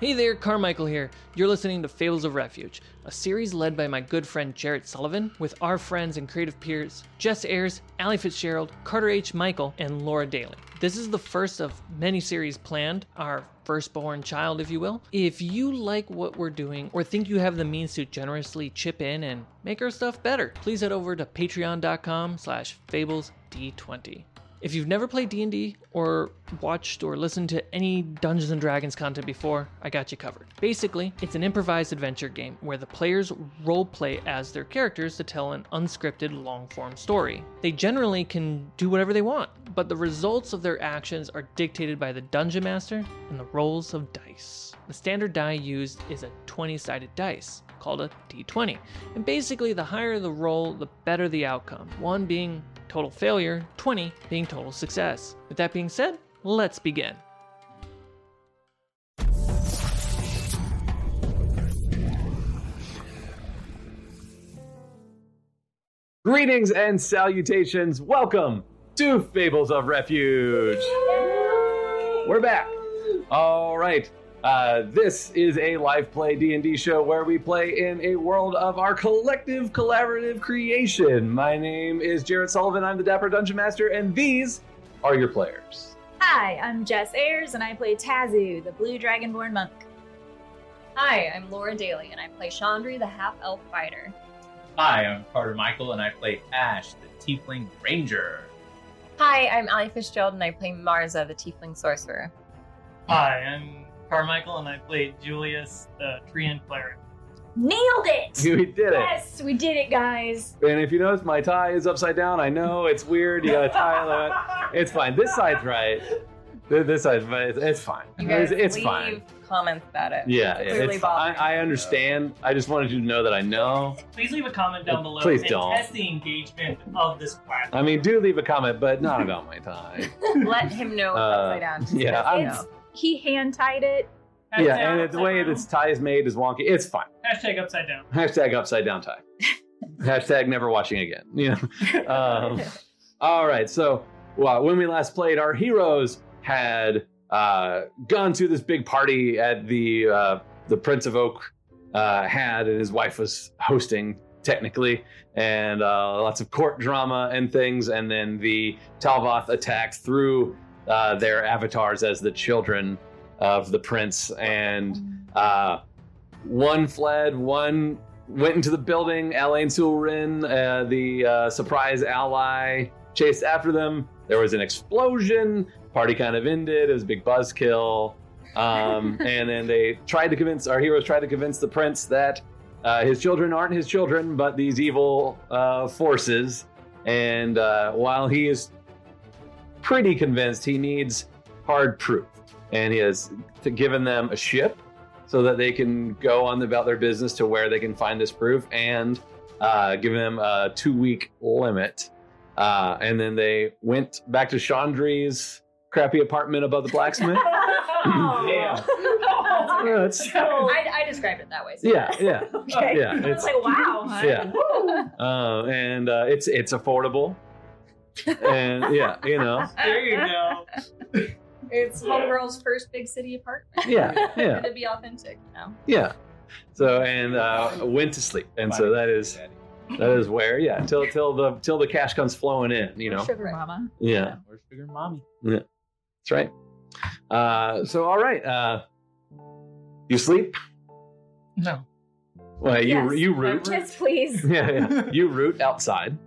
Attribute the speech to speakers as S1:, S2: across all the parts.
S1: Hey there, Carmichael here. You're listening to Fables of Refuge, a series led by my good friend Jarrett Sullivan with our friends and creative peers Jess Ayers, Allie Fitzgerald, Carter H. Michael, and Laura Daly. This is the first of many series planned, our firstborn child, if you will. If you like what we're doing or think you have the means to generously chip in and make our stuff better, please head over to patreon.com slash fablesd20. If you've never played D&D or watched or listened to any Dungeons and Dragons content before, I got you covered. Basically, it's an improvised adventure game where the players roleplay as their characters to tell an unscripted long-form story. They generally can do whatever they want, but the results of their actions are dictated by the dungeon master and the rolls of dice. The standard die used is a 20-sided dice called a d20. And basically, the higher the roll, the better the outcome. 1 being total failure, 20 being total success. With that being said, let's begin.
S2: Greetings and salutations. Welcome to Fables of Refuge. We're back. All right. Uh, this is a live play D&D show where we play in a world of our collective collaborative creation. My name is Jared Sullivan. I'm the Dapper Dungeon Master and these are your players.
S3: Hi, I'm Jess Ayers, and I play Tazu, the blue dragonborn monk.
S4: Hi, I'm Laura Daly, and I play Chandri, the half elf fighter.
S5: Hi, I'm Carter Michael, and I play Ash, the Tiefling Ranger.
S4: Hi, I'm Ali Fitzgerald, and I play Marza, the tiefling sorcerer.
S6: Hi, I'm Carmichael, and I played Julius, the Treant cleric.
S3: Nailed it!
S2: We did it.
S3: Yes, we did it, guys.
S2: And if you notice, my tie is upside down. I know it's weird. You got a tie on. It's fine. This side's right. Th- This side's right. It's- It's fine.
S4: You guys
S2: It's, it's
S4: leave
S2: fine.
S4: comments about it.
S2: Yeah, yeah,
S4: Clearly
S2: it's, I,
S4: bothering.
S2: I understand. I just wanted you to know that I know.
S6: Please leave a comment down below
S2: Uh, Please
S6: and
S2: don't.
S6: test the engagement of this
S2: I
S6: platform.
S2: mean, do leave a comment, but not about my tie.
S4: Let him know it's
S2: Uh,
S4: upside down. Just
S2: yeah,
S4: let
S2: I'm-
S4: him know.
S3: It's- He hand tied it.
S6: Hashtag
S2: yeah, and it's the
S6: upside
S2: way
S6: down.
S2: this tie is made is wonky. It's fine.
S6: Hashtag upside down.
S2: Hashtag upside down tie. Hashtag never watching again. You know. Um, all right. So well, when we last played, our heroes had uh, gone to this big party at the uh, the Prince of Oak uh, had, and his wife was hosting technically, and uh, lots of court drama and things. And then the Talvoth attacks through uh, their avatars as the children of the prince and uh, one fled, one went into the building. Alain Sulrin, uh, the uh, surprise ally, chased after them. There was an explosion. Party kind of ended. It was a big buzzkill. Um, and then they tried to convince our heroes tried to convince the prince that uh, his children aren't his children, but these evil uh, forces. And uh, while he is pretty convinced, he needs hard proof, and he has given them a ship so that they can go on about their business to where they can find this proof and uh, give them a two week limit. Uh, and then they went back to Chandri's crappy apartment above the blacksmith.
S6: Yeah.
S2: Yeah, it's-
S4: I, I described it that way. so-
S2: yeah, yeah,
S3: okay.
S2: yeah.
S3: I was
S2: It's,
S3: like, wow. huh?
S2: yeah. Uh, and uh, it's it's affordable. And yeah, you know,
S6: There you go.
S4: It's Homegirl's first big city apartment.
S2: yeah, yeah,
S4: To be authentic, you know.
S2: yeah. So and uh, went to sleep, and so that is that is where yeah, till till the till the cash comes flowing in, you know.
S3: Sugar mama.
S2: Yeah,
S5: Where's Sugar Mommy?
S2: that's right. Uh, so all right, uh, you sleep?
S1: No.
S2: Well, you
S3: Yes.
S2: you root.
S3: Yes, please.
S2: yeah, yeah. You root outside.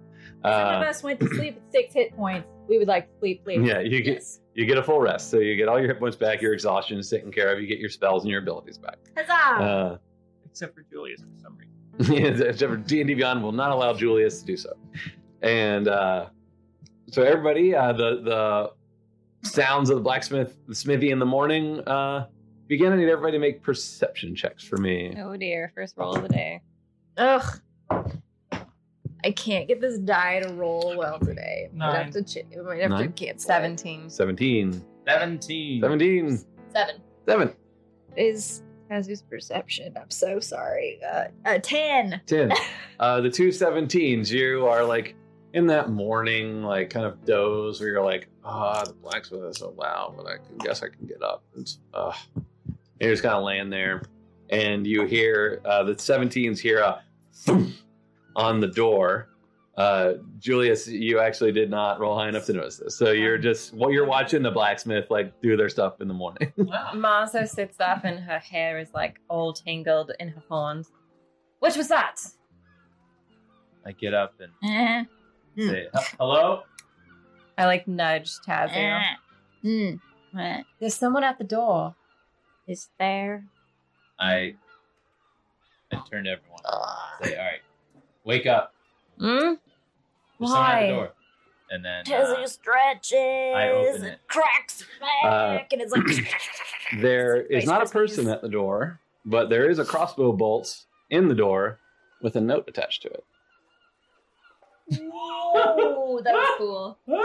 S3: Some of
S2: Uh,
S3: us went to sleep with six hit points. We would like to sleep, please.
S2: yeah, you get
S3: Yes.
S2: you get a full rest, so you get all your hit points back. Your exhaustion is taken care of. You get your spells and your abilities back.
S3: Huzzah!
S2: Uh,
S5: Except for Julius for some reason.
S2: D and D Beyond will not allow Julius to do so. And uh, so everybody, uh, the the sounds of the blacksmith, the smithy in the morning uh, begin. I need everybody to make perception checks for me.
S4: Oh dear, first roll of the day.
S2: Uh,
S3: Ugh. I can't get this die to roll well today. I might
S6: Nine.
S3: have to, ch- I might have to
S2: Nine?
S3: cancel. it.
S4: Seventeen.
S2: 17.
S5: 17.
S2: 17.
S4: Seven.
S2: 7.
S3: is Tazu's perception. I'm so sorry. Uh, a 10.
S2: 10. Uh, the two 17s, you are like in that morning, like kind of doze where you're like, ah, the blacksmith is so loud, but I guess I can get up. It's, uh, And you're just kind of laying there, and you hear uh, the 17s hear a thump on the door. Uh, Julius, you actually did not roll high enough to notice this, so you're just well, you're watching the blacksmith like do their stuff in the morning.
S6: Wow.
S3: Marzo sits up and her hair is like all tangled in her horns. Which was that?
S5: I get up and
S1: Eh,
S5: say, "H- hello?
S3: I like nudge Tazu.
S1: eh, mm, eh.
S3: There's someone at the door.
S1: Is there?
S5: I, I turn to everyone and say, all right, wake up.
S3: Hmm?
S5: There's someone at
S3: Why?
S5: the door. And then uh,
S7: Tizzy stretches
S5: open
S7: and
S5: it.
S7: cracks back, and it's like
S2: Uh, There is
S7: Vice
S2: not a
S7: versa, please.
S2: person at the door, but there is a crossbow bolt in the door with a note attached to it.
S3: Whoa, that was cool.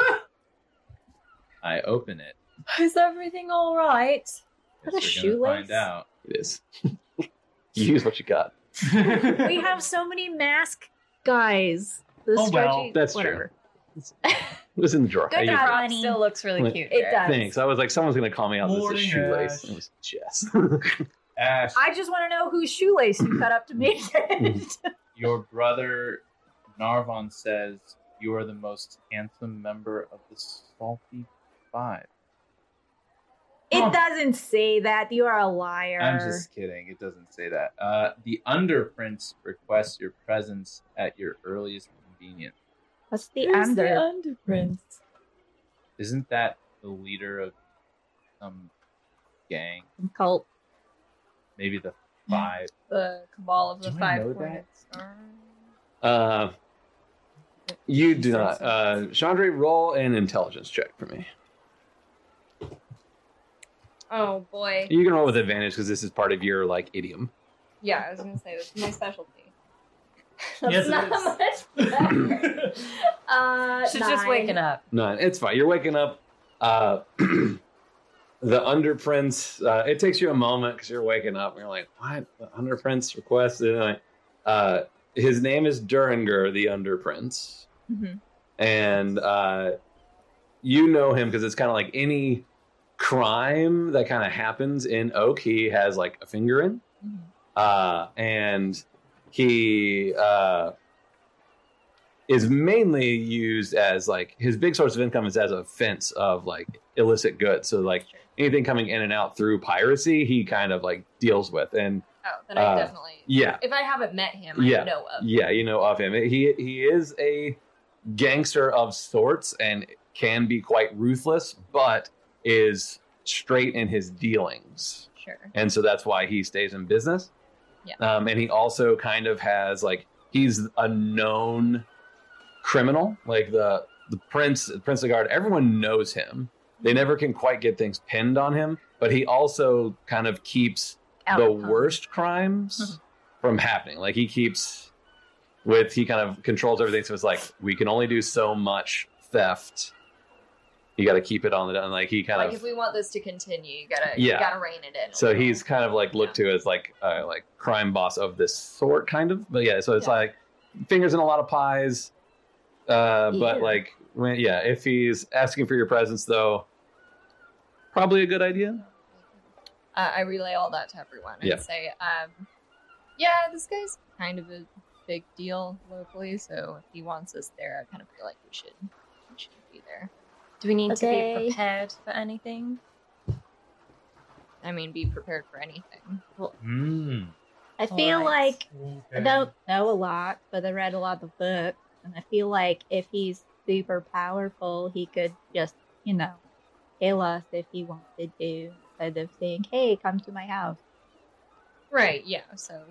S5: I open it.
S3: Is everything all right?
S5: Guess
S3: Are there
S5: we're gonna
S3: shoelace?
S5: Find out.
S2: It is. Use what you got.
S7: we have so many mask guys. The
S6: Oh, well,
S7: stretchy-
S2: that's true.
S7: whatever.
S2: It was in the drawer. I
S3: Good
S2: used
S3: job.
S2: it.
S7: Honey.
S3: Still looks really
S2: Wait.
S3: cute.
S1: It
S3: Jared.
S1: does.
S2: Thanks. I was like, someone's gonna call me out. This
S6: Morning,
S2: is shoelace.
S6: Ash.
S2: It was Jess.
S5: Ash,
S7: I just want to know whose shoelace you cut up to me.
S5: your brother Narvon says you are the most handsome member of the Salty Five.
S3: Oh.
S7: it doesn't say that. You are a liar.
S5: I'm just kidding. It doesn't say that. Uh, the underprints request your presence at your earliest convenience.
S7: What's the
S3: Who's the
S7: under?
S3: underprints?
S5: Isn't that the leader of some gang?
S7: Cult.
S5: Maybe the five.
S3: The cabal of the
S5: Do I
S3: five
S5: know
S3: corners.
S2: uh, you do not. Uh, Chandra, roll an intelligence check for me.
S3: Oh boy.
S2: You can roll with advantage because this is part of your like idiom.
S3: Yeah, I was gonna say that's my specialty.
S6: Yes, it
S3: not much better. uh,
S1: She's just waking
S3: up.
S2: None. It's fine. You're waking up. Uh, the underprints. Uh, it takes you a moment because you're waking up. And you're like, what? The underprints requested. And I- uh, his name is Duringer, the underprints,
S3: Mhm.
S2: and uh, you know him because it's kind of like any crime that kind of happens in Oak. He has like a finger in,
S3: Mhm.
S2: uh, and he. Uh, is mainly used as like his big source of income is as a fence of like illicit goods. So like anything coming in and out through piracy, he kind of like deals with. And
S3: Oh, then I
S2: Uh,
S3: definitely.
S2: yeah,
S3: If I haven't met him, I
S2: Yeah.
S3: know of.
S2: yeah, you know of him. He he is a gangster of sorts and can be quite ruthless, but is straight in his dealings.
S3: Sure.
S2: and so that's why he stays in business.
S3: Yeah.
S2: Um, and he also kind of has like he's a known criminal, like the the prince, the prince of the guard. Everyone knows him. They never can quite get things pinned on him, but he also kind of keeps the
S7: Outcome.
S2: worst crimes from happening. Like he keeps with he kind of controls everything. So it's like we can only do so much theft. You got to keep it on the down. Like he kind
S3: Like
S2: of
S3: if we want this to continue, you gotta you
S2: Yeah.
S3: gotta rein it in. a
S2: so
S3: little.
S2: he's kind of like looked to as like uh, like crime boss of this sort, kind of. But yeah, so it's
S3: Yeah.
S2: like fingers in a lot of pies. Uh, but
S7: Yeah.
S2: like, when, yeah, if he's asking for your presence, though, probably a good idea.
S3: Uh, I relay all that to everyone and
S2: Yeah.
S3: say, um, yeah, this guy's kind of a big deal locally, so if he wants us there, I kind of feel like we should we should be there. Do we need to
S7: Okay.
S3: be prepared for anything? I mean, be prepared for anything.
S5: Hmm.
S7: I feel
S1: Alright.
S7: like I don't know a lot, but I read a lot of books, and I feel like if he's super powerful, he could just, you know, kill us if he wanted to, instead of saying, "Hey, come to my house."
S3: Right? Yeah. So,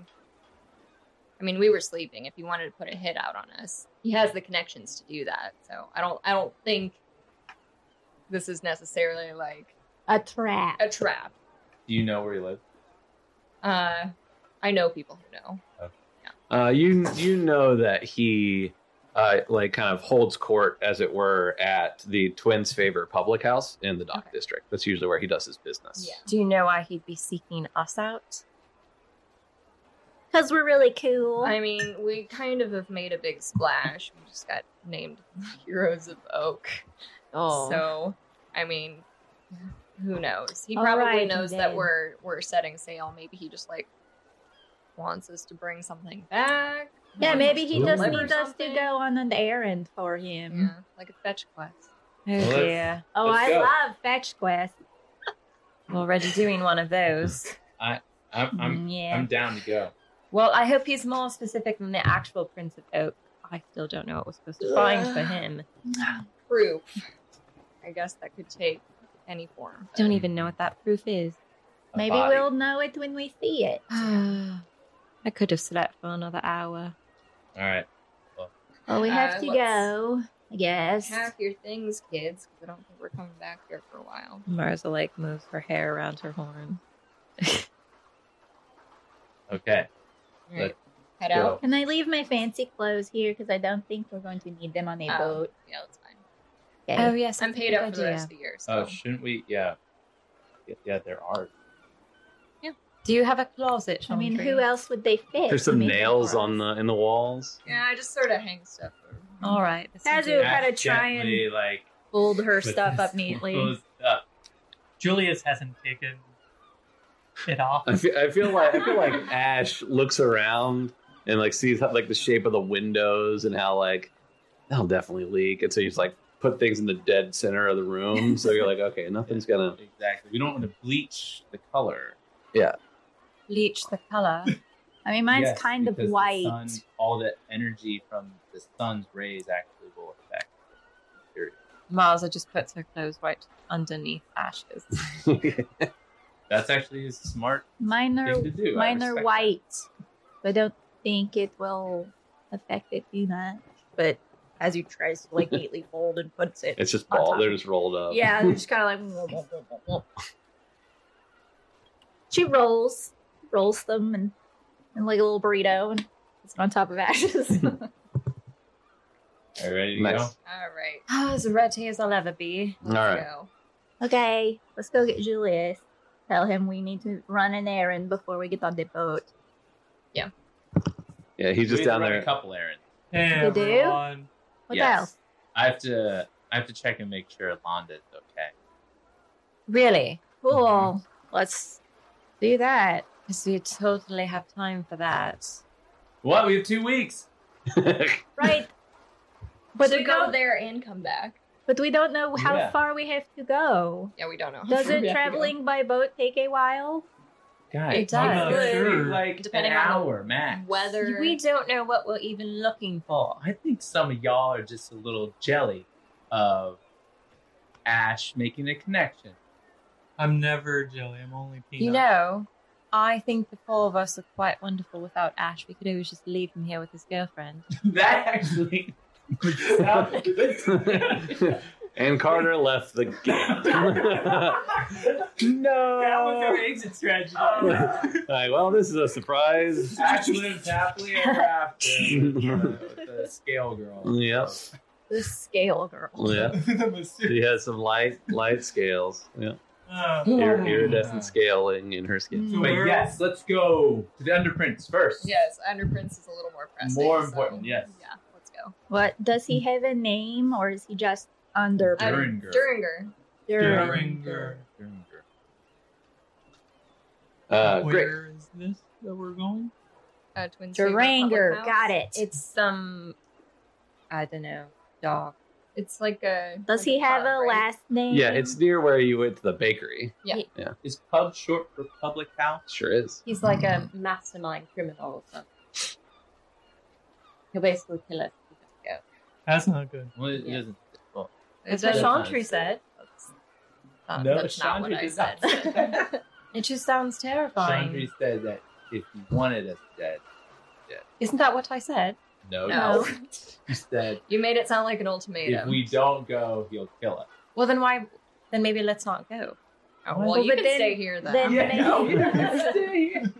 S3: I mean, we were sleeping. If he wanted to put a hit out on us, he has the connections to do that. So I don't I don't think this is necessarily like
S7: A trap.
S3: a trap.
S5: Do you know where he lives?
S3: Uh, I know people who know.
S2: Uh, you you know that he uh, like kind of holds court, as it were, at the Twins' Favor public house in the Dock
S3: Okay.
S2: District. That's usually where he does his business.
S3: Yeah. Do you know why he'd be seeking us out?
S7: Because we're really cool.
S3: I mean, we kind of have made a big splash. We just got named Heroes of Oak.
S1: Oh.
S3: So, I mean, Who knows? He
S7: All
S3: probably
S7: right,
S3: knows
S7: then.
S3: that we're we're setting sail. Maybe he just like wants us to bring something back.
S7: Yeah,
S3: wants
S7: maybe
S3: us
S7: he
S3: to
S7: just
S3: deliver
S7: needs us to
S3: something.
S7: go on an errand for him.
S3: Yeah, like a fetch quest.
S5: Well, let's-
S4: yeah.
S7: Oh,
S5: Let's
S7: I
S5: go.
S7: love fetch quests.
S4: We're already doing one of those.
S5: I'm I'm,
S4: Mm, yeah.
S5: I'm down to go.
S4: Well, I hope he's more specific than the actual Prince of Oak. I still don't know what we're supposed to find for him.
S3: Proof. I guess that could take any form.
S4: Don't even know what that proof is.
S5: A
S7: Maybe
S5: body.
S7: we'll know it when we see it.
S4: I could have slept for another hour.
S5: All right.
S7: Well, we have
S3: Uh,
S7: to
S3: let's-
S7: go. Yes.
S3: Pack your things, kids, because I don't think we're coming back here for a while.
S4: Marza like moves her hair around her horn.
S5: Okay.
S3: All right, head
S5: go.
S3: out.
S7: Can I leave my fancy clothes here? Because I don't think we're going to need them on a
S3: Um,
S7: boat.
S3: yeah, that's fine.
S7: Okay.
S4: Oh, yes,
S3: I'm paid up for the rest of the year. So.
S5: Oh, shouldn't we? Yeah. Yeah, Yeah, there are.
S4: Do you have a closet?
S7: I mean,
S4: Chandra?
S7: who else would they fit?
S2: There's
S7: to
S2: some
S7: make it
S2: nails
S7: for
S2: on
S7: us?
S2: the in the walls.
S3: yeah, I just sort of hang stuff. Over.
S4: All right. this is
S7: Tazu,
S4: good.
S7: gotta
S5: Half
S7: try and-
S5: gently, like
S7: Fold her
S5: put
S7: stuff up
S5: this
S7: neatly.
S5: clothes up.
S6: Julius hasn't taken it off.
S2: I feel, I feel like I feel like Ash looks around and like sees how, like the shape of the windows and how like that'll definitely leak. And so you just like put things in the dead center of the room. So you're like, okay, nothing's gonna.
S5: Exactly. We don't want to bleach the color.
S4: bleach the color.
S7: I mean, mine's
S5: Yes,
S7: kind of
S5: because the
S7: white.
S5: sun- all the energy from the sun's rays actually will affect the material.
S4: Marza just puts her clothes right underneath Ash's.
S5: That's actually a smart
S7: Mine are
S5: thing to do. I
S7: mine are
S5: respect that.
S7: white. I don't think it will affect it too much. But as you tries to like neatly fold and puts it.
S2: it's just
S7: on
S2: ball.
S7: top.
S2: They're just rolled up.
S7: Yeah, they're just kind of like. womp, womp, womp, womp, womp. She rolls, rolls them, and and like a little burrito, and it's on top of ashes.
S5: All right, ready to
S2: Nice.
S5: go?
S3: All right.
S4: Oh, as ready as I'll ever be.
S2: All right.
S3: Go.
S7: okay, let's go get Julius. Tell him we need to run an errand before we get on the boat.
S2: Yeah, he's
S5: We
S2: just
S5: have to
S2: down
S5: run A
S2: there.
S5: couple errands.
S6: Hey,
S7: You do?
S6: everyone.
S7: What
S5: Yes.
S7: else?
S5: I have to. I have to check and make sure Londa's okay.
S4: Really?
S7: Cool. Let's do that.
S4: Because we totally have time for that.
S5: What? We have two weeks.
S7: Right.
S3: But
S7: But
S3: to
S7: we
S3: go
S7: don't.
S3: there and come back.
S7: But we don't know how
S5: Yeah.
S7: far we have to go.
S3: Yeah, we don't know. how far
S7: Doesn't
S3: we have to go.
S7: traveling by boat take a while?
S5: Guys,
S4: It does.
S6: I'm not
S5: it's
S6: sure.
S5: Like
S3: Depending
S5: an
S3: on the
S5: hour max.
S3: Weather.
S4: We don't know what we're even looking for.
S5: I think some of y'all are just a little jelly of Ash making a connection.
S6: I'm never Jelly. I'm only Peanut.
S4: You know, I think the four of us are quite wonderful without Ash. We could always just leave him here with his girlfriend.
S5: that actually. sounds good.
S2: and Carter left the
S5: that
S2: gate. no.
S6: was our exit strategy. Um,
S2: All right, well, this is a surprise.
S5: Ash lives happily ever after with, uh, with the scale girl.
S2: Yep.
S7: The scale girl.
S2: Yeah.
S6: The masseuse.
S2: She has some light light scales. Yeah.
S6: Uh,
S2: Ir- iridescent scaling in her skin.
S6: so
S5: But
S6: we're-
S5: yes, let's go to the underprints first.
S3: Yes, underprints is a little more pressing.
S5: More
S3: so,
S5: important, yes.
S3: Yeah, let's go.
S7: What does he have a name or is he just under
S3: I-
S5: Duringer.
S3: Duringer.
S6: Duringer.
S5: Duringer.
S6: Mm.
S2: Uh, great.
S6: Where is this that we're going?
S3: Uh, Twin Saber
S7: Duranger?
S3: Public House.
S7: Got it.
S4: It's some, I don't know, dog.
S3: It's like a.
S7: does
S3: like
S7: he have
S3: pub,
S7: a
S3: right?
S7: last name?
S2: Yeah, it's near where you went to the bakery.
S5: Is pub short for public house?
S2: Sure is.
S4: He's like a mastermind criminal or something. He'll basically kill us. if we don't go.
S6: That's not good.
S5: Well, it
S4: Yeah.
S5: doesn't. Well,
S4: That's
S3: It's
S4: what
S5: That's
S3: a-
S5: not-
S4: Chantry said. Um,
S5: No,
S3: That's not what
S5: Chandra
S3: I
S5: did not
S3: said.
S5: say that.
S4: It just sounds terrifying.
S5: Chandra said that if you wanted us dead,
S4: Isn't that what I said?
S5: no,
S3: No.
S5: you said
S3: you made it sound like an ultimatum.
S5: if we don't go, he'll kill us.
S4: Well, then why? Then maybe let's not go.
S3: Oh, well,
S7: Well,
S3: you
S7: but
S3: can
S7: then-
S3: stay here then.
S7: then
S5: Yeah,
S7: maybe-
S5: no, we don't have to stay here.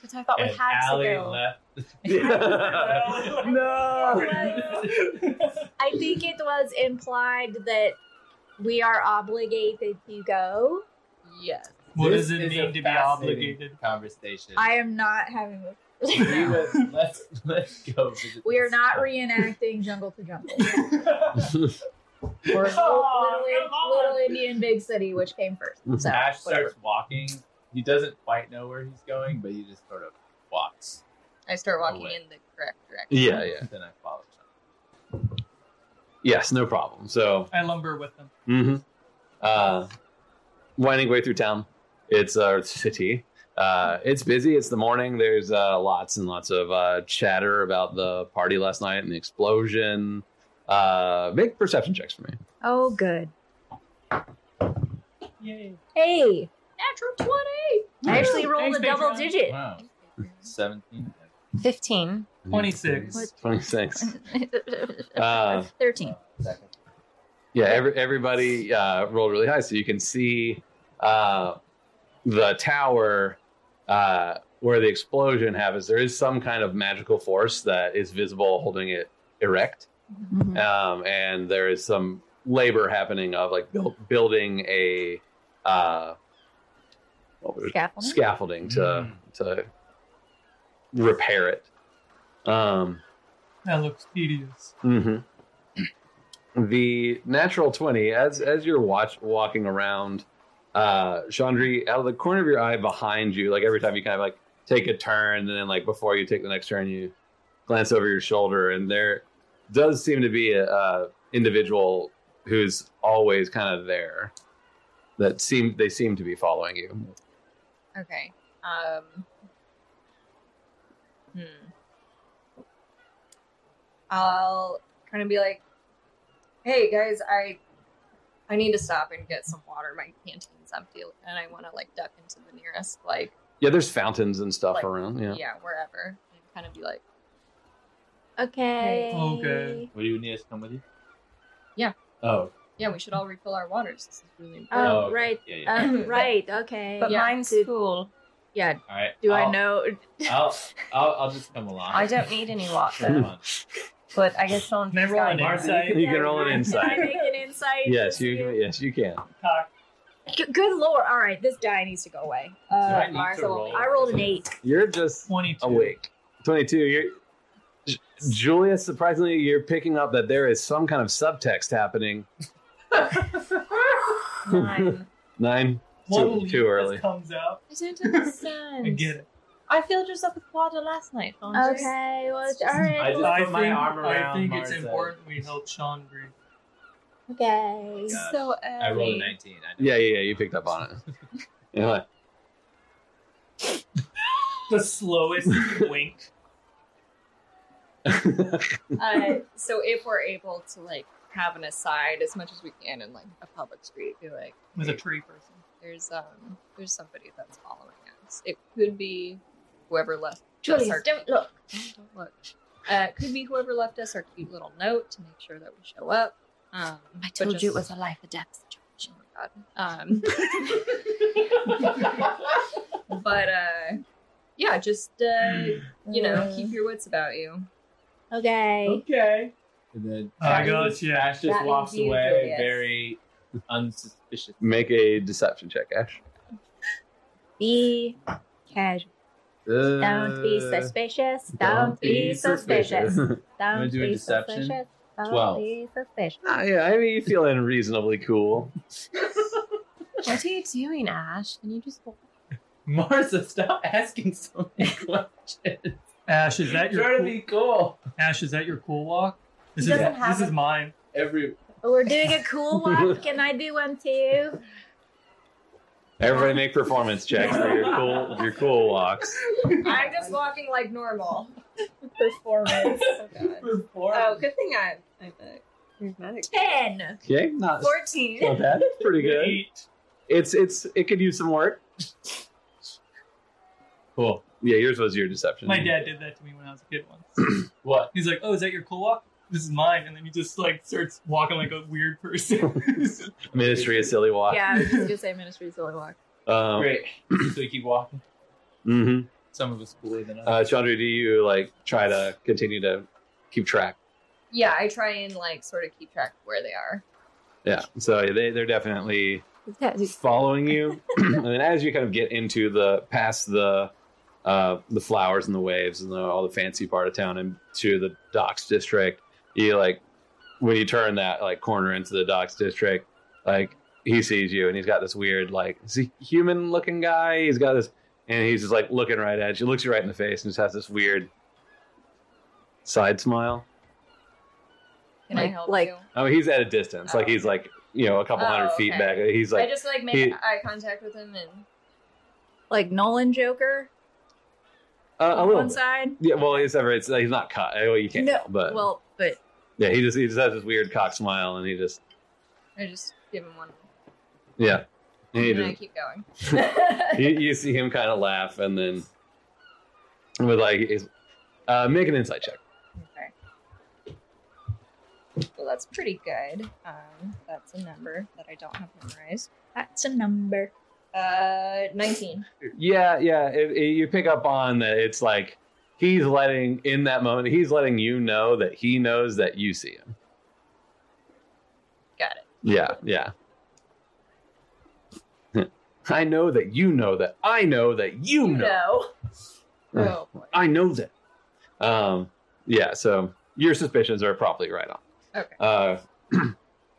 S4: But I thought we
S5: And
S4: had
S5: Allie
S4: to go.
S5: left.
S7: I think it was implied that we are obligated to go.
S3: Yes.
S6: What
S5: This
S6: does it
S5: is a
S6: mean to be
S5: fascinating
S6: obligated?
S5: Conversation.
S7: I am not having
S5: We would- let's let's go. Visit
S7: We are
S5: this
S7: not
S5: spot.
S7: reenacting Jungle to Jungle.
S3: Or
S6: Oh,
S3: little,
S6: come on.
S3: little Indian Big City, which came first. So,
S5: Ash
S3: whatever.
S5: starts walking. He doesn't quite know where he's going, but he just sort of walks.
S4: I start walking
S5: Away.
S4: in the correct direction.
S2: Yeah, yeah.
S5: Then I follow him.
S2: Yes, no problem. So,
S6: I lumber with them.
S2: hmm uh, winding way through town, it's a city. Uh, it's busy. It's the morning. There's uh, lots and lots of uh, chatter about the party last night and the explosion. Uh, make perception checks for me.
S7: Oh, good.
S6: Yay.
S7: Hey,
S4: Natural twenty.
S7: I actually rolled
S6: Thanks,
S7: a
S6: Big
S7: double
S6: John.
S7: digit.
S5: Wow. 17.
S4: 15.
S6: 26.
S2: What? 26. Uh,
S7: 13.
S5: Second.
S2: Yeah, every, everybody uh, rolled really high, so you can see uh, the tower uh, where the explosion happens. There is some kind of magical force that is visible, holding it erect,
S7: Mhm.
S2: um, and there is some labor happening of like buil- building a uh, what was it?
S7: Scaffolding?
S2: scaffolding to to repair it. Um,
S6: That looks tedious.
S2: Mm-hmm. The natural twenty, as as you're watch walking around, uh, Chandri, out of the corner of your eye behind you, like every time you kind of like take a turn, and then like before you take the next turn, you glance over your shoulder, and there does seem to be a, a individual who's always kind of there. That seem they seem to be following you.
S4: Okay. Um. Hmm. I'll kind of be like, "Hey guys, I, I need to stop and get some water. My canteen's empty, and I want to like duck into the nearest like,
S2: Yeah, there's fountains and stuff
S4: Like,
S2: around.
S4: yeah,
S2: Yeah.
S4: wherever." And kind of be like,
S7: Okay.
S6: Okay.
S5: What do you need us to come with you?
S4: Yeah.
S5: Oh.
S4: "Yeah, we should all refill our waters. This is really important."
S7: Oh,
S5: okay.
S7: right.
S5: Yeah, yeah.
S7: Uh, right. Okay.
S8: But
S4: Yeah.
S8: mine's cool.
S7: yeah.
S5: All right.
S7: Do i
S5: I'll-
S7: know?
S5: I'll, I'll, I'll just come along.
S8: I don't need any
S5: Come
S8: water,
S5: on.
S8: but I guess someone.
S6: Can I roll an
S5: Marcy.
S6: insight?
S2: You can roll an
S3: Can I
S2: insight.
S3: make an insight?
S2: Yes, you yes you can.
S6: Cock.
S3: G- good lord! All right, this die needs to go away.
S5: Do
S3: Uh,
S5: I need
S3: Mars,
S5: to
S3: I
S5: roll?
S3: I rolled an eight.
S2: You're just
S6: 22.
S2: awake. 22. You're, J- Julia, surprisingly, you're picking up that there is some kind of subtext happening.
S8: Mine.
S2: Nine.
S6: One
S2: Too,
S6: leaf
S2: too early.
S6: Just comes out.
S8: I don't
S6: I
S8: understand.
S6: get it.
S8: I filled yourself with water last night, Andre.
S7: Okay. Well, it's- all right.
S5: I just
S6: I
S5: put my
S6: think-
S5: arm around
S6: I think
S5: Marza.
S6: it's important we help Sean breathe.
S7: okay.
S5: Yeah.
S8: It's So early.
S5: I rolled a 19. I know.
S2: Yeah, yeah, yeah. You picked up on it. You're like,
S6: The slowest wink.
S4: uh, so if we're able to like have an aside as much as we can in like a public street, be like
S6: With a tree person.
S4: there's um there's somebody that's following us. It could be whoever left.
S3: Julius,
S4: our-
S3: don't look.
S4: Don't don't look. Uh, it could be whoever left us our cute little note to make sure that we show up. Um,
S8: I
S4: but
S8: told you it
S4: just-
S8: was a life or death situation.
S4: Oh my God. Um, but uh, yeah, just uh, you know, keep your wits about you.
S7: Okay.
S5: Okay. And then
S7: Uh,
S6: I got you.
S5: Ash just
S4: That
S5: walks
S4: is you,
S5: away
S4: Julius.
S5: very unsuspicious.
S2: Make a deception check, Ash.
S7: Be casual. Don't be
S5: Uh,
S7: suspicious. Don't,
S5: don't
S7: be
S5: be
S7: suspicious.
S5: wanna
S7: Don't
S5: do a
S7: be
S5: deception?
S7: suspicious. Don't
S5: Twelve.
S7: be suspicious.
S2: Ah, yeah, I mean, you feeling reasonably cool.
S8: What are you doing, Ash? Can you just walk?
S5: Marza, stop asking so many questions.
S6: Ash, is that
S5: Try
S6: your
S5: to
S6: cool,
S5: be cool.
S6: Ash, is that your cool walk? This
S8: He
S6: is
S8: doesn't have
S6: this is
S8: it.
S6: mine.
S5: Every
S7: We're doing a cool walk. Can I do one too?
S2: Everybody make performance checks for your cool your cool walks.
S4: I'm just walking like normal.
S3: Performance.
S4: Oh, God. oh good thing I'm, I'm a charismatic.
S3: Ten.
S2: Okay, not,
S3: Fourteen.
S2: not bad. Pretty good.
S6: Eight.
S2: It's it's it could use some work.
S5: cool.
S2: Yeah, yours was your deception.
S6: My dad did that to me when I was a kid once.
S5: What?
S6: He's like, "Oh, is that your cool walk? This is mine." And then he just like starts walking like a weird person.
S2: Ministry of Silly Walk.
S3: Yeah, I was just gonna say Ministry Silly Walk.
S2: Um,
S5: Great. so we keep walking.
S2: hmm
S5: Some of us cooler than
S2: Uh,
S5: others.
S2: Chandra, do you like try to continue to keep track?
S4: Yeah, I try and like sort of keep track of where they are.
S2: Yeah. So they they're definitely following you, and then as you kind of get into the past the uh, the flowers and the waves and the, all the fancy part of town and to the docks district, you like when you turn that like corner into the docks district, like he sees you and he's got this weird like is he human looking guy? He's got this and he's just like looking right at you, looks you right in the face and just has this weird side smile.
S4: Can I
S3: Like-
S4: help
S3: like-
S4: you?
S2: I mean he's at a distance. Like he's like, you know, a couple
S4: Oh,
S2: hundred feet
S4: okay.
S2: back. He's
S4: I
S2: like
S4: just like make
S2: he-
S4: eye contact with him and
S3: Like Nolan Joker
S2: uh, a
S3: on
S2: little
S3: one
S2: bit.
S3: side.
S2: Yeah, well he's ever it's like, he's not cut. Oh, you can't
S3: No,
S2: but
S3: well, but
S2: yeah, he just he just has this weird cock smile and he just
S4: I just give him one.
S2: yeah. And he
S4: and
S2: just
S4: I keep going.
S2: you, you see him kind of laugh and then with like is- uh, make an insight check
S4: Well, that's pretty good. Um, that's a number that I don't have memorized.
S7: That's a number.
S4: Uh, 19.
S2: yeah yeah it, it- you pick up on that it's like he's letting in that moment he's letting you know that he knows that you see him
S4: Got it.
S2: yeah yeah i know that you know that i know that you, know,
S4: Oh boy.
S2: i know that um yeah so your suspicions are probably right on
S4: Okay.
S2: Uh,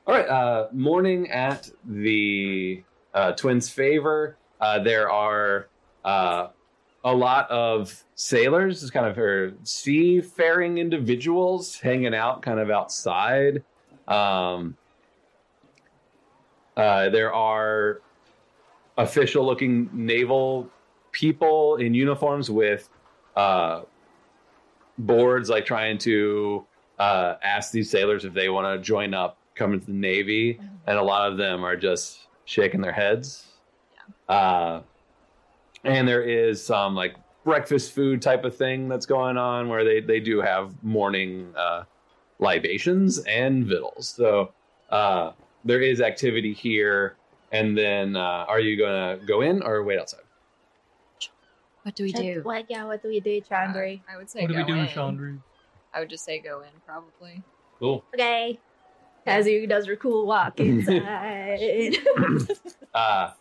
S2: all right. Uh, morning at the uh, Twins' favor. Uh, there are uh, a lot of sailors, just kind of or seafaring individuals, hanging out, kind of outside. Um, uh, there are official-looking naval people in uniforms with uh, boards, like trying to uh, ask these sailors if they want to join up, come into the Navy, and a lot of them are just shaking their heads. Uh, and there is some like breakfast food type of thing that's going on where they, they do have morning uh, libations and victuals. So uh, there is activity here. And then uh, are you going to go in or wait outside?
S8: What do we do?
S7: What? Yeah. What do we do, Chandri?
S4: I would say
S6: What
S4: go
S6: are we doing,
S4: in.
S6: Chandru?
S4: I would just say go in, probably.
S2: Cool.
S7: okay. Kazu does her cool walk inside.
S2: uh,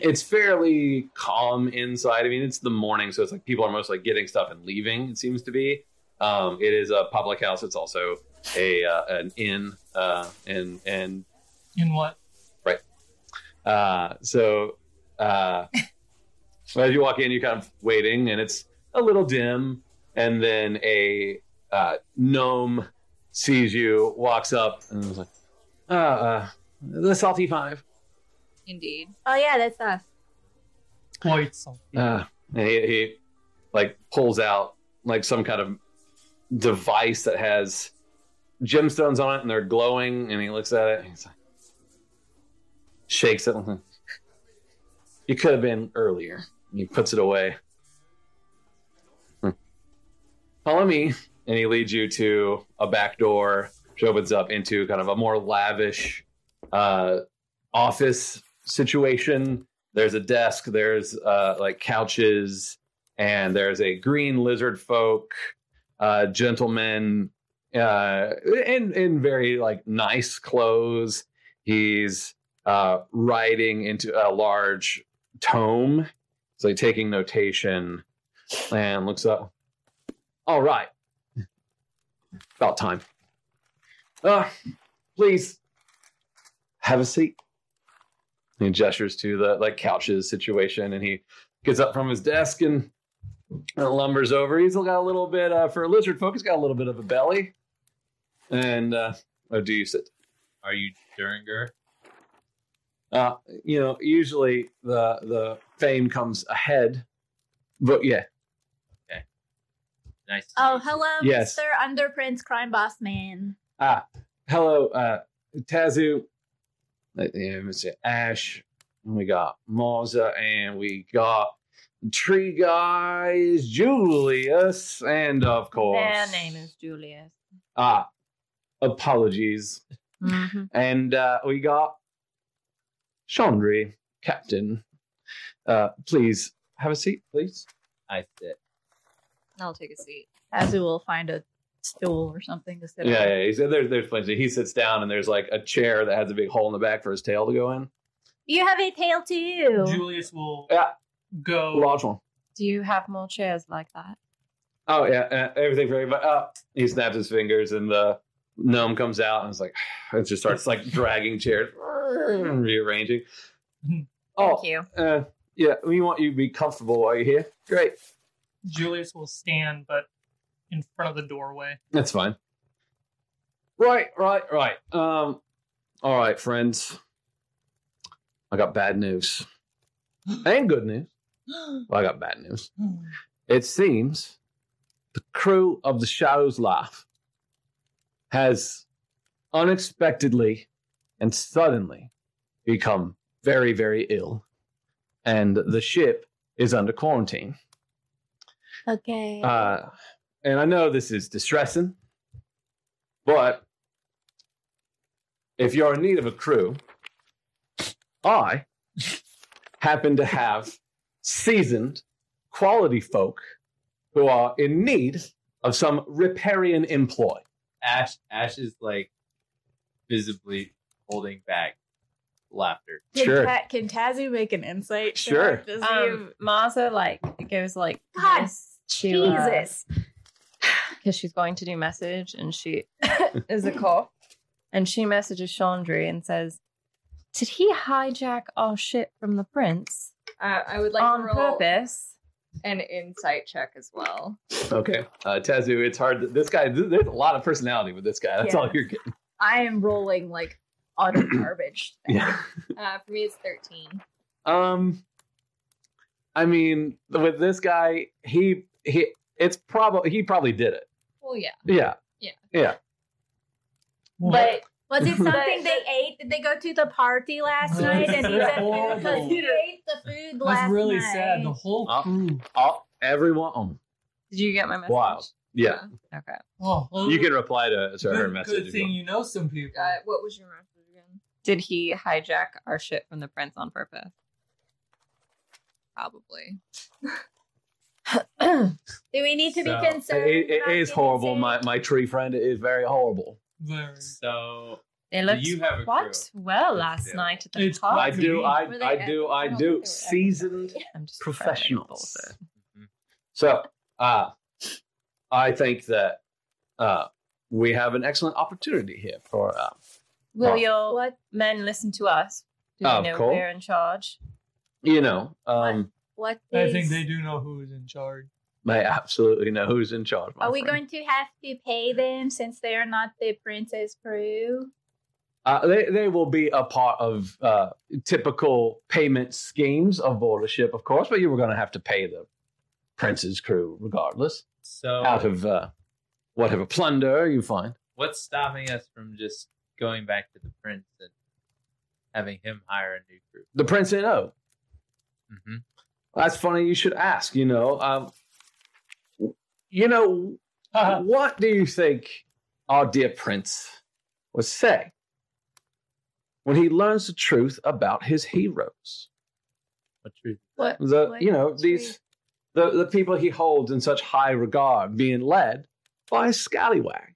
S2: it's fairly calm inside. I mean, it's the morning, so it's like people are mostly like, getting stuff and leaving. It seems to be. Um, it is a public house. It's also a uh, an inn, uh, and and
S6: In what?
S2: uh, so uh, as you walk in, you're kind of waiting, and it's a little dim. And then a uh, gnome sees you, walks up, and is like, uh, uh, "The salty five.
S4: Indeed.
S7: oh yeah, that's us.
S6: Quite salty.
S2: Uh, and he, he like pulls out like some kind of device that has gemstones on it and they're glowing and he looks at it and he's like shakes it you could have been earlier and he puts it away Hmm. follow me and he leads you to a back door which opens up into kind of a more lavish uh, office situation there's a desk there's uh like couches and there's a green lizard folk uh gentleman uh in in very like nice clothes he's uh writing into a large tome it's like taking notation and looks up all right about time uh please have a seat he gestures to the like couches situation and he gets up from his desk and and lumbers over he's got a little bit uh, for a lizard folk he's got a little bit of a belly and uh oh do you sit
S5: Are you Duringer?
S2: uh you know usually the the fame comes ahead but yeah
S5: Nice. to
S7: Oh
S5: meet you.
S7: hello,
S2: Yes.
S7: Mr. Underprince Crime Boss Man.
S2: ah hello uh tazu Uh, yeah, mr ash and we got Marza, and we got tree guys julius and of course
S8: Their name is Julius.
S2: Ah, apologies.
S3: Mm-hmm.
S2: And uh, we got Chandri, Captain. Uh, please have a seat, please.
S5: I sit.
S4: I'll take a seat.
S7: Kazu will find a stool or something to sit
S2: Yeah, yeah. He's, there's there's plenty. He sits down, and there's like a chair that has a big hole in the back for his tail to go in.
S7: You have a tail too.
S6: Julius will
S2: Yeah.
S6: go.
S2: Large one.
S8: Do you have more chairs like that?
S2: Oh yeah, uh, everything for everybody. Uh, he snaps his fingers, and the gnome comes out and it's like it just starts like dragging chairs, rearranging. Oh,
S3: Thank you.
S2: uh, yeah, we want you to be comfortable while you're here. Great,
S6: Julius will stand, but in front of the doorway.
S2: that's fine. Right, right, right. Um, all right, friends. I got bad news and good news. Well, I got bad news. It seems the crew of the Shadow's Laugh has unexpectedly and suddenly become very, very ill, and the ship is under quarantine.
S9: Okay.
S2: Uh, and I know this is distressing, but if you're in need of a crew, I happen to have seasoned, quality folk who are in need of some riparian employ.
S5: Ash Ash is like visibly holding back laughter.
S7: Can,
S2: Sure.
S7: Ta- can Tazu make an insight? check
S2: Sure.
S7: to see
S4: Um, Martha like goes like
S7: if- God,
S4: this to
S7: Jesus.
S4: because she's going to do message and she is a call and she messages Chandri and says, "Did he hijack our ship from the prince
S3: Uh, I would like
S4: on
S3: to roll
S4: purpose?"
S3: an insight check as well.
S2: Okay. Uh, Tazu, it's hard. To, this guy, th- there's a lot of personality with this guy. That's
S7: Yeah.
S2: all you're getting.
S7: I am rolling like utter garbage.
S2: Yeah.
S3: Uh, for me, it's thirteen.
S2: Um, I mean, with this guy, he, he, it's probably, he probably did it.
S3: Well, yeah.
S2: Yeah.
S7: But was
S3: But-
S7: it something they ate? Did they go to the party last
S6: That's
S7: night and eat that food?
S6: horrible.
S7: Because he ate the food last
S6: That's really
S7: night.
S6: sad. The whole
S2: Uh,
S6: crew.
S2: Oh, everyone. oh,
S4: Did you get my message?
S2: Wild. Yeah.
S4: Okay.
S6: Oh, well,
S2: You can reply to, to
S6: good,
S2: her message.
S6: Good
S2: if
S6: thing
S2: you
S6: you know some people.
S3: Uh, what was your message again?
S4: Did he hijack our ship from the prince on purpose?
S3: Probably.
S7: Do we need to be
S5: So,
S2: want.
S7: concerned?
S2: It- it
S7: about
S2: is
S7: getting
S2: horrible.
S7: sick?
S2: My, my tree friend it is very horrible.
S6: Very.
S5: So
S4: They
S5: do
S4: looked
S5: you have a crew?
S4: quite well last
S5: Yeah.
S4: night at the
S6: It's
S4: party.
S2: I
S6: to
S2: do.
S6: me.
S2: I,
S3: Were they
S2: I
S3: ex-
S2: do.
S3: I
S2: I
S3: don't
S2: do.
S3: think they were
S2: Seasoned
S4: I'm just
S2: professionals.
S4: bullshit.
S2: So, uh, I think that uh, we have an excellent opportunity here for. Uh,
S4: Will
S2: Oh.
S4: your
S7: What?
S4: men listen to us? Do
S2: Of
S4: they know
S2: course.
S4: we're in charge?
S2: you know, um,
S7: What
S6: I
S7: is-
S6: think they do know who's in charge.
S2: I absolutely know who's in charge. my
S7: Are we
S2: friend.
S7: going to have to pay them since they are not the princess crew?
S2: Uh, they they will be a part of uh, typical payment schemes of ownership, of course, but you were going to have to pay the prince's crew regardless.
S5: So
S2: out of uh, whatever plunder you find.
S5: what's stopping us from just going back to the prince and having him hire a new crew?
S2: The prince didn't know.
S5: Mm-hmm.
S2: That's funny. You should ask. You know, um, you know, what do you think our dear prince would say when he learns the truth about his heroes?
S5: What truth?
S7: What?
S2: The
S7: What
S2: you know these the the people he holds in such high regard being led by a scallywag,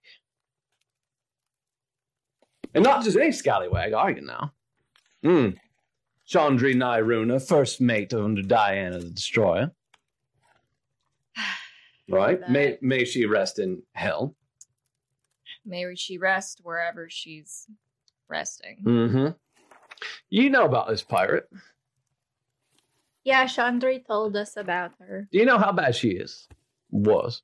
S2: and not just any scallywag, are you now? Hmm. Chandri Nairuna, first mate under Diana the Destroyer. Right? May, may she rest in hell.
S3: May she rest wherever she's resting.
S2: Mm-hmm. You know about this pirate.
S7: Yeah, Chandri told us about her.
S2: You know how bad she is. Was.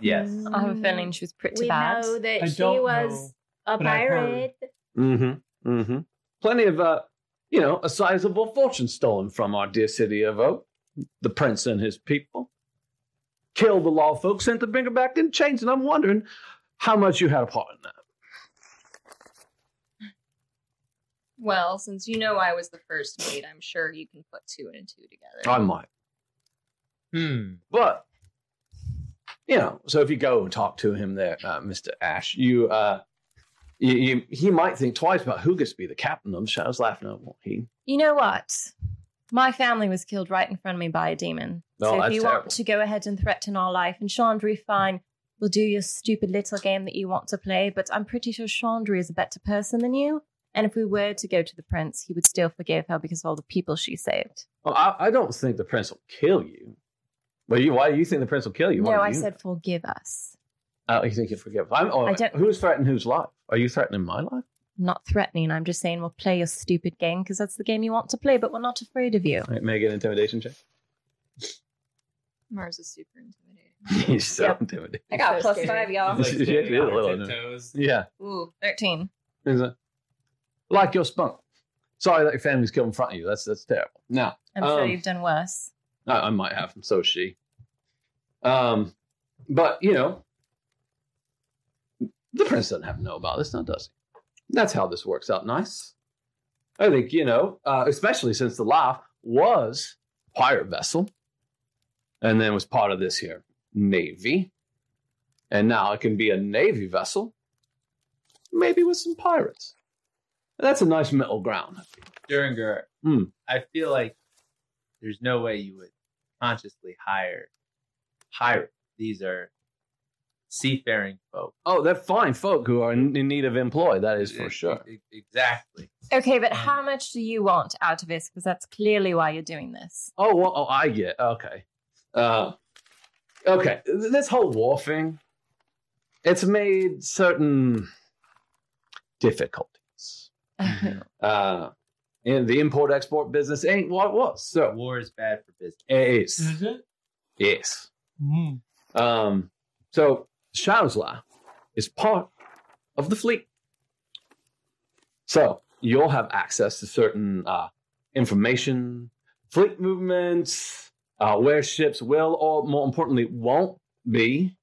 S5: Yes.
S4: I have a feeling she was pretty
S7: Mm. We
S4: bad.
S7: know that
S6: I
S7: she
S6: don't
S7: was a
S6: but I've heard.
S7: pirate.
S2: Mm-hmm. Mm-hmm. Plenty of uh, you know, a sizable fortune stolen from our dear city of Oak. The prince and his people. Killed the law folk, sent the bringer back in chains, and I'm wondering how much you had a part in that.
S3: Well, since you know I was the first mate, I'm sure you can put two and two together.
S2: I might.
S5: Hmm.
S2: But you know, so if you go and talk to him there, uh, Mister Ash, you, uh, you, you, he might think twice about who gets to be the captain of the Shadows Laugh. No, well, he.
S4: You know what? My family was killed right in front of me by a demon.
S2: No,
S4: so if
S2: oh, that's
S4: you
S2: terrible.
S4: want to go ahead and threaten our life, and Chandri, fine, we'll do your stupid little game that you want to play, but I'm pretty sure Chandri is a better person than you. And if we were to go to the prince, he would still forgive her because of all the people she saved.
S2: Well, I, I don't think the prince will kill you. Well, you, why do you think the prince will kill you? What
S4: no,
S2: do
S4: I
S2: you
S4: said
S2: know?
S4: forgive us.
S2: Oh, you think you forgive? I'm, oh,
S8: I don't-
S2: Who's threatening whose life? Are you threatening my life?
S8: I'm not threatening. I'm just saying we'll play your stupid game because that's the game you want to play, but we're not afraid of you.
S2: All right, make an intimidation check.
S4: Mars is super intimidating.
S2: He's so
S7: Yep.
S2: intimidating.
S8: I
S3: got plus five,
S8: y'all.
S2: It's like standing on her
S5: tiptoes.
S2: Yeah.
S8: Ooh, 13.
S2: Is it? Like your spunk. Sorry that your family's killed in front of you. That's that's terrible. Now,
S8: I'm sure
S2: Um,
S8: you've done worse.
S2: I, I might have, and so is she. Um, but you know, the prince doesn't have to know about this, now does he? That's how this works out. Nice. I think you know, uh, especially since the life was pirate vessel, and then was part of this here navy, and now it can be a navy vessel, maybe with some pirates. That's a nice middle ground.
S5: Duringer,
S2: Hmm.
S5: I feel like there's no way you would consciously hire pirates. These are seafaring folk.
S2: Oh, they're fine folk who are in, in need of employ. That is for
S5: E-
S2: sure.
S5: e- Exactly.
S8: Okay,
S2: Oh.
S8: but how much do you want out of this? Because that's clearly why you're doing this.
S2: Oh, well, oh, I get. Okay. Uh, okay. Th- This whole war thing, it's made certain difficulties. Uh, and the import export business ain't what it was. So
S5: War is bad for business.
S2: it is.
S6: Is it?
S2: Yes.
S6: Mm.
S2: Um, so Shausla is part of the fleet. So you'll have access to certain uh, information, fleet movements, uh, where ships will or more importantly won't be.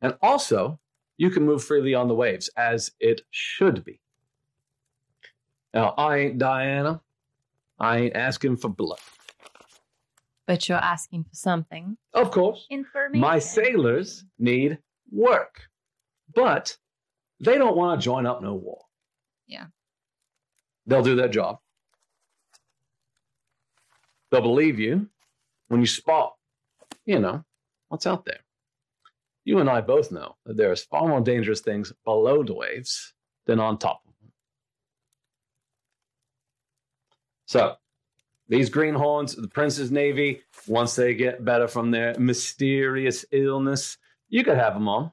S2: And also, you can move freely on the waves as it should be. Now, I ain't Diana. I ain't asking for blood.
S8: But you're asking for something.
S2: Of course,
S7: Information.
S2: My sailors need work, but they don't want to join up no war.
S4: Yeah.
S2: They'll do their job. They'll believe you when you spot, you know, what's out there. You and I both know that there is far more dangerous things below the waves than on top of them. So, these greenhorns, the Prince's Navy, once they get better from their mysterious illness, you could have them on.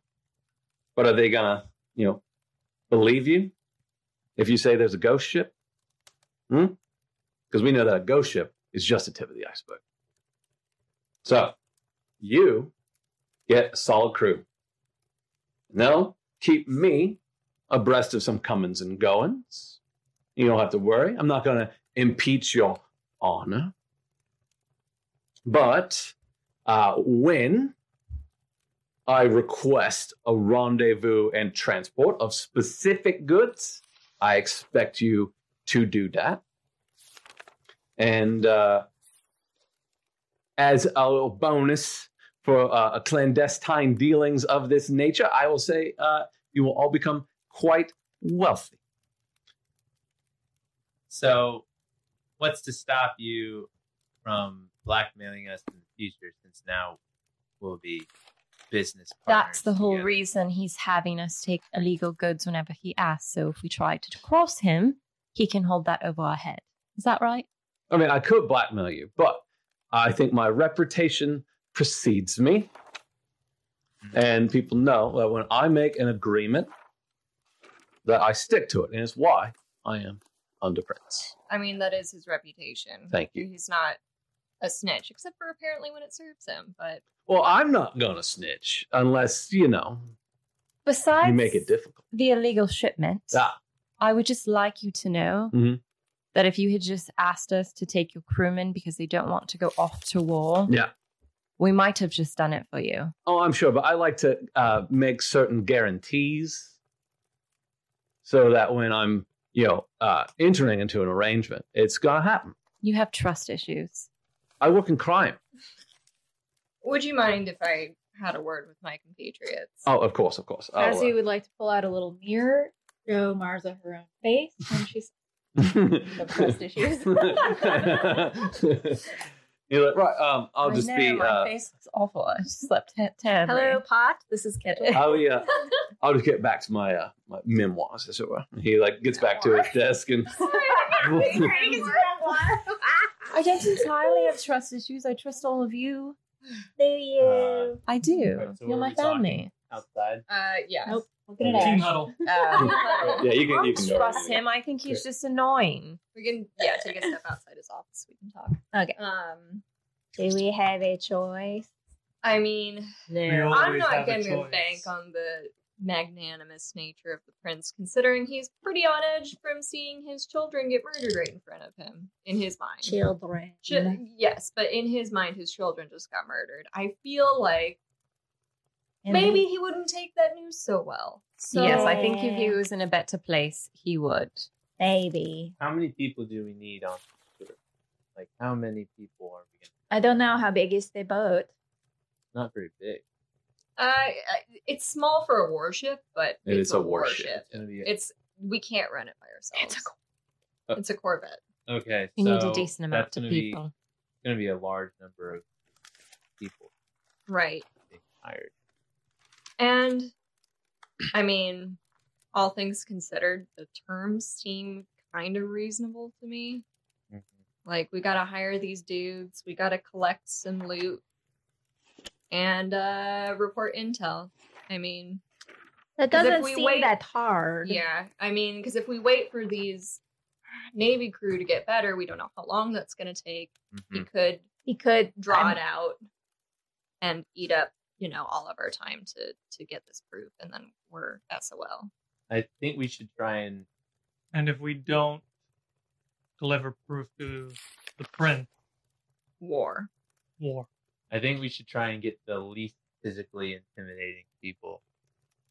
S2: But are they gonna, you know, believe you if you say there's a ghost ship? Hmm? Because we know that a ghost ship is just the tip of the iceberg. So you get a solid crew. No, keep me abreast of some comings and goings. You don't have to worry. I'm not gonna impeach your honor. But uh, when I request a rendezvous and transport of specific goods, I expect you to do that. And uh, as a little bonus for uh, clandestine dealings of this nature, I will say uh, you will all become quite wealthy.
S5: So, what's to stop you from blackmailing us in the future? Since now we'll be business.
S8: That's the
S5: partners
S8: whole
S5: together?
S8: reason he's having us take illegal goods whenever he asks. So if we try to cross him, he can hold that over our head. Is that right?
S2: I mean, I could blackmail you, but I think my reputation precedes me. And people know that when I make an agreement, that I stick to it. And it's why I am under Prince.
S4: I mean, that is his reputation.
S2: Thank you.
S4: He's not a snitch, except for apparently when it serves him. But
S2: Well, I'm not going to snitch unless, you know,
S8: Besides
S2: you make it difficult.
S8: the illegal shipment,
S2: Ah,
S8: I would just like you to know
S2: Mhm.
S8: that if you had just asked us to take your crewmen because they don't want to go off to war,
S2: yeah.
S8: we might have just done it for you.
S2: Oh, I'm sure, but I like to uh, make certain guarantees so that when I'm, you know, uh, entering into an arrangement, it's going to happen.
S8: You have trust issues.
S2: I work in crime.
S4: would you mind if I had a word with my compatriots?
S2: Oh, of course, of course. I'll, uh,
S7: Cassie would like to pull out a little mirror, show Marza her own face, and she's trust issues.
S2: You're like, right, um, I'll just be uh,
S8: face is awful. I just slept t- terribly.
S7: Hello, Pot. This is Kettle.
S2: I'll, be, uh, I'll just get back to my uh, my memoirs, as it were. He like gets back to his desk and
S8: I don't entirely have trust issues. I trust all of you.
S7: Do you?
S8: I do.
S7: Uh,
S5: Right, so what
S8: You're
S5: are
S8: my
S5: we talking?
S8: family.
S5: outside.
S4: Uh, yeah.
S7: Nope. Look at
S6: Team
S7: it.
S6: huddle.
S4: Uh,
S2: Yeah, you can.
S8: I
S2: You
S8: don't
S2: can go.
S8: trust him. I think he's just annoying.
S4: we can yeah take a step outside his office. We can talk.
S7: Okay.
S4: Um,
S7: Do we have a choice?
S4: I mean,
S6: We
S4: I'm
S6: always
S4: not
S6: have a
S4: going to
S6: choice.
S4: bank on the magnanimous nature of the prince, considering he's pretty on edge from seeing his children get murdered right in front of him. In his mind,
S7: Children.
S4: Ch- yes, but in his mind, his children just got murdered. I feel like
S7: And
S4: maybe he wouldn't take that news so well. So
S8: yes, I think if he
S7: Yeah.
S8: was in a better place, he would.
S7: Maybe.
S5: How many people do we need on Twitter? Like, how many people are we gonna?
S7: I don't know how big is the boat.
S5: Not very big.
S4: uh, I- it's small for a warship, but
S2: It
S4: it's
S2: is a warship.
S5: It's gonna be
S4: It's we can't run it by ourselves.
S8: It's a
S2: Uh,
S5: cor-
S4: it's a Corvette.
S5: okay.
S8: You need a
S5: so
S8: decent amount
S5: that's
S8: of
S5: gonna be-
S8: people.
S5: It's gonna be a large number of people
S4: Right.
S5: being hired.
S4: And I mean, all things considered, the terms seem kind of reasonable to me. Like we gotta hire these dudes, we gotta collect some loot and uh report intel. I mean,
S7: That
S4: 'Cause if
S7: doesn't
S4: we
S7: seem
S4: wait-
S7: that hard.
S4: yeah, I mean, because if we wait for these Navy crew to get better, we don't know how long that's gonna take.
S5: Mhm.
S2: Mm-hmm.
S4: He could
S7: He could
S4: draw
S7: I'm-
S4: it out and eat up, you know, all of our time to to get this proof, and then we're SOL.
S5: I think we should try and
S6: And if we don't deliver proof to the print
S4: war.
S6: war,
S5: I think we should try and get the least physically intimidating people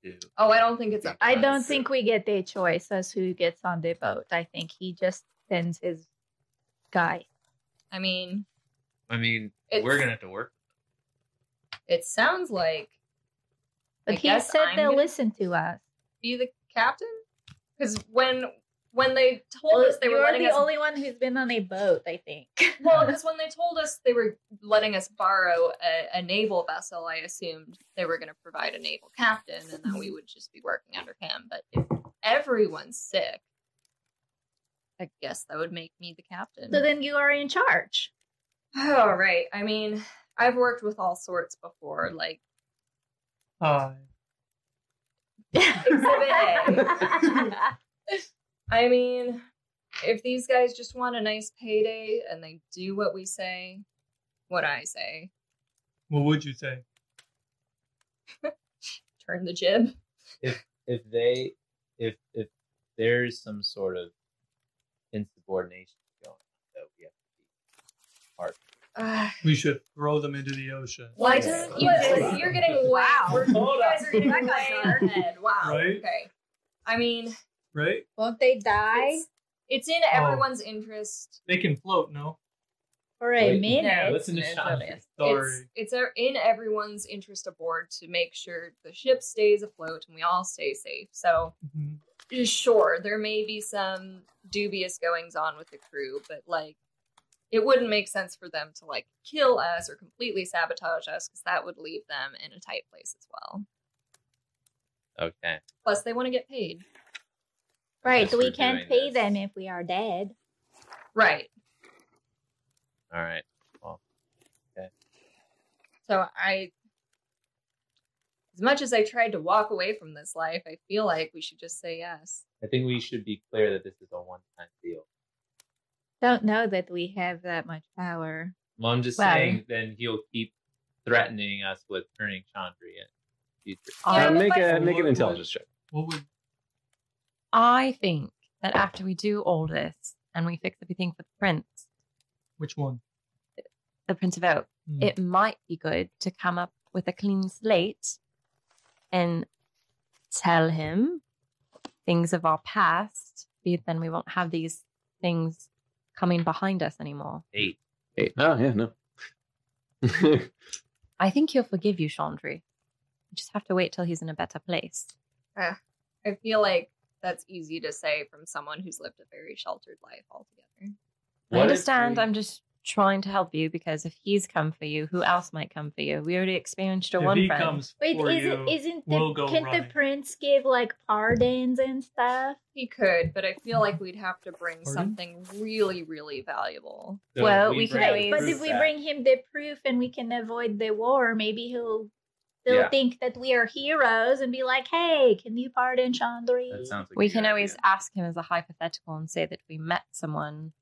S5: to.
S4: Oh, I don't think it's up. to
S7: I
S4: us.
S7: don't think we get a choice as who gets on the boat. I think he just sends his guy.
S4: I mean,
S5: I mean,
S4: It's-
S5: we're gonna have to work.
S4: it sounds like
S7: But
S4: I
S7: he
S4: guess
S7: said
S4: I'm
S7: they'll
S4: gonna-
S7: listen to us.
S4: be the captain because when when they told us they
S7: You're
S4: were letting
S7: the
S4: us
S7: only one who's been on a boat, I think.
S4: well because when they told us they were letting us borrow a, a naval vessel, I assumed they were going to provide a naval captain and that we would just be working under him. But if everyone's sick, I guess that would make me the captain.
S7: So then you are in charge.
S4: All right. I mean, I've worked with all sorts before, like
S6: hi.
S4: Exhibit I mean, if these guys just want a nice payday and they do what we say, what I say,
S6: What would you say?
S4: turn the jib.
S5: If they, if if there's some sort of insubordination going on, that we have to be part.
S4: Ugh.
S6: We should throw them into the ocean.
S4: Why doesn't you just, you're getting way
S3: Wow.
S4: you guys are getting
S3: That
S4: way
S3: got
S4: over head. Wow.
S6: Right?
S4: Okay. I mean,
S6: Right?
S3: Won't they die?
S4: it's, it's in everyone's interest.
S6: They can float, no?
S7: For a
S5: Wait,
S7: minute.
S4: no,
S5: Listen to
S4: it's
S5: Sean.
S4: It's
S6: Sorry.
S4: it's a- in everyone's interest aboard to make sure the ship stays afloat and we all stay safe. So
S6: Mhm.
S4: sure there may be some dubious goings on with the crew but like it wouldn't make sense for them to like kill us or completely sabotage us because that would leave them in a tight place as well
S5: Okay.
S4: plus they want to get paid
S7: Right,
S5: Yes,
S7: so we
S5: we're
S7: can't
S5: doing
S7: pay
S5: this.
S7: them if we are dead.
S4: right
S5: All right.
S4: so i as much as i tried to walk away from this life i feel like we should just say yes
S5: I think we should be clear that this is a one-time deal.
S7: Don't know that we have that much power.
S5: Well, I'm just
S7: Well-
S5: saying. Then he'll keep threatening us with turning Chandri in the future.
S2: Uh,
S4: Yeah,
S2: make
S4: but-
S2: a make an intelligence check.
S6: What would
S8: I think that after we do all this and we fix everything for the prince,
S6: which one?
S8: the Prince of Oak,
S6: Hmm.
S8: it might be good to come up with a clean slate and tell him things of our past. Be then we won't have these things coming behind us anymore.
S5: Eight.
S2: Eight. Oh yeah, no.
S8: I think he'll forgive you, Chandri. You just have to wait till he's in a better place.
S4: i feel like that's easy to say from someone who's lived a very sheltered life altogether
S8: I
S5: What if
S8: understand.
S5: we-
S8: I'm just trying to help you because if he's come for you, who else might come for you? We already experienced your
S6: If
S8: one
S6: he
S8: friend.
S6: comes
S7: Wait,
S6: for
S7: is
S6: you,
S7: it, isn't the,
S6: we'll go
S7: can't the
S6: running.
S7: prince give like pardons and stuff?
S4: he could but i feel like we'd have to bring
S6: Pardon?
S4: something really really valuable
S5: So
S8: Well, we can
S5: bring
S8: always-
S7: Right, but
S5: proof
S7: if we
S5: back.
S7: bring him the proof and we can avoid the war, maybe he'll They'll
S2: Yeah.
S7: think that we are heroes and be like, "Hey, can you pardon Chandri?"
S5: That sounds like
S8: We
S5: a
S8: can
S5: good
S8: always
S5: idea.
S8: ask him as a hypothetical and say that we met someone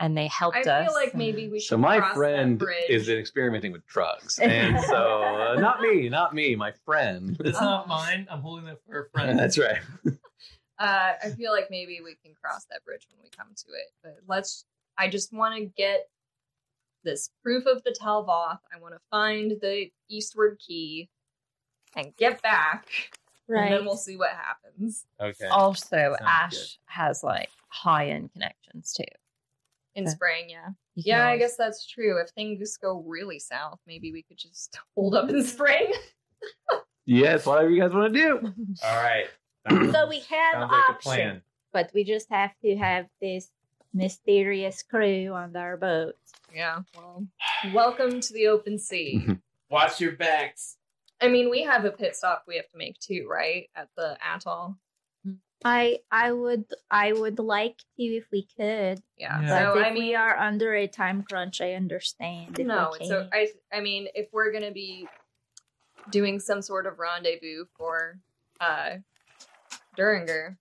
S8: and they helped
S4: I
S8: us.
S4: feel like
S8: and-
S4: maybe we should.
S2: So my
S4: cross that
S2: friend
S4: bridge.
S2: is experimenting with drugs, and so uh, not me, not me, my friend.
S6: That's not mine. I'm holding that for a friend.
S2: That's right.
S4: Uh, I feel like maybe we can cross that bridge when we come to it. But let's. I just want to get this proof of the Talvoth. I want to find the eastward key and get back. And then we'll see what happens.
S5: Okay.
S8: Also,
S5: good.
S8: Ash has like high end connections too.
S4: In
S8: Okay.
S4: spring, yeah.
S8: You can
S4: Yeah, I
S8: always-
S4: guess that's true. If things go really south, maybe we could just hold up in spring.
S2: Yes, whatever you guys want to do.
S5: All right.
S7: So we have
S5: Sounds like a
S7: options,
S5: plan.
S7: but we just have to have this mysterious crew on our boat.
S4: Yeah, well, welcome to the open sea.
S5: Watch your backs.
S4: I mean, we have a pit stop we have to make too, right? At the atoll.
S7: I I would I would like to if we could,
S6: Yeah.
S4: Yeah.
S7: but
S4: So
S7: if
S4: I mean,
S7: we are under a time crunch, I understand. if
S4: no.
S7: we
S4: it's So
S7: can't.
S4: I, I mean, if we're gonna be doing some sort of rendezvous for uh Duringer,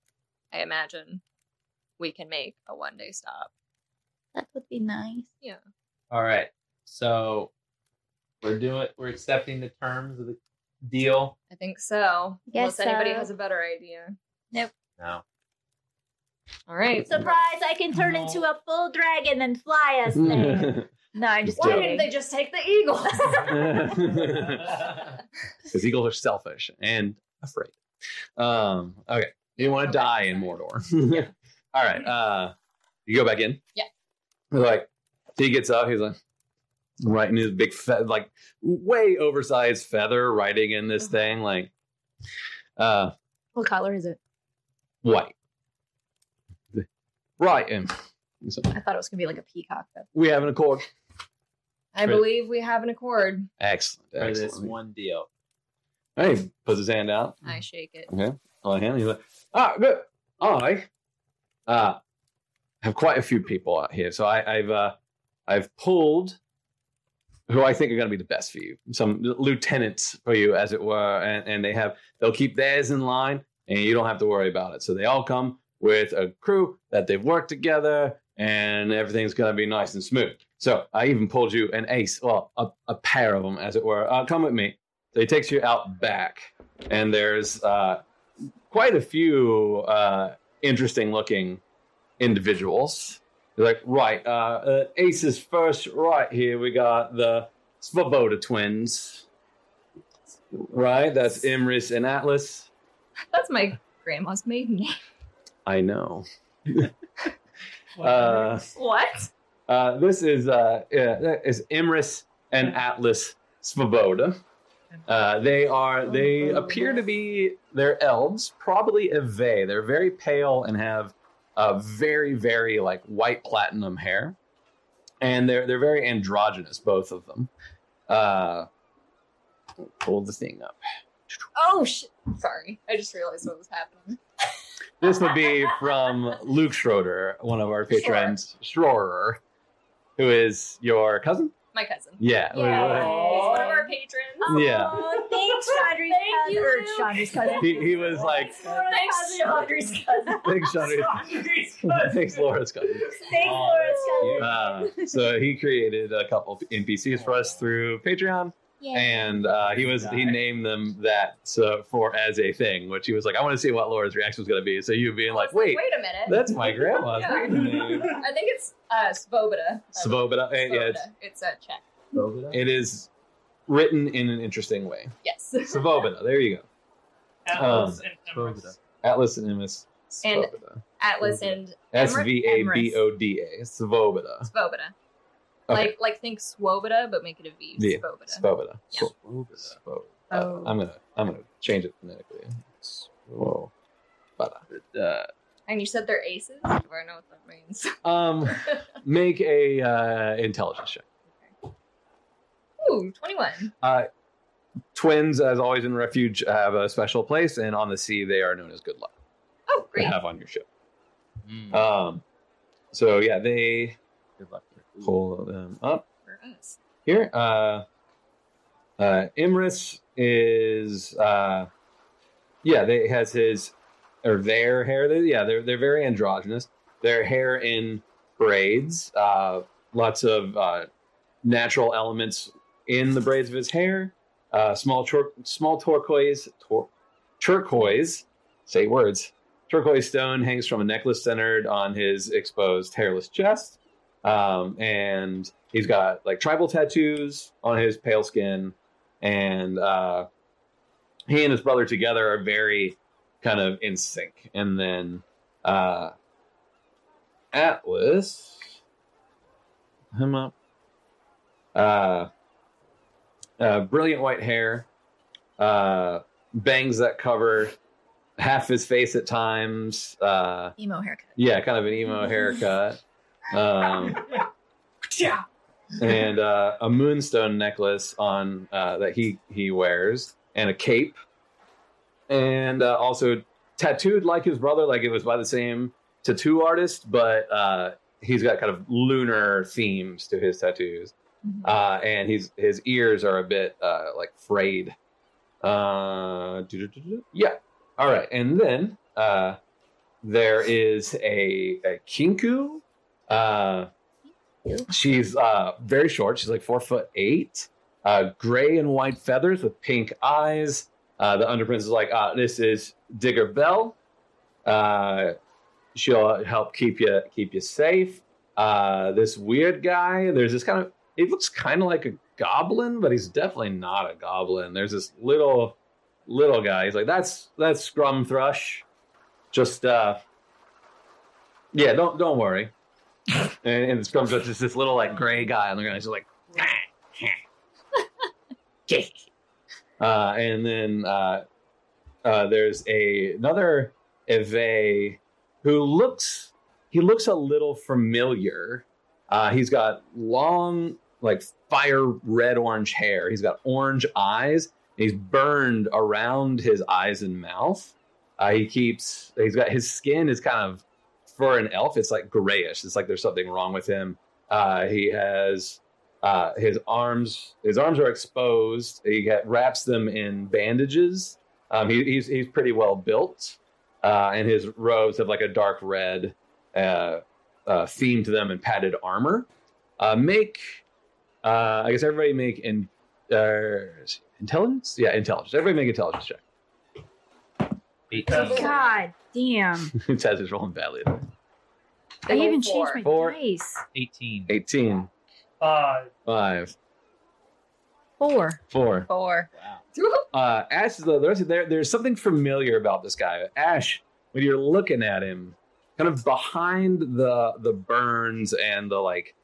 S4: I imagine we can make a one-day stop.
S7: that would be nice.
S5: All right. So we're doing. We're accepting the terms of the deal.
S4: I think so.
S7: Guess
S4: Unless anybody
S7: so.
S4: has a better idea.
S5: No.
S4: All right.
S7: Surprise! I can turn into a full dragon and fly us there. no, I'm just
S4: Why
S7: kidding.
S4: didn't they just take the eagle?
S2: Because eagles are selfish and afraid. Um, okay, you want to die in Mordor. All right, uh, you go back in.
S4: Yeah.
S2: He's like he gets up. He's like writing his big fe- like way oversized feather writing in this thing like uh
S7: Uh-huh. What color is it?
S2: white. Right, and so
S3: I thought it was gonna be like a peacock though.
S2: we have an accord.
S4: I
S5: For-
S4: believe we have an accord.
S2: Excellent,
S5: For this
S2: excellent.
S5: one deal.
S2: Hey, puts his hand out.
S4: I shake it.
S2: Okay. Oh, him. He's like, ah, good. I uh, have quite a few people out here, so I, I've uh, I've pulled who I think are going to be the best for you, some lieutenants for you, as it were, and, and they have they'll keep theirs in line, and you don't have to worry about it. So they all come with a crew that they've worked together, and everything's going to be nice and smooth. So I even pulled you an ace, well, a, a pair of them, as it were. Uh, come with me. So he takes you out back and there's uh, quite a few uh, interesting looking individuals. You're like, right, uh, uh, Ace's first, right here, we got the Svoboda twins. Right, that's Imris and Atlas.
S4: That's my grandma's maiden name.
S2: I know.
S6: What?
S2: Uh,
S4: What?
S2: uh, this is uh, yeah, that is Imris and Atlas Svoboda. Uh, they are. They appear to be. They're elves, probably Eve. They're very pale and have a very, very like white platinum hair, and they're they're very androgynous, both of them. Uh, pull the thing up.
S4: Oh, sh- sorry. I just realized what was happening.
S2: This would be from Luke Schroeder, one of our patrons, Schroeder, who is your cousin.
S4: My cousin.
S2: Yeah.
S4: He's one of our patrons.
S2: Yeah.
S7: Oh, thanks, Chandri's cousin.
S4: Thank you, Luke.
S7: Chandra's cousin.
S2: He, he was like,
S4: Thanks, Chandra's
S7: cousin.
S2: thanks, Sean. Thanks, Laura's cousin.
S7: Thanks, Laura's cousin.
S2: Uh, so he created a couple of NPCs for us through Patreon,
S7: Yeah.
S2: and uh, he was he named them that so for as a thing, which he was like, I want to see what Laura's reaction was going to be. So you being like, wait,
S4: Wait a minute.
S2: that's my grandma's
S4: Yeah.
S2: name.
S4: I think it's uh, Svoboda.
S2: Svoboda, and yeah, it's,
S4: Svoboda. It's a check.
S2: it is written in an interesting way.
S4: Yes.
S2: Svoboda, there you go.
S6: Atlas
S2: Um,
S6: and Emrys.
S5: Svoboda.
S2: Atlas and Imus.
S4: And-
S2: Svoboda.
S4: Atlas
S5: Svoboda.
S4: and
S2: S V A B O D A. Svoboda.
S4: Svoboda.
S2: Okay.
S4: Like like think Swoboda, but make it a V.
S2: Yeah.
S4: Svoboda.
S2: Svoboda.
S4: Yeah.
S2: Svoboda. Uh, I'm gonna I'm gonna change it phonetically. Whoa.
S5: Uh,
S4: and you said they're aces? Do I know what that means?
S2: Um, make a uh, intelligence check.
S4: Ooh, 21.
S2: Uh, Twins, as always in refuge, have a special place, and on the sea they are known as good luck
S4: Oh,
S2: to
S4: great.
S2: have on your ship.
S5: mm,
S2: Um, so yeah, they
S5: good luck.
S2: pull them up
S4: For us.
S2: here. Uh, Uh, Imrus is, uh, yeah, they has his or their hair. They, yeah, they're they're very androgynous. Their hair in braids. Uh, lots of uh, natural elements in the braids of his hair. Uh, small tor- small turquoise tor- turquoise say words turquoise stone hangs from a necklace centered on his exposed hairless chest um, and he's got like tribal tattoos on his pale skin and uh, he and his brother together are very kind of in sync and then uh, atlas him up uh, uh, brilliant white hair uh, bangs that cover half his face at times uh,
S3: Emo haircut.
S2: yeah, kind of an emo haircut. Um,
S6: Yeah.
S2: and uh, a moonstone necklace on uh, that he he wears, and a cape, and uh, also tattooed like his brother, like it was by the same tattoo artist, but uh, he's got kind of lunar themes to his tattoos,
S3: Mhm.
S2: uh, and his his ears are a bit uh, like frayed. Uh, doo-doo-doo-doo. yeah. All right, and then uh, there is a, a kinku. Uh, she's uh, very short. She's like four foot eight. Uh, gray and white feathers with pink eyes. Uh, the underprince is like, uh, this is Digger Bell. Uh, she'll help keep you keep you safe. Uh, this weird guy. There's this kind of. It looks kind of like a goblin, but he's definitely not a goblin. There's this little little guy. He's like, that's that's Scrum Thrush. Just uh Yeah, don't don't worry. and, and Scrum Thrush is this little like gray guy and the guy's just like uh and then uh uh there's a another Eve who looks he looks a little familiar. Uh he's got long like fire red orange hair. He's got orange eyes He's burned around his eyes and mouth. Uh, he keeps. He's got his skin is kind of for an elf. It's like grayish. It's like there's something wrong with him. Uh, he has uh, his arms. His arms are exposed. He ha- wraps them in bandages. Um, he, he's he's pretty well built, uh, and his robes have like a dark red uh, uh, theme to them and padded armor. Uh, make. Uh, I guess everybody make and uh, intelligence? Yeah, intelligence. Everybody make intelligence check.
S5: Eighteen.
S7: God damn.
S2: it says it's rolling badly.
S7: I
S4: Big ol'
S7: even
S4: four.
S7: changed my
S2: Four.
S7: dice.
S5: 18.
S2: 18,
S6: Uh,
S2: 5,
S7: Four.
S2: 4.
S4: Four.
S2: Uh, Ash, though, there's, there, there's something familiar about this guy. Ash, when you're looking at him, kind of behind the the burns and the like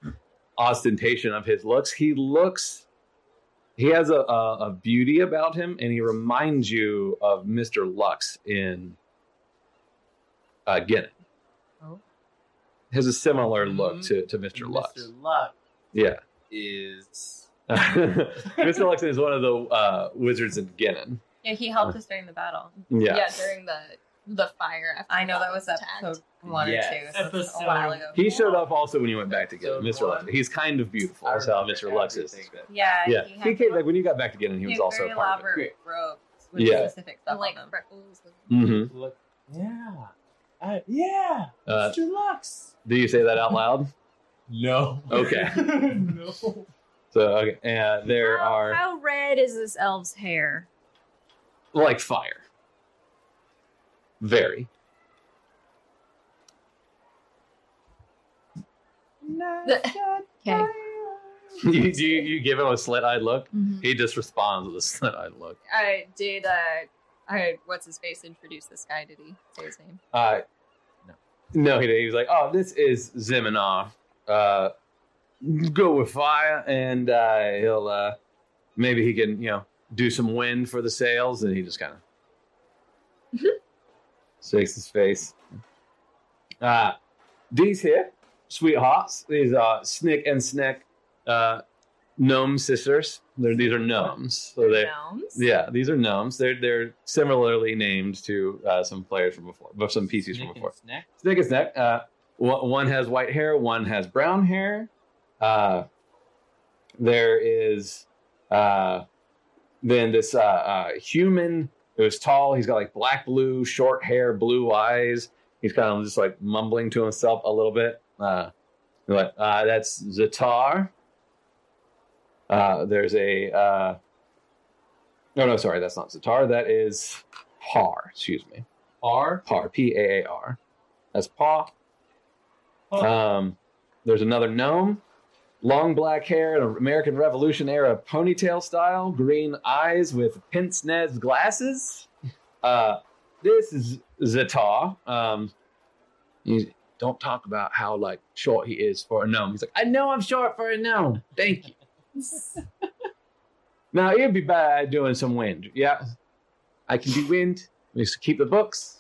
S2: ostentation of his looks, he looks. He has a, a, a beauty about him, and he reminds you of Mr. Lux in uh, Guinan.
S7: Oh.
S2: Has a similar look
S5: Mhm.
S2: to, to Mr. Lux.
S5: Mr. Luck
S2: Yeah.
S5: is.
S2: Mr. Lexington is one of the uh, wizards in Gennen.
S8: Yeah, he helped us during the battle.
S2: Yeah.
S4: Yeah, during the the fire. After
S8: I know
S4: Bob
S8: that was
S4: attacked.
S8: episode one
S5: Yes.
S8: or two. so that's
S6: Episode-
S8: a while ago.
S2: He showed up also when you went back to
S5: So
S2: Gennen, Mr. Lux.
S5: one-
S2: He's kind of beautiful.
S5: I
S2: That's how
S5: remember
S2: Mr. Lux is.
S5: everything that-
S8: Yeah,
S2: Yeah.
S8: He,
S2: He
S8: had,
S2: came back when you got back to Gennen, he was
S8: had
S2: also
S8: very
S2: a part of
S8: elaborate
S5: Great.
S8: robes with
S2: Yeah.
S8: specific stuff
S4: And like
S8: on them.
S7: Oh,
S4: freckles.
S2: it. Mhm.
S5: Look. Yeah. I, yeah.
S2: Uh,
S5: Mr. Lux.
S2: do you say that out loud?
S5: No.
S2: Okay.
S5: no.
S2: So okay. Uh, there
S7: how,
S2: are
S7: How red is this elf's hair?
S2: like fire. Very.
S7: Okay.
S2: you, you, you give him a slit eyed look.
S7: Mhm.
S2: He just responds with a slit eyed look.
S4: I did. Uh, I what's his face introduce this guy? Did he say his name?
S2: Uh, no, he didn't. He was like, "Oh, this is Ziminov. Uh, go with fire, and uh, he'll uh, maybe he can, you know, do some wind for the sails." And he just kind of shakes his face. Uh, these here, sweethearts, these are Snick and Snack, uh, gnome sisters. They're, these are gnomes, so they're
S4: Gnomes?
S2: yeah, these are gnomes. They're they're similarly named to uh, some players from before, but some PCs
S5: Snick
S2: from
S5: and
S2: before.
S5: snack.
S2: Snake is neck. Uh, one, one has white hair. One has brown hair. Uh, there is uh, then this uh, uh, human who's tall, he's got like black, blue, short hair, blue eyes. He's kind of just like mumbling to himself a little bit. Uh, you're like, uh, that's Zatar. Uh, there's a. Uh, no, no, sorry, that's not Zatar. That is Par. Excuse me.
S5: R.
S2: Par. P A A R. That's Pa. Um, there's another gnome, long black hair, an American Revolution era ponytail style, green eyes with pince nez glasses. Uh, this is Zatar. Um, he's, don't talk about how like short he is for a gnome. He's like, I know I'm short for a gnome. Thank you. now it'd be bad doing some wind. Yeah, I can do wind. Just keep the books.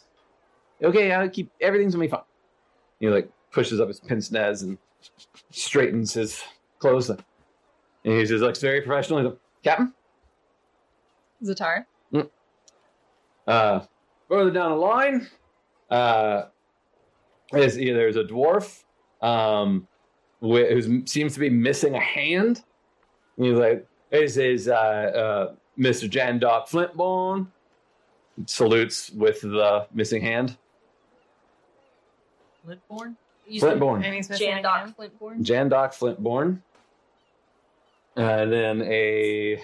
S2: Okay, I'll keep everything's gonna be fine. He like pushes up his pince nez and straightens his clothes. Up. And he just looks very professional. He's like, Captain,
S4: Zatar.
S2: uh, further down the line uh, is yeah, there's a dwarf um, who seems to be missing a hand. And he's like, "This is uh, uh, Mr. Jandock Flintbone." Salutes with the missing hand.
S6: Lidborn?
S4: You said
S2: Flintborn.
S4: Jandock Flintborn.
S2: Jandock Flintborn. And then a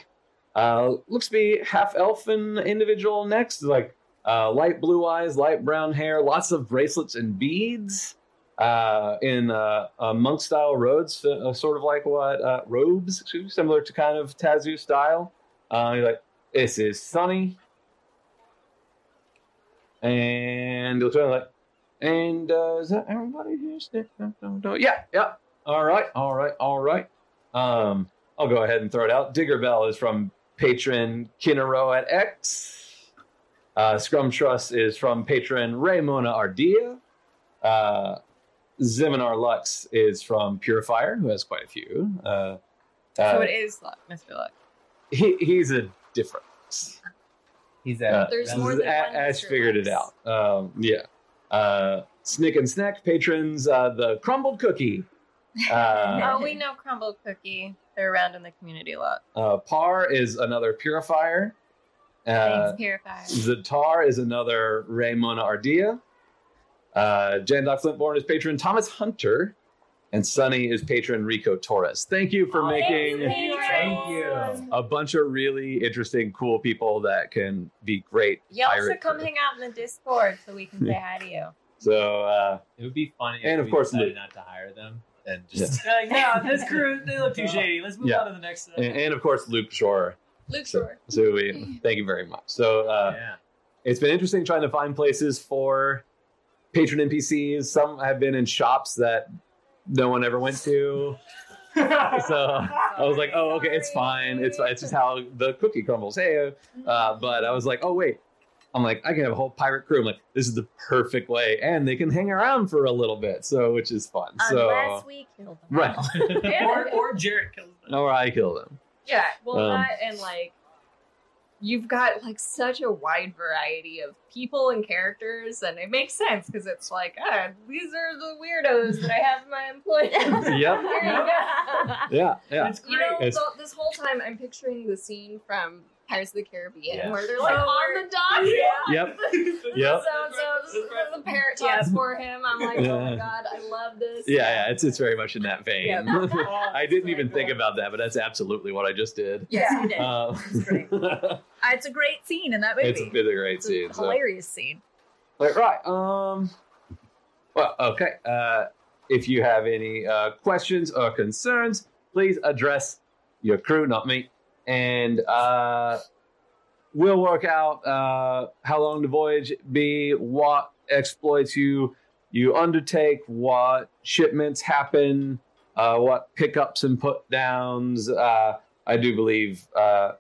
S2: uh, looks to be half elfin individual next, like uh, light blue eyes, light brown hair, lots of bracelets and beads uh, in uh, uh, monk style robes, uh, sort of like what uh, robes, excuse me, similar to kind of Tazu style. Uh, you're like, this is Sunny, and he looks around like, and uh, is that everybody here? Snip, snap, dun, dun. Yeah, yeah. All right, all right, all right. Um, I'll go ahead and throw it out. Digger Bell is from patron Kinero at X. Uh, Scrum Trust is from patron Raymona Ardea. Uh, Zeminar Lux is from Purifier, who has quite a few. Uh, uh,
S8: so it is like Mr. Luck.
S2: he, he's a different.
S5: He's
S2: Uh,
S5: at.
S4: There's
S2: this
S4: more
S2: is
S4: than
S2: A-
S4: one
S2: Ash
S4: Mr.
S2: figured it
S4: Lux.
S2: out. Um, yeah. Uh, Snick and Snack patrons, uh, the crumbled cookie. Uh,
S8: oh, we know Crumble Cookie. They're around in the community a lot.
S2: uh, Par is another purifier. Uh,
S8: Thanks, Purifier.
S2: Zatar is another Raymona Ardea. Uh, Jandock Flintborn is patron Thomas Hunter. And Sunny is patron Rico Torres. Thank you for making
S5: Thank
S6: Uh,
S5: you.
S2: a bunch of really interesting, cool people that can be great.
S8: You also
S2: pirate
S8: come
S2: crew.
S8: hang out in the Discord so we can say hi to you.
S2: So, uh,
S5: It would be funny.
S2: And
S5: if
S2: of
S5: we
S2: course
S5: decided
S2: Luke.
S5: not to hire them and just
S6: They're like, no, this crew, they look too shady. Let's move
S2: Yeah.
S6: on to the next. Uh,
S2: and, and of course, Luke Shore.
S4: Luke
S2: So,
S4: Shore.
S2: so we thank you very much. So uh,
S5: yeah.
S2: it's been interesting trying to find places for patron NPCs. Some have been in shops that no one ever went to. So I was like, oh, okay, it's fine. It's it's just how the cookie crumbles. Hey, uh, but I was like, oh wait, I'm like, I can have a whole pirate crew. I'm like, this is the perfect way, and they can hang around for a little bit, so which is fun.
S7: Unless
S2: So
S7: we kill them.
S2: right,
S6: or, or Jarrett kills them.
S2: or I kill them.
S4: Yeah, well,
S2: Um,
S4: that and like you've got like such a wide variety of people and characters, and it makes sense because it's like ah, these are the weirdos that I have in my employ.
S2: Yep.
S4: Here you go.
S2: Yeah, yeah.
S6: It's
S4: You
S6: great.
S4: know,
S2: It's-
S4: the- this whole time I'm picturing the scene from Pirates of the Caribbean
S5: Yeah.
S4: where they're like
S6: Oh,
S4: on the dock.
S2: Yep.
S4: So,
S2: Yep.
S4: so the, the parrot talks for him. I'm like, oh my
S2: Yeah.
S4: god, I love this.
S2: Yeah, yeah, it's it's very much in that vein. I didn't even think about that, but that's absolutely what I just did.
S3: Yes, you did.
S2: Uh,
S3: It's great. Uh, it's a great scene in that movie.
S2: it's a bit of a great
S3: It's a
S2: scene. So.
S3: hilarious scene.
S2: Like, right. Um. Well, okay. Uh, if you have any uh, questions or concerns, please address your crew, not me, and uh, we'll work out uh, how long the voyage be, what exploits you you undertake, what shipments happen, uh, what pickups and put downs. Uh, I do believe uh,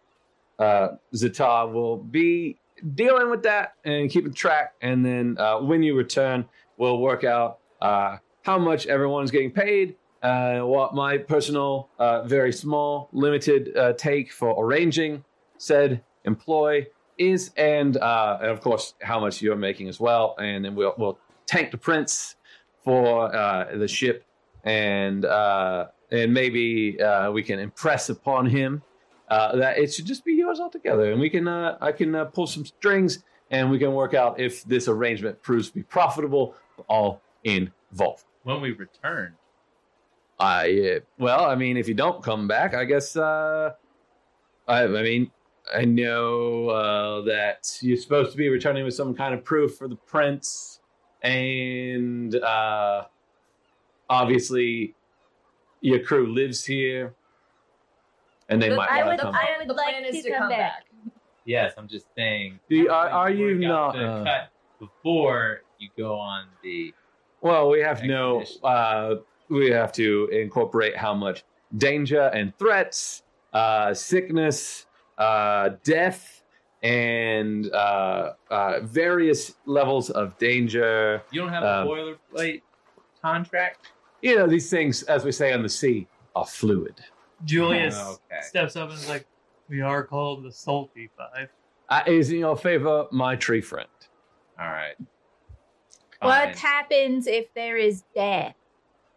S2: uh, Zatar will be dealing with that and keeping track. And then uh, when you return, we'll work out uh, how much everyone's getting paid, uh, what my personal, uh, very small, limited uh, take for arranging said employ is, and, uh, and of course, how much you're making as well. And then we'll, we'll tank the prints for uh, the ship and uh, and maybe uh, we can impress upon him uh, that it should just be yours altogether, and we can uh, I can uh, pull some strings, and we can work out if this arrangement proves to be profitable for all involved.
S5: When we return,
S2: I uh, well, I mean, if you don't come back, I guess. Uh, I, I mean, I know uh, that you're supposed to be returning with some kind of proof for the prince, and uh, obviously, your crew lives here, and they
S4: But
S2: might
S7: I
S2: want
S7: would-
S2: to come.
S7: I
S2: back.
S7: would
S4: the
S7: like
S4: plan is
S7: to come back.
S5: yes, I'm just saying.
S2: Do- are, uh, are you
S5: Work
S2: not?
S5: out the
S2: uh,
S5: cut before you go on the
S2: Well, we have to know.
S5: Expedition.
S2: Uh, we have to incorporate how much danger and threats, uh, sickness, uh, death, and uh, uh, various levels of danger.
S5: You don't have
S2: Um,
S5: a boilerplate contract.
S2: You know, these things, as we say on the sea, are fluid.
S6: Julius
S5: Oh, okay.
S6: steps up and is like, "We are called the Salty Five.
S2: Uh, is in your favor, my tree friend.
S5: All right.
S7: What
S5: Fine.
S7: happens if there is death?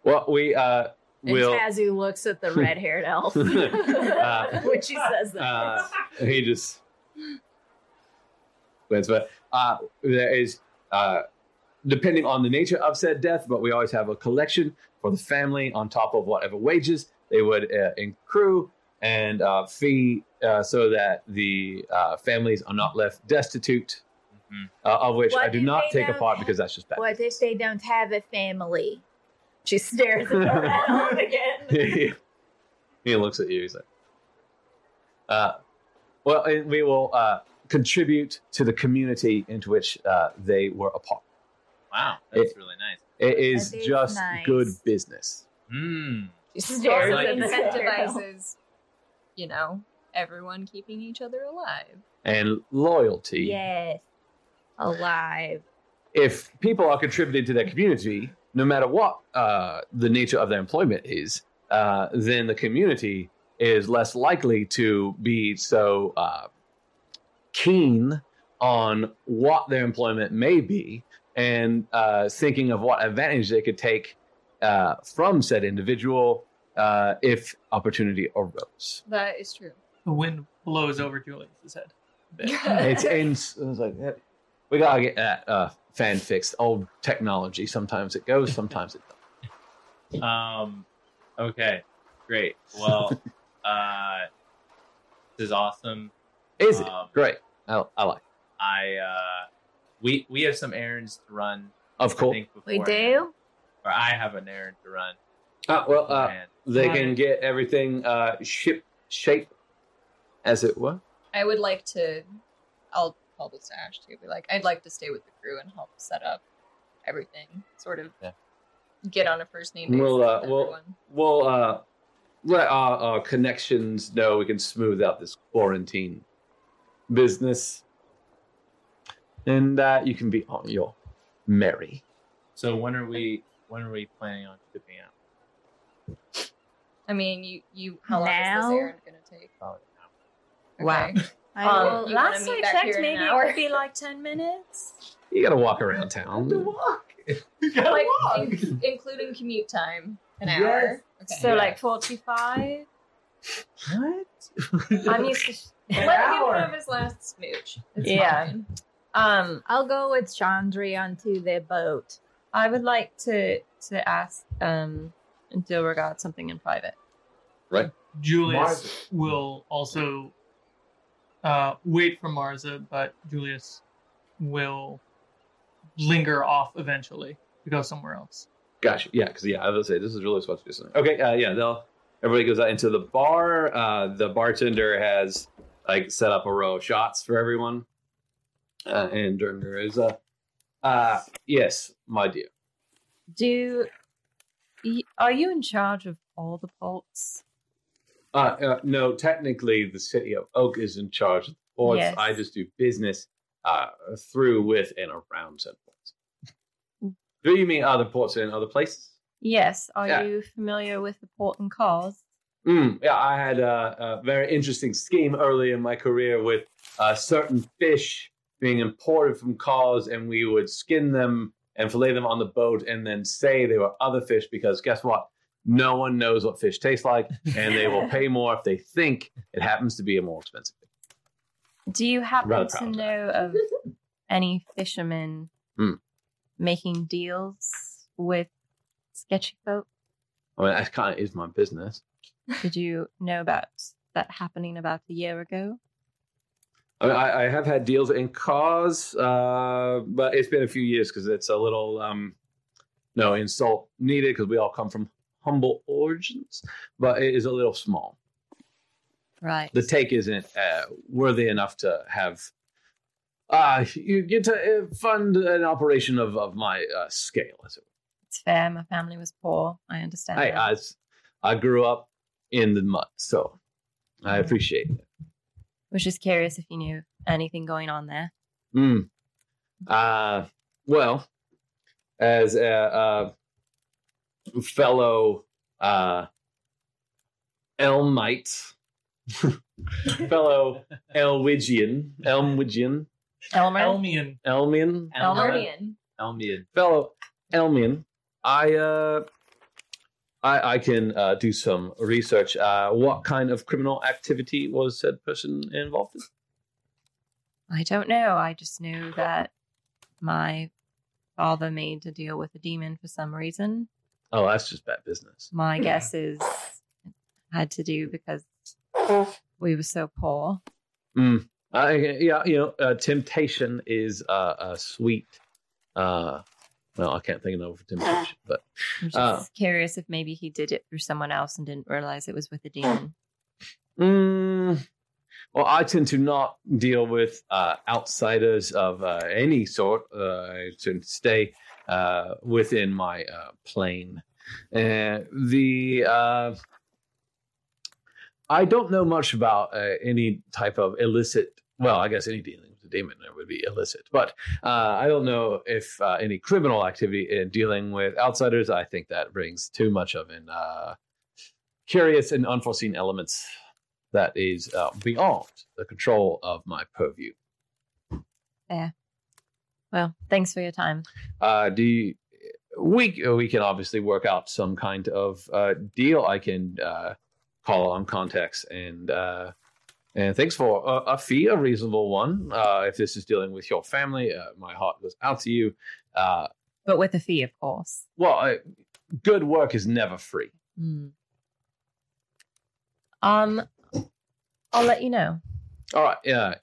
S2: Well, we uh,
S3: And
S2: will.
S3: Tazu looks at the red haired elf
S2: Uh,
S3: when she says that.
S2: uh, he just That's but uh there is uh depending on the nature of said death but we always have a collection for the family on top of whatever wages they would uh, accrue and uh fee uh, so that the uh families are not left destitute
S5: Mhm.
S2: uh, of which
S7: What
S2: i do
S7: if
S2: not
S7: they
S2: take
S7: don't
S2: apart
S7: have-
S2: because that's just bad
S7: What if they don't have a family?
S3: she stares at the red elf again.
S2: he he looks at you. He's like, uh, "Well, and we will uh, contribute to the community into which uh, they were a part.
S5: Wow, that's really nice.
S2: It is
S7: That is
S2: just
S7: nice.
S2: good business."
S5: Mm.
S3: She stares
S5: Like
S3: at the red elf.
S4: incentivizes, you know, everyone keeping each other alive.
S2: And loyalty.
S7: Yes. Alive.
S2: If people are contributing to their community, no matter what uh, the nature of their employment is, uh, then the community is less likely to be so uh, keen on what their employment may be and uh, thinking of what advantage they could take uh, from said individual uh, if opportunity arose.
S4: That is true.
S6: The wind blows over Julius's head. a bit.
S2: It's in. It's like eh, we gotta get that uh, fan fixed. Old technology. Sometimes it goes. Sometimes it. Doesn't.
S5: Um. Okay. Great. Well. uh. This is awesome.
S2: Is it
S5: Um,
S2: great? Uh, I, I like.
S5: I. Uh. We we have some errands to run.
S2: Of
S5: I
S2: course.
S5: think,
S3: We
S5: beforehand.
S3: do?
S5: Or I have an errand to run.
S2: Uh, well, uh,
S5: beforehand.
S2: they can get everything uh, ship shape, as it were.
S4: I would like to. I'll call this to Ash too. Be like, I'd like to stay with the crew and help set up everything. Sort of
S2: Yeah.
S4: get on a first name basis
S2: We'll, uh,
S4: with
S2: we'll-
S4: everyone.
S2: We'll uh, let our, our connections know. We can smooth out this quarantine business, and uh, you can be on your merry.
S5: So when are we? When are we planning on shipping out?
S4: I mean, you you. How long is
S7: Now?
S4: this errand gonna take?
S5: Probably now.
S8: Wow.
S4: Okay.
S7: I will-
S8: Um,
S4: you wanna
S8: last
S4: meet
S8: I
S4: back here
S8: checked,
S4: in an
S8: maybe
S4: hour?
S8: it would be like 10 minutes.
S2: You gotta walk around town.
S4: like in- including commute time, an hour. Okay.
S8: So,
S5: Yeah.
S8: like 45.
S2: What?
S8: I'm used to. Sh-
S4: Let him have his last smooch. It's
S8: Yeah.
S4: fine.
S8: um,
S7: I'll go with Chandri onto the boat.
S8: I would like to to ask um Dilregard something in private.
S6: Julius will also uh, wait for Marza, but Julius will linger off eventually to go somewhere else.
S2: Gotcha. Yeah, because yeah, I was gonna say this is really supposed to be something. Okay. Uh, yeah, they'll. Everybody goes out into the bar. Uh, the bartender has like set up a row of shots for everyone. Uh, and Durminger is uh, uh, yes, my dear.
S8: Do y- are you in charge of all the bolts?
S2: Uh, uh, no, technically, the city of Oak is in charge of the ports.
S8: Yes.
S2: I just do business uh, through, with, and around said ports. do you mean other ports in other places?
S8: Yes. Are
S2: Yeah.
S8: you familiar with the port and cause?
S2: Mm, yeah, I had a, a very interesting scheme early in my career with uh, certain fish being imported from cars, and we would skin them and fillet them on the boat, and then say they were other fish because guess what? No one knows what fish taste like, and they will pay more if they think it happens to be a more expensive fish.
S8: Do you happen
S2: Rather
S8: to
S2: proud of
S8: know of any fishermen
S2: Hmm.
S8: making deals with sketchy folk?
S2: I mean, that kind of is my business.
S8: Did you know about that happening about a year ago?
S2: I, mean, I, I have had deals in cause, uh, but it's been a few years because it's a little um, no insult needed because we all come from humble origins, but it is a little small.
S8: Right.
S2: The take isn't uh, worthy enough to have. Uh, you get to uh, fund an operation of, of my uh, scale, as it
S8: It's fair. My family was poor. I understand.
S2: Hey,
S8: that.
S2: I, s- I grew up in the mud, so I appreciate it.
S8: was just curious if you knew anything going on there.
S2: Mm. Uh, well, as a, a fellow uh, Elmite, fellow Elwigian, Elmwigian,
S8: Elmer?
S6: Elmian.
S2: Elmian,
S8: Elmer?
S4: Guardian.
S5: Elmian.
S2: fellow Elmian, I uh, I, I can uh, do some research. Uh, what kind of criminal activity was said person involved in?
S8: I don't know. I just knew that my father made a deal with a demon for some reason.
S2: Oh, that's just bad business.
S8: My guess is it had to do because we were so poor.
S2: I, yeah, you know, uh, temptation is uh, a sweet. Uh, well, I can't think of another for temptation, but
S8: I'm just
S2: Oh.
S8: curious if maybe he did it through someone else and didn't realize it was
S2: Hmm.
S8: with a demon.
S2: mm, well, I tend to not deal with uh, outsiders of uh, any sort. Uh, I tend to stay uh, within my uh, plane. Uh, the uh, I don't know much about uh, any type of illicit. Well, I guess any dealing with a demon would be illicit, but uh, I don't know if uh, any criminal activity in dealing with outsiders. I think that brings too much of an uh, curious and unforeseen elements that is uh, beyond the control of my purview.
S8: Well, thanks for your time.
S2: Uh, do you, we we can obviously work out some kind of uh, deal. I can uh, call on contacts and uh, and thanks for uh, a, a fee, a reasonable one. Uh, if this is dealing with your family, uh, my heart goes out to you. Uh,
S8: But with a fee, of course.
S2: well, uh, good work is never free.
S8: Hmm. Um, I'll let you know.
S2: All right. Yeah.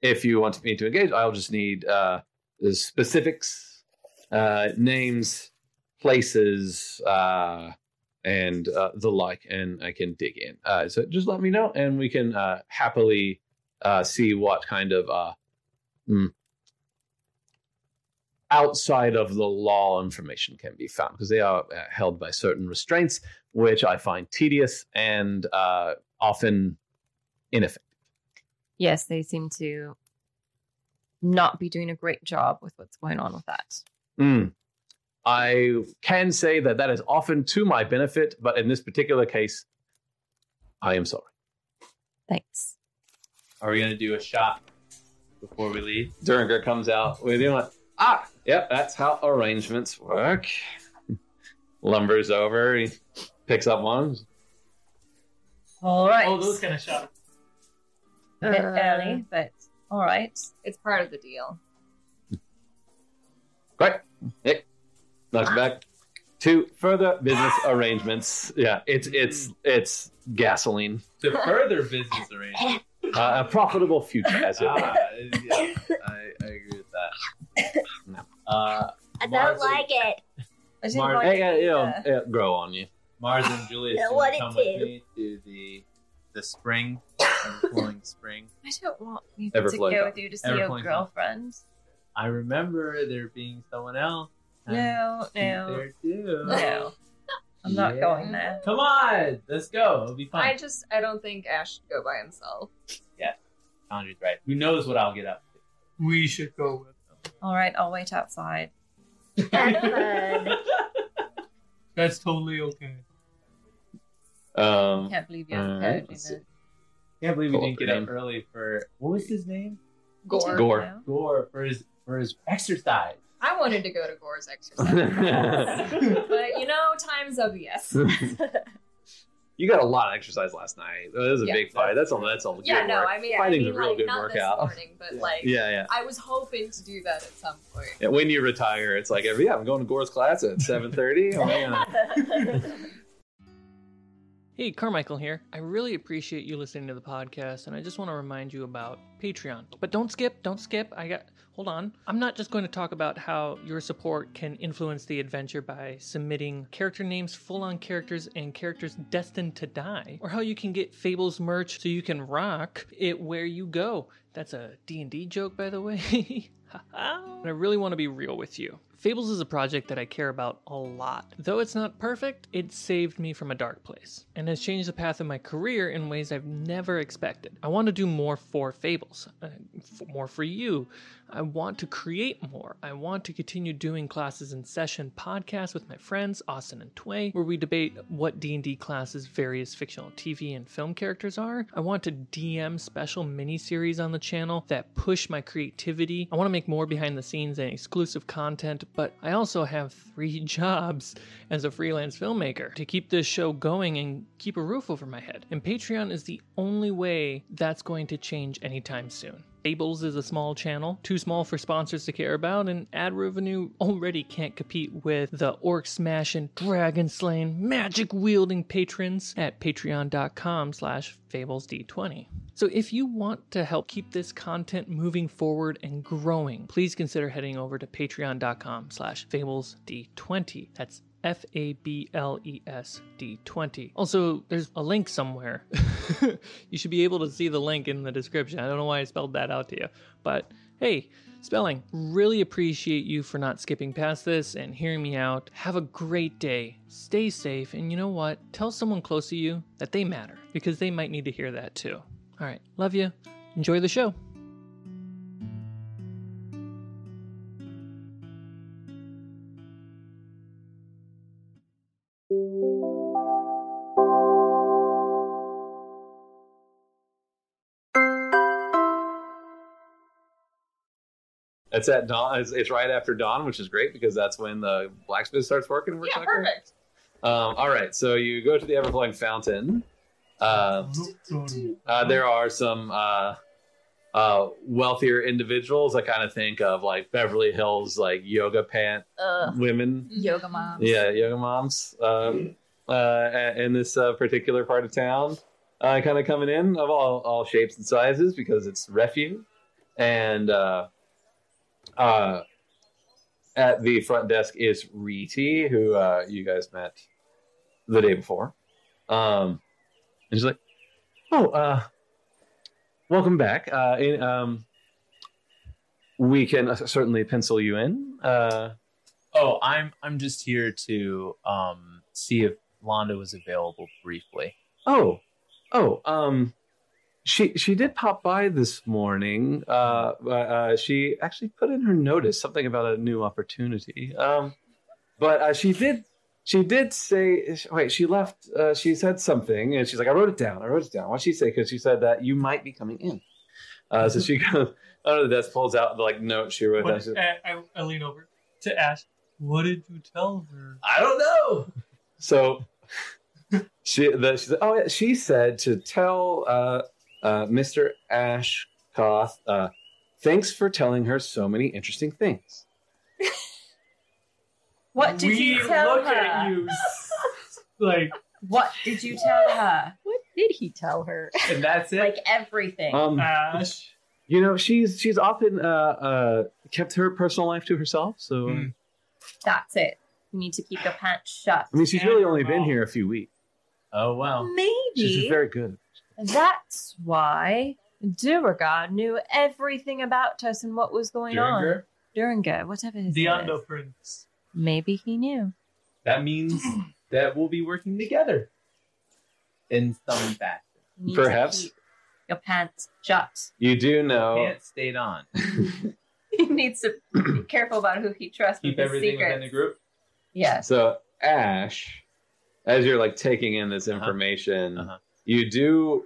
S2: If you want me to engage, I'll just need uh, the specifics, uh, names, places, uh, and uh, the like, and I can dig in. Uh, so just let me know, and we can uh, happily uh, see what kind of uh, mm, outside of the law information can be found because they are uh, held by certain restraints, which I find tedious and uh, often ineffective.
S8: Yes, they seem to not be doing a great job with what's going on with that.
S2: Mm. I can say that that is often to my benefit, but in this particular case, I am sorry.
S8: Thanks.
S5: Are we gonna do a shot before we leave?
S2: Duringer comes out. We're doing it. Ah, yep, that's how arrangements work. Lumbers over. He picks up one.
S8: All right.
S6: Oh, those kind of shots.
S8: a bit
S4: Uh,
S8: early, but all right.
S4: It's part of the deal.
S2: Right. Nick knocks it back. Two further business arrangements. Yeah, it's it's it's gasoline.
S5: To further business arrangements.
S2: Uh, a profitable future, as it were.
S5: Ah, yeah, I, I agree with that. Uh,
S7: I don't
S5: Mars-
S7: like it.
S8: I didn't
S5: Mar-
S8: like
S2: Hey, yeah,
S8: it
S2: it'll,
S8: either.
S2: it'll uh, grow on you.
S5: Mars and Julius
S7: Now
S5: gonna
S7: what it
S5: come with
S7: do?
S5: me to the the spring, the flowing spring.
S8: I don't want you
S2: Ever
S8: to
S2: flowing
S8: go
S2: fountain.
S8: with you to see
S5: Ever
S8: your
S5: flowing
S8: girlfriend.
S5: I remember there being someone else. and
S8: No,
S5: she's
S8: no,
S5: There too.
S8: no. I'm not
S5: Yeah.
S8: going there.
S5: Come on, let's go. It'll be
S4: I
S5: fun.
S4: just I don't think Ash should go by himself.
S5: Andrew's right. Who knows what I'll get up to?
S6: We should go with them.
S8: All right, I'll wait outside.
S6: That's totally okay.
S2: Um,
S8: Can't believe you're
S2: All right,
S8: encouraging
S2: let's
S8: it.
S5: Can't believe we
S2: Pull up her
S5: didn't get up
S2: name.
S5: early for what was his name?
S4: Gore.
S2: Gore.
S8: No.
S5: Gore for his for his exercise.
S4: I wanted to go to Gore's exercise, but you know, time's of yes.
S2: you got a lot of exercise last night. That was a
S4: Yeah.
S2: big fight. That's all. That's all.
S4: Yeah,
S2: good
S4: no,
S2: work.
S4: I mean, I
S2: fighting's
S4: mean,
S2: a real
S4: like,
S2: good
S4: not
S2: workout.
S4: this morning, but like,
S2: yeah, yeah,
S4: I was hoping to do that at some point.
S2: Yeah, When you retire, it's like every yeah, I'm going to Gore's class at 7:30. Oh, yeah.
S1: Hey, Carmichael here. I really appreciate you listening to the podcast, and I just want to remind you about Patreon. But don't skip, don't skip. I got, hold on. I'm not just going to talk about how your support can influence the adventure by submitting character names, full on characters, and characters destined to die, or how you can get Fables merch so you can rock it where you go. That's a D&D joke, by the way. and I really want to be real with you. Fables is a project that I care about a lot. Though it's not perfect, it saved me from a dark place and has changed the path of my career in ways I've never expected. I want to do more for Fables, uh, f- more for you. I want to create more. I want to continue doing classes in session podcasts with my friends Austin and Tway, where we debate what D&D classes various fictional TV and film characters are. I want to DM special miniseries on the channel that push my creativity. I want to make more behind the scenes and exclusive content, but I also have three jobs as a freelance filmmaker to keep this show going and keep a roof over my head. And Patreon is the only way that's going to change anytime soon. Fables is a small channel, too small for sponsors to care about, and ad revenue already can't compete with the orc smashing, dragon slaying, magic wielding patrons at patreon.com slash fablesd20. So if you want to help keep this content moving forward and growing, please consider heading over to patreon.com slash fablesd20. That's F A B L E S D 20. Also, there's a link somewhere. you should be able to see the link in the description. I don't know why I spelled that out to you, but hey, spelling. Really appreciate you for not skipping past this and hearing me out. Have a great day. Stay safe, and you know what? Tell someone close to you that they matter because they might need to hear that too. All right, love you. Enjoy the show.
S2: It's at dawn. It's, it's right after dawn, which is great because that's when the blacksmith starts working. We're
S4: Yeah,
S2: talking.
S4: perfect.
S2: Um, all right, so you go to the overflowing fountain.
S5: Um,
S2: Uh, uh, there are some uh, uh, wealthier individuals. I kind of think of like Beverly Hills, like yoga pant
S3: Ugh.
S2: women.
S3: Yoga mom.
S2: Yeah, yoga moms um, uh, a- in this uh, particular part of town, uh, kind of coming in of all, all shapes and sizes because it's refuge. And uh, uh, at the front desk is Riti, who uh, you guys met the day before. Um, and she's like, "Oh, uh, welcome back. Uh, in, um, we can uh, certainly pencil you in." Uh,
S5: Oh, I'm I'm just here to um see if Londa was available briefly.
S2: Oh, oh, um, she she did pop by this morning. Uh, uh, uh, she actually put in her notice something about a new opportunity. Um, but uh, she did she did say wait she left. Uh, she said something, and she's like, I wrote it down. I wrote it down. What she say? Because she said that you might be coming in. Uh, so she goes under the desk, pulls out the like note she wrote down.
S6: What,
S2: She's like,
S6: uh, I, I, I lean over to Ash. What did you tell her?
S2: I don't know. So she the, she said, oh yeah, she said to tell uh, uh, Mr. Ashkoth, uh, thanks for telling her so many interesting things.
S10: What did
S6: we
S10: you tell
S6: look
S10: her?
S6: at you s- like
S10: What did you tell her?
S7: what did he tell her?
S5: And that's it.
S10: Like everything.
S2: Um,
S6: Uh, Ash.
S2: you know, she's she's often uh, uh, kept her personal life to herself. So
S5: Hmm.
S10: That's it. You need to keep your pants shut.
S2: I mean, she's really only been here a few weeks.
S5: Oh wow.
S2: She's
S10: Maybe
S2: very good.
S8: That's why Duragard knew everything about us and what was going on.
S5: Duringer?
S8: Duringer, whatever his
S6: The
S8: name is.
S6: Ondo Prince.
S8: Maybe he knew.
S5: That means that we'll be working together in some fashion.
S10: You need
S2: Perhaps.
S10: to keep your pants shut.
S2: You do know.
S5: Can't stay on.
S10: He needs to be careful about who he trusts
S5: Keep
S10: with his
S5: everything
S10: secrets.
S5: within the group.
S10: Yes.
S2: So Ash, as you're like taking in this
S5: Uh-huh.
S2: information,
S5: Uh-huh.
S2: you do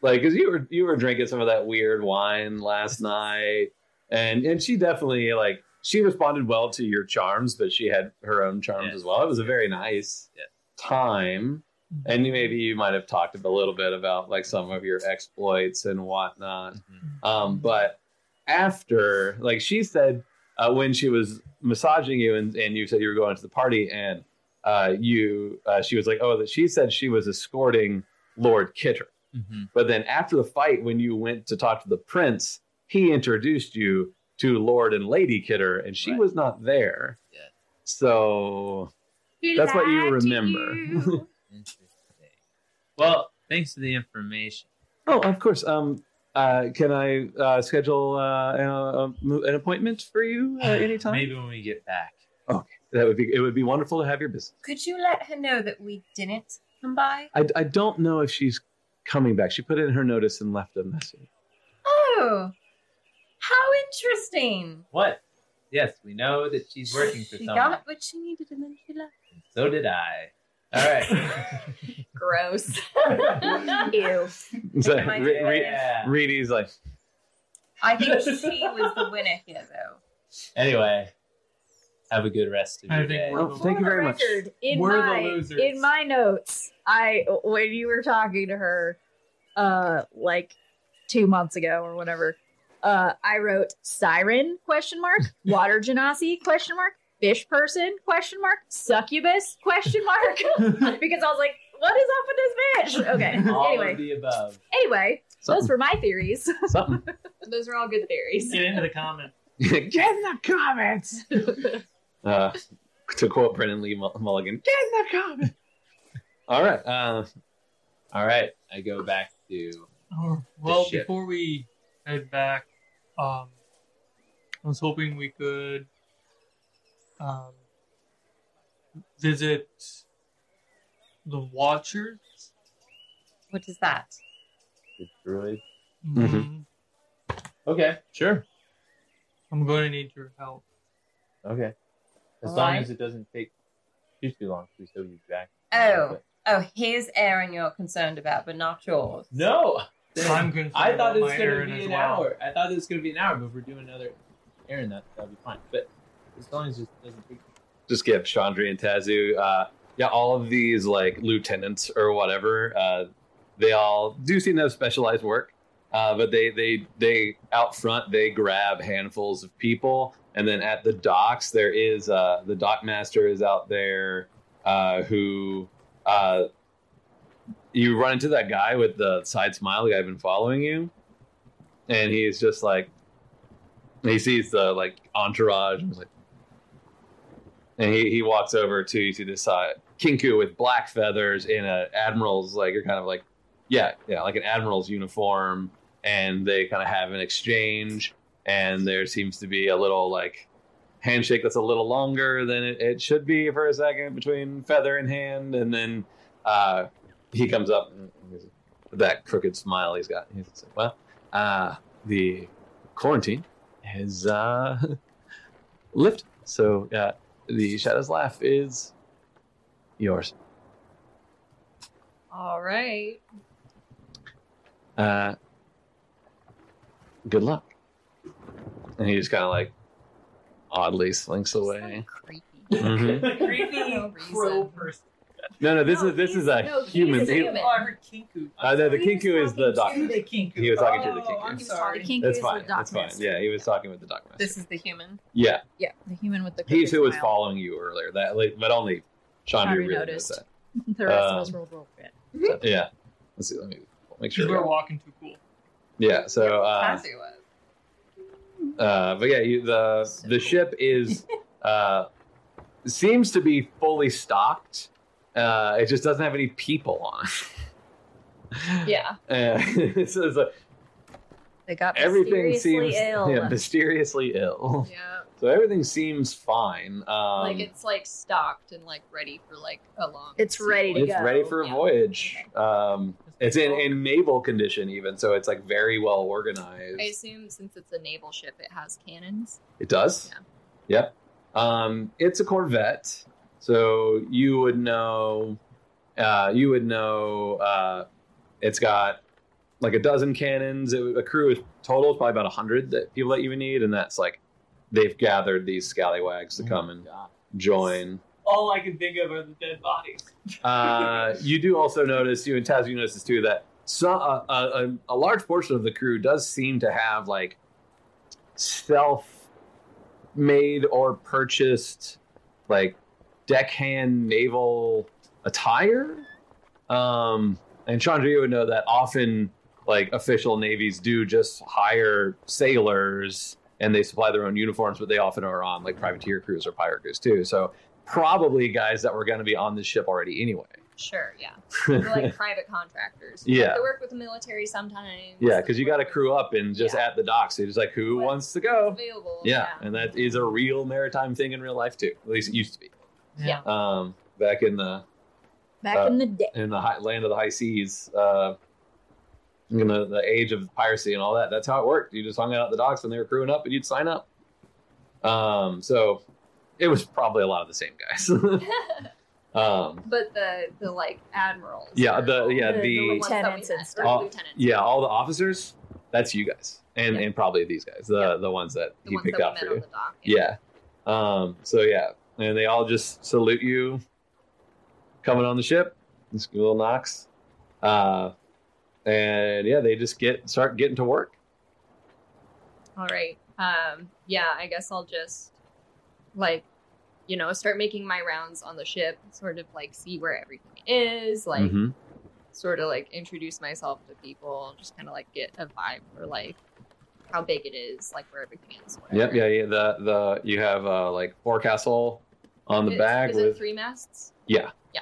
S2: like because you were you were drinking some of that weird wine last night, and and she definitely like she responded well to your charms, but she had her own charms
S5: Yes.
S2: as well. It was a very nice
S5: Yes.
S2: time. And you- maybe you might have talked a little bit about like some of your exploits and whatnot.
S5: Mm-hmm.
S2: Um, but after, like she said, uh, when she was massaging you and, and you said you were going to the party, and uh, you, uh, she was like, oh, that she said she was escorting Lord Kitter.
S5: Mhm.
S2: But then after the fight, when you went to talk to the prince, he introduced you to Lord and Lady Kidder, and she
S5: Right.
S2: was not there.
S5: Yeah.
S2: So that's what you remember.
S5: Interesting. Well, thanks for the information.
S2: oh, of course. Um, uh, can I uh, schedule uh, an, uh, an appointment for you uh, anytime?
S5: Maybe when we get back.
S2: That would be. It would be wonderful to have your business.
S10: Could you let her know that we didn't come by?
S2: I, I don't know if she's coming back. She put in her notice and left a message.
S10: Oh, how interesting!
S5: What? Yes, we know that she's working for
S10: She
S5: someone.
S10: got what she needed and then she left.
S5: So did I. All right.
S4: Gross.
S7: Ew.
S2: So,
S10: Am I
S2: Re-
S10: doing
S2: Re-
S5: Yeah.
S2: Reedy's like,
S10: I think she was the winner here, though.
S5: Anyway, have a good rest of
S6: I
S5: your
S6: think
S5: day.
S6: we're-
S2: oh, thank you very much.
S3: In
S6: We're the
S3: my,
S6: losers.
S3: In my notes, I when you were talking to her, uh, like two months ago or whatever, uh, I wrote siren question mark water genasi question mark fish person question mark succubus question mark because I was like, what is up with this bitch? Okay.
S5: All
S3: anyway,
S5: of the above.
S3: anyway, those
S2: Something,
S3: were my theories.
S2: something.
S4: Those are all good theories.
S6: Get into the comment.
S2: Get in the comments. uh, to quote Brennan Lee Mull- Mulligan, get in the comments. All right. Uh,
S5: All right, I go back to.
S6: Oh, well,
S5: ship.
S6: before we head back, um, I was hoping we could um, visit the Watchers.
S10: What is that?
S5: the Druid.
S6: Mm-hmm.
S2: Mhm.
S5: Okay, sure.
S6: I'm going to need your help.
S5: Okay. As
S10: All
S5: long
S10: right.
S5: as it doesn't take too too long to show you back.
S10: Oh, oh, here's Aaron you're concerned about, but not yours.
S5: No!
S6: I'm concerned
S5: I
S6: about
S5: thought it
S6: my
S5: was going
S6: errand
S5: to be
S6: as
S5: an
S6: well.
S5: hour. I thought it was going to be an hour, but if we're doing another errand, that, that'll be fine. But as long as it doesn't take
S2: just give Chandri and Tazu. Uh, yeah, all of these like lieutenants or whatever. Uh, they all do seem to have specialized work, uh, but they they they out front they grab handfuls of people, and then at the docks there is uh, the dock master is out there uh, who. Uh, you run into that guy with the side smile, the guy who's been following you, and he's just like, he sees the like entourage and he's like, and he, he walks over to you to this side. Kinku with black feathers in a admiral's like you're kind of like yeah, yeah, like an admiral's uniform and they kind of have an exchange and there seems to be a little like handshake that's a little longer than it, it should be for a second between feather and hand and then uh he comes up and he's- with that crooked smile he's got he's like, well uh the quarantine has uh lifted so uh the Shadow's Laugh is yours.
S4: All right.
S2: Uh, good luck. And he just kind of like oddly slinks away.
S4: Creepy.
S6: Mm-hmm.
S2: Mhm.
S6: Creepy
S4: No
S6: crow
S4: reason.
S6: person.
S2: No, no, this
S3: No,
S2: is this
S3: he's-
S2: is a
S3: no, he's
S2: human.
S3: a
S2: he-
S3: human.
S6: Oh, I heard Kinku.
S2: Uh, no, the
S3: He was
S2: Kinku is the
S3: talking
S2: doctor.
S3: to
S6: The Kinku.
S2: He was talking to the
S6: Oh,
S2: Kinku.
S6: I'm
S3: He's
S6: sorry.
S3: talking to
S2: That's
S3: the
S2: fine. That's fine.
S3: darkness.
S2: Yeah, he was talking with the dock master.
S4: This is the human.
S2: Yeah,
S3: Yeah, the human with the
S2: he's who
S3: crooked
S2: was
S3: smile.
S2: following you earlier. That, like, but only Chandra
S3: Chandra
S2: really
S3: noticed.
S2: noticed
S3: The rest
S2: Um,
S3: of us rolled real quick.
S2: that. So, yeah. Let's see. Let me make
S6: You were
S2: sure.
S6: walking too cool.
S2: Yeah. So. Uh,
S4: Tazu was.
S2: Uh, but yeah, you, the the ship is uh, seems to be fully stocked. Uh, it just doesn't have any people on. it.
S4: Yeah.
S2: Uh, so it's like
S3: They got
S2: everything
S3: mysteriously
S2: seems
S3: ill.
S2: yeah, mysteriously ill.
S4: Yeah.
S2: So everything seems fine. Um,
S4: like it's like stocked and like ready for like a long.
S3: It's ready to
S4: sequel.
S2: it's
S3: go.
S2: ready for a
S4: Yeah.
S2: voyage. Um, it's in, in naval condition even, so it's like very well organized.
S4: I assume since it's a naval ship, it has cannons.
S2: It does. Yep. Um, it's a Corvette, so you would know. Uh, you would know. Uh, it's got like a dozen cannons. It, a crew is total is probably about hundred that people that you would need, and that's like they've gathered these scallywags to come and join.
S6: All I can think of are the dead bodies.
S2: Uh, you do also notice, you and Taz, you notice this too, that so, uh, a, a, a large portion of the crew does seem to have like self made or purchased like deckhand naval attire. Um, and Chandra, you would know that often like official navies do just hire sailors and they supply their own uniforms, but they often are on like privateer crews or pirate crews too. So probably guys that were going to be on this ship already anyway.
S4: Sure, yeah. They're like private contractors.
S2: Yeah.
S4: They work with the military sometimes.
S2: Yeah, because you got to crew up and just at the dock. So you're just like, who
S4: What-
S2: wants to
S3: Oh.
S2: go?
S4: Available.
S2: Yeah, and that is a real maritime thing in real life too. At least it used to be.
S4: Yeah.
S2: Um, back in the
S7: Back
S2: Uh,
S7: in the day.
S2: in the high, land of the high seas, uh, you know, the age of piracy and all that. That's how it worked. You just hung out at the docks and they were crewing up, and you'd sign up. Um, so it was probably a lot of the same guys. um,
S4: But the the like admirals.
S2: Yeah,
S4: are
S2: the- yeah,
S4: all
S2: the-
S4: ones that we
S7: Lieutenants and
S4: met, or
S7: stuff.
S2: All-
S4: lieutenants.
S2: yeah, all the officers. That's you guys, and
S4: Yeah.
S2: and probably these guys, the the ones that
S4: The
S2: he
S4: ones that
S2: picked
S4: we
S2: out
S4: met
S2: for
S4: on
S2: you.
S4: the dock.
S2: Yeah. Um, so yeah, and they all just salute you coming on the ship. Just give little knocks. Uh, and yeah, they just get start getting to work.
S4: All right. Um, yeah, I guess I'll just like, you know, start making my rounds on the ship, sort of like see where everything is, like
S2: Mhm.
S4: sort of like introduce myself to people, just kind of like get a vibe for like how big it is, like where everything is.
S2: Yep.
S4: whatever.
S2: Yeah. Yeah. The the you have uh, like forecastle on the
S4: Is-
S2: back
S4: Is
S2: with
S4: it three masts?
S2: yeah
S4: Yeah.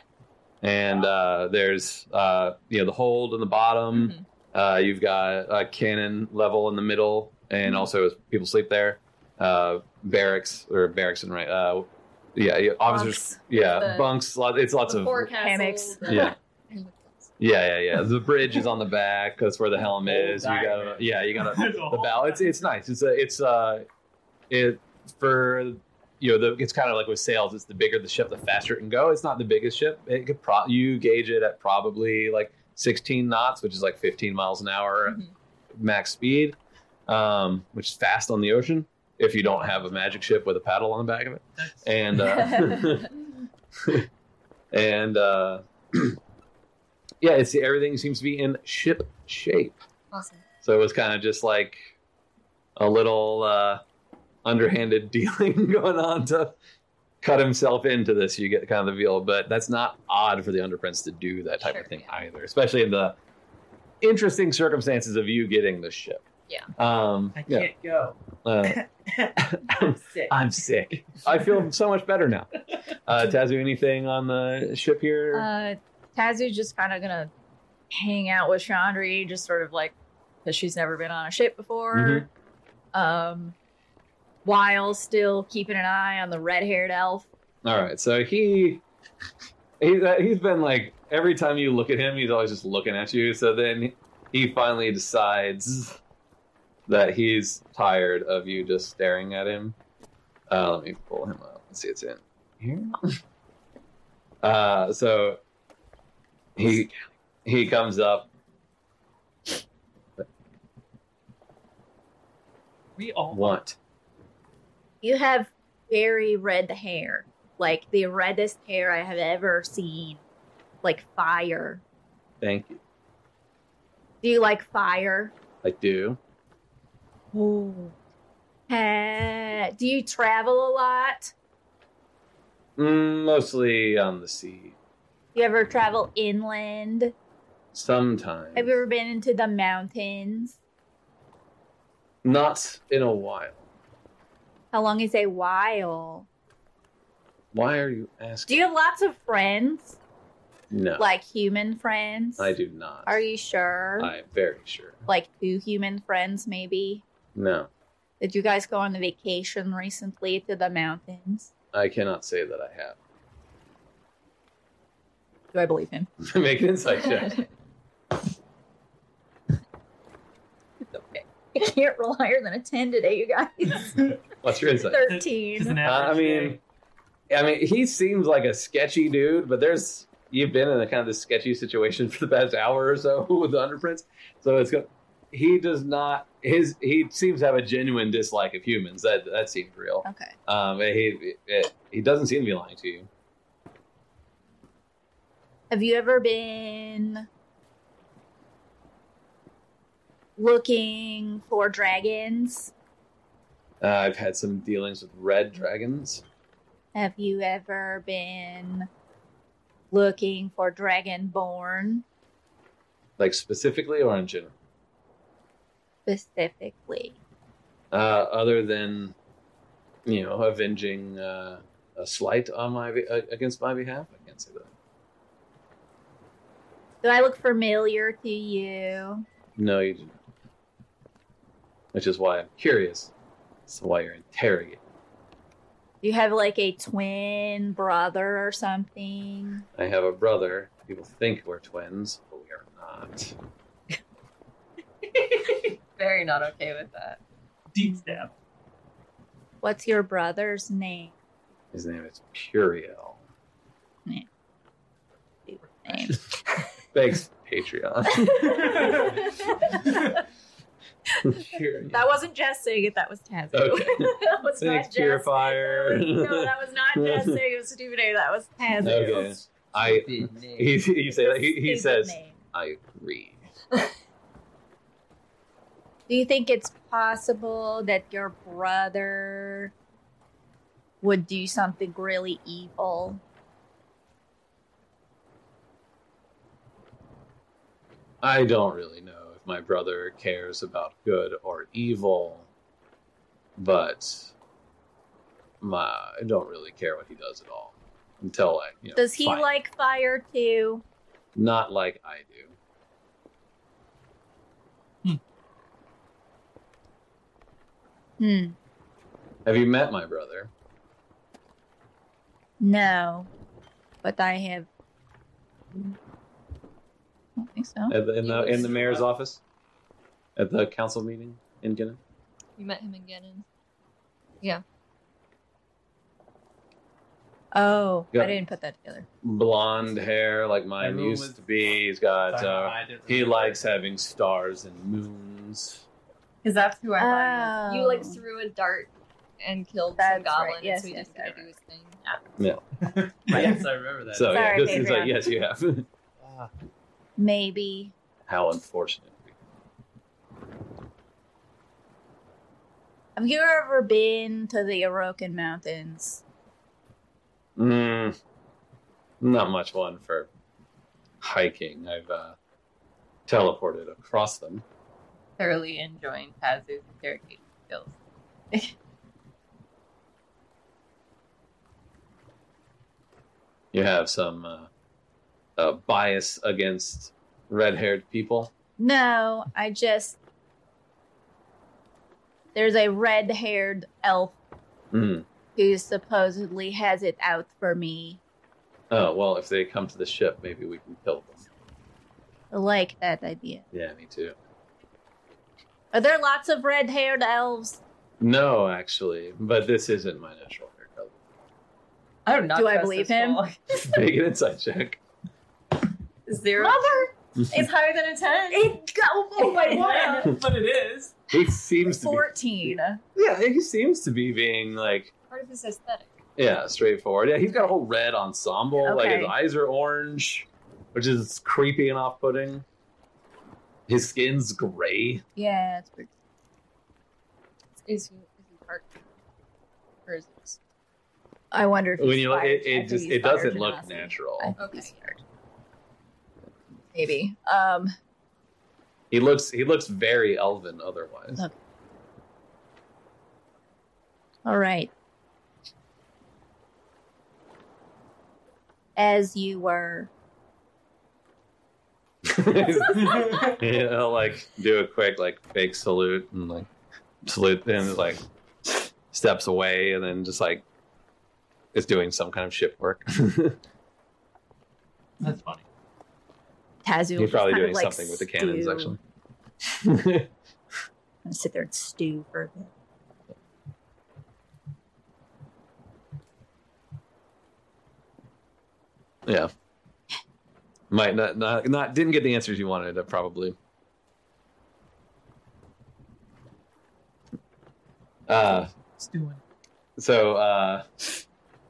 S2: and uh, there's uh, you know the hold in the bottom.
S4: Mhm.
S2: Uh, you've got a cannon level in the middle, and also as people sleep there, uh, barracks or barracks and right. Uh, yeah, yeah, officers. Yeah,
S4: The-
S2: bunks. Lot, it's lots
S4: The
S2: of
S4: forecastle,
S3: hammocks.
S4: the-
S2: Yeah. yeah, yeah, yeah. The bridge is on the back. That's where the helm is. You got yeah, you got
S6: There's a
S2: the
S6: whole-
S2: bow. It's it's nice. It's a it's uh it for you know the it's kind of like with sails. It's the bigger the ship, the faster it can go. It's not the biggest ship. It could pro you gauge it at probably like 16 knots, which is like 15 miles an hour
S4: Mhm.
S2: max speed, um, which is fast on the ocean if you don't have a magic ship with a paddle on the back of it.
S6: That's-
S2: And uh, and uh, yeah, it's everything seems to be in ship shape.
S4: Awesome.
S2: So it was kind of just like a little uh, underhanded dealing going on to cut himself into this. You get kind of the feel, but that's not odd for the underprints to do that type
S4: Sure,
S2: of thing
S4: yeah.
S2: either, especially in the interesting circumstances of you getting the ship.
S4: Yeah.
S2: Um,
S6: I
S2: yeah.
S6: can't go.
S2: Uh,
S6: I'm sick.
S2: I'm sick. I feel so much better now. Uh, Tazu, anything on the ship here?
S3: Uh, Tazu's just kind of gonna hang out with Chandri, just sort of like because she's never been on a ship
S2: Mm-hmm.
S3: before. Um, while still keeping an eye on the red-haired elf.
S2: All right, so he, he he's been like every time you look at him, he's always just looking at you. So then he finally decides that he's tired of you just staring at him. Uh, let me pull him up and see it's in here. Uh, so he he comes up.
S6: We all
S2: What?
S7: You have very red hair, like the reddest hair I have ever seen, like fire.
S2: Thank you.
S7: Do you like fire?
S2: I do.
S7: Oh. do you travel a lot?
S2: Mm, Mostly on the sea.
S7: You ever travel inland?
S2: Sometimes.
S7: Have you ever been into the mountains?
S2: Not in a while.
S7: How long is a while?
S2: Why are you
S7: Do
S2: asking?
S7: you have lots of friends?
S2: no.
S7: Like human friends?
S2: I do not.
S7: Are you sure?
S2: I'm very sure.
S7: Like two human friends, maybe?
S2: No,
S7: Did you guys go on a vacation recently to the mountains?
S2: I cannot say that I have.
S7: Do I believe him?
S2: Make an insight check.
S7: I can't roll higher than a 10 today, you guys.
S2: What's your insight?
S7: 13.
S2: Uh, I mean, I mean, he seems like a sketchy dude, but there's you've been in a kind of this sketchy situation for the past hour or so with the underprints, so it's go- he does not. His he seems to have a genuine dislike of humans. That that seemed real.
S10: Okay.
S2: Um, he it, he doesn't seem to be lying to you.
S3: Have you ever been looking for dragons?
S2: Uh, I've had some dealings with red dragons.
S3: Have you ever been looking for dragonborn
S2: like specifically or in general?
S7: specifically.
S2: Uh, other than, you know, avenging uh, a slight on my be- uh, against my behalf, I can't say that.
S7: Do I look familiar to you?
S2: No, you didn't. Which is why I'm curious. That's why you're interrogating.
S7: Do you have like a twin brother or something?
S2: I have a brother. People think we're twins, but we are not.
S10: Very not okay with that.
S6: Deep stab.
S7: What's your brother's name?
S2: His name is Puriel.
S7: name?
S2: Thanks, Patreon. Puriel.
S3: That wasn't Jess saying it. That was Tazu.
S2: Okay.
S3: that was
S2: Thanks,
S3: not Jess.
S2: Purifier.
S3: No, that was not Jess saying it was stupid name. That was Tazu.
S2: okay. I he, he say that he, he
S3: Stupid
S2: says
S3: name.
S2: I agree.
S7: Do you think it's possible that your brother would do something really evil?
S2: I don't really know if my brother cares about good or evil, but my I don't really care what he does at all until I you know.
S7: Does he
S2: find-
S7: like fire too?
S2: Not like I do.
S7: Hmm.
S2: Have you met my brother?
S7: No. But I have. I don't think so.
S2: At the, in the in the mayor's office, at the council meeting in Guinea.
S4: You met him again. And
S7: Oh,
S2: Yeah.
S7: I didn't put that together.
S2: Blonde hair like mine
S5: Everyone
S2: used
S5: was-
S2: to be. He's got. Uh,
S5: I didn't
S2: He
S5: remember.
S2: likes having stars and moons.
S10: Because that's who I thought.
S4: You like threw a dart and killed
S7: Oh. That's
S4: some goblin,
S7: right. Yes,
S4: so he
S7: yes,
S4: just
S7: I
S4: didn't do his thing. Yeah.
S5: Yes, I remember that.
S2: So
S7: Sorry,
S2: yeah, this is like
S7: Patreon.
S2: yes, you have.
S5: Ah,
S7: Maybe.
S2: How unfortunate.
S7: Have you ever been to the Orokin Mountains?
S2: Mm, not much one for hiking. I've uh, teleported across them.
S10: Thoroughly enjoying Pazu's interrogation skills.
S2: You have some uh, uh, bias against red-haired people.
S7: No, I just. There's a red haired elf
S2: Mm.
S7: who supposedly has it out for me.
S2: Oh well, if they come to the ship, maybe we can kill them.
S7: I like that idea.
S2: Yeah, me too.
S7: Are there lots of red haired elves?
S2: No, actually, but this isn't my natural hair color.
S10: I do not.
S7: Do I
S10: trust
S7: believe
S10: this
S7: him?
S10: fool.
S2: Make an insight check.
S10: Zero.
S7: Mother!
S10: It's higher than a ten.
S7: It go- oh my god!
S6: But it is.
S2: He seems to be
S7: 14.
S2: Yeah, he seems to be being like
S4: Part of his aesthetic.
S2: yeah, straightforward. Yeah, he's got a whole red ensemble. Like his
S7: Okay.
S2: eyes are orange, which is creepy and off-putting. His skin's gray.
S7: Yeah, it's weird.
S4: Is he, is he part? Or is it?
S7: I wonder if
S2: When
S7: he's
S2: you look,
S7: fired.
S2: it,
S7: I
S2: it
S7: think
S2: just
S7: he's
S2: it
S7: fired
S2: doesn't look
S7: Genasi. I
S2: natural.
S7: think he's fired. Maybe. Um,
S2: He looks he looks very elven otherwise.
S7: Okay. all right. As you were.
S2: you know, like do a quick like fake salute and like salute and like steps away and then just like is doing some kind of ship work.
S6: That's funny.
S7: Tazu
S2: He's
S7: will just
S2: probably
S7: kind of,
S2: doing
S7: like,
S2: something with the cannons,
S7: stew.
S2: actually.
S7: I'm gonna sit there and stew for a bit.
S2: yeah, might not, not not didn't get the answers you wanted. Uh, probably Uh,
S6: It's doing.
S2: so uh,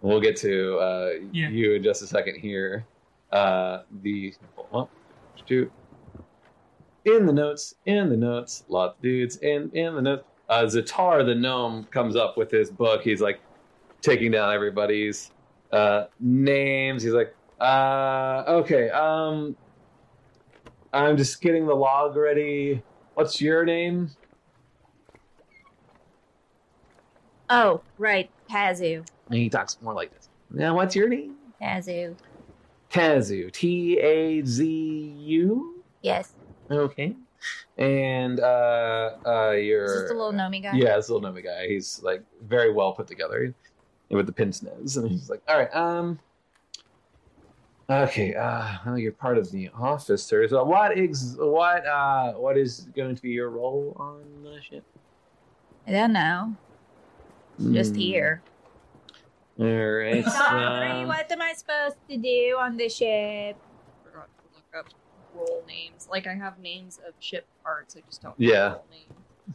S2: we'll get to uh,
S6: Yeah.
S2: you in just a second here. Uh, the well, shoot. In the notes, in the notes, lots of dudes, in in the notes. Uh, Zatar the gnome comes up with his book. He's like taking down everybody's uh, names. He's like, uh, okay, um, I'm just getting the log ready. What's your name?
S7: Oh, right. Pazu.
S2: And he talks more like this. Now, what's your name?
S7: Pazu.
S2: Tazu. T A Z U.
S7: Yes.
S2: Okay. And uh, uh, you're
S7: Just a little gnomey guy.
S2: Yeah, this little gnome guy. He's like very well put together with the pince nez, and he's like, "All right, um, okay, uh, well, you're part of the office, sir. So what ex- what uh, what is going to be your role on the ship?
S7: I don't know. Just
S2: Hmm.
S7: here.
S2: All right.
S7: Sorry,
S2: um,
S7: what am I supposed to do on the ship?
S4: forgot to look up role names. Like I have names of ship parts. I just don't.
S2: Yeah.
S4: Know role names.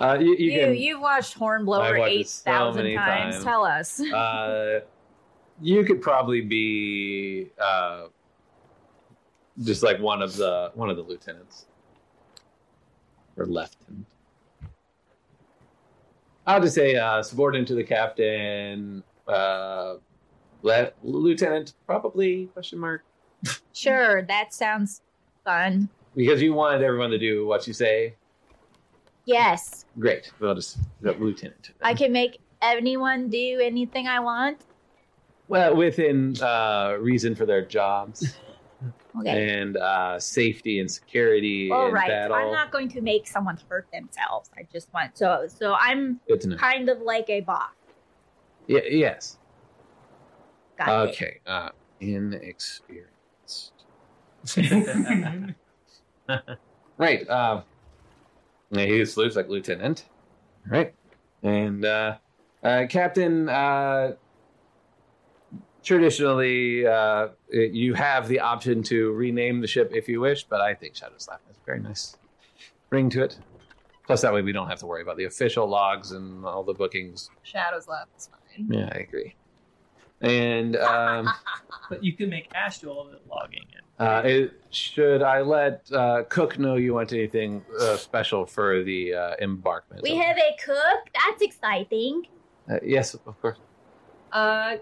S2: uh, you, you
S7: You,
S2: can
S7: you, have watched
S2: I've
S7: Hornblower
S2: watched it
S7: eight
S2: so
S7: thousand
S2: many
S7: times.
S2: times.
S7: Tell us.
S2: uh, you could probably be uh, just like one of the one of the lieutenants or lieutenant. I'll just say uh, subordinate to the captain, uh, le- lieutenant, probably question mark
S7: Sure, that sounds fun.
S2: because you wanted everyone to do what you say.
S7: Yes,
S2: Great, we'll just put lieutenant.
S7: I can make anyone do anything I want.
S2: well within uh, reason for their jobs
S7: Okay.
S2: and uh, safety and security.
S7: All
S2: in
S7: right.
S2: battle.
S7: I'm not going to make someone hurt themselves. I just want so so I'm
S2: Good to know.
S7: kind of like a boss.
S2: Y- yes.
S7: Got it.
S2: Okay. Uh, inexperienced. right. Uh, yeah, he salutes like lieutenant. All right. And uh, uh, captain. Uh, traditionally, uh, it- you have the option to rename the ship if you wish, but I think Shadow Slap has a very nice ring to it. Plus, that way we don't have to worry about the official logs and all the bookings.
S4: Shadows left is fine.
S2: Yeah, I agree. And um,
S6: But you can make Astral of it logging in.
S2: Uh, it, should I let uh, Cook know you want anything uh, special for the uh, embarkment?
S7: We have a cook. That's exciting.
S2: Uh, yes, of course.
S4: Uh,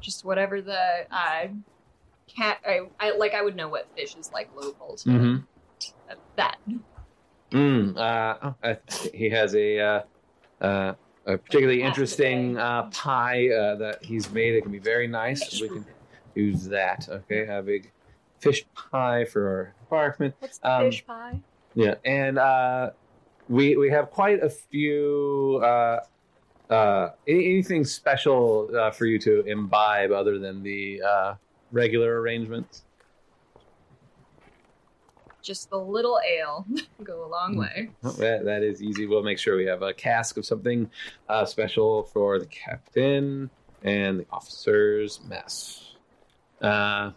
S4: just whatever the uh, cat. I, I like. I would know what fish is like local to
S2: Mm-hmm.
S4: uh, that.
S2: Mm, uh, oh, I th- he has a uh, uh, a particularly interesting uh, pie uh, that he's made. It can be very nice. We can use that. Okay, have a big fish pie for our embarkment.
S4: What's
S2: the Um, fish
S4: pie?
S2: Yeah, and uh, we we have quite a few uh, uh, any, anything special uh, for you to imbibe other than the uh, regular arrangements.
S4: Just the little ale go a long way.
S2: Oh, that, that is easy. We'll make sure we have a cask of something uh, special for the captain and the officers' mess. Uh,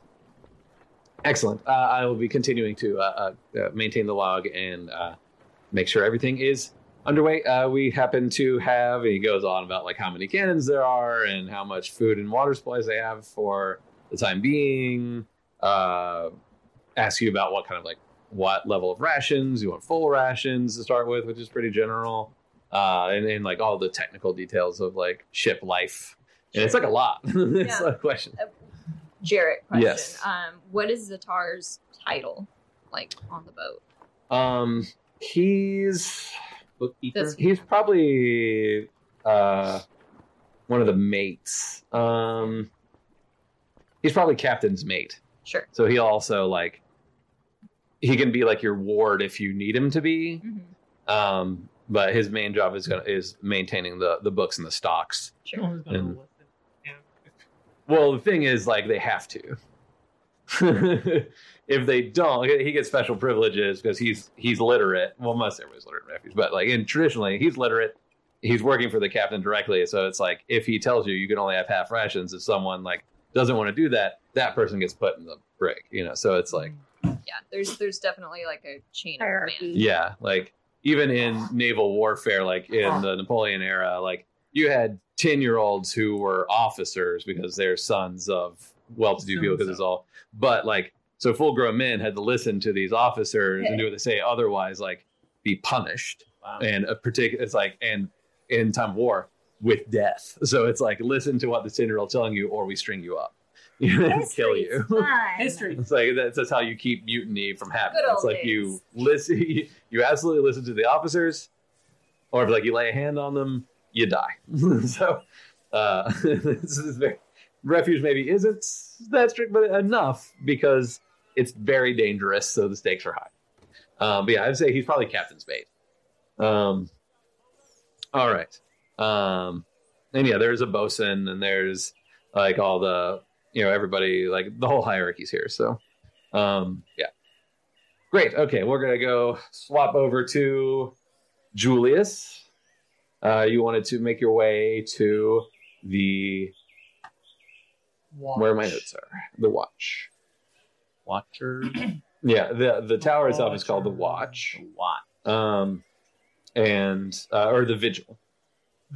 S2: excellent. Uh, I will be continuing to uh, uh, uh, maintain the log and uh, make sure everything is underway. Uh, we happen to have, and he goes on about like how many cannons there are and how much food and water supplies they have for the time being. Uh, ask you about what kind of like what level of rations you want full rations to start with which is pretty general uh and, and like all the technical details of like ship life and it's like a lot it's
S4: Yeah.
S2: a question
S4: Jarrett question.
S2: Yes.
S3: Uh,
S4: Um, what is Zatar's title like on the boat?
S2: um he's
S4: That's-
S2: he's probably uh one of the mates um he's probably captain's mate
S4: Sure.
S2: so he'll also like he can be like your ward if you need him to be
S4: Mhm.
S2: um but his main job is gonna is maintaining the the books and the stocks
S6: No one's gonna
S2: And-
S6: listen. Yeah.
S2: well the thing is like they have to if they don't he gets special privileges because he's he's literate well most everybody's literate in refuge but like in traditionally he's literate he's working for the captain directly so it's like if he tells you you can only have half rations if someone like doesn't want to do that that person gets put in the brig you know so it's like
S4: Yeah. There's there's definitely like a chain of command.
S2: yeah like even in naval warfare, like in the Napoleon era, like you had 10 year olds who were officers because they're sons of well to do people because it's all, but like, so full grown men had to listen to these officers and do what they say, otherwise, like, be punished. And a particular, it's like, and in time of war with death. So it's like, listen to what the 10 year old telling you, or we string you up. and kill you.
S6: History.
S2: It's like that's, that's how you keep mutiny from happening.
S10: Good old
S2: It's like you
S10: days.
S2: listen, you, absolutely listen to the officers, or if like you lay a hand on them, you die. so uh, this is very, refuge maybe isn't that strict, but enough because it's very dangerous. So the stakes are high. Um, but yeah, I'd say he's probably captain's mate. Um, all right. Um, and yeah, there's a bosun, and there's like all the you know everybody like the whole hierarchy's here so um yeah great okay we're gonna go swap over to julius uh you wanted to make your way to the where my notes are the watch
S5: Watcher.
S2: yeah the the tower itself is called the watch
S5: Watch.
S2: um and uh, or the vigil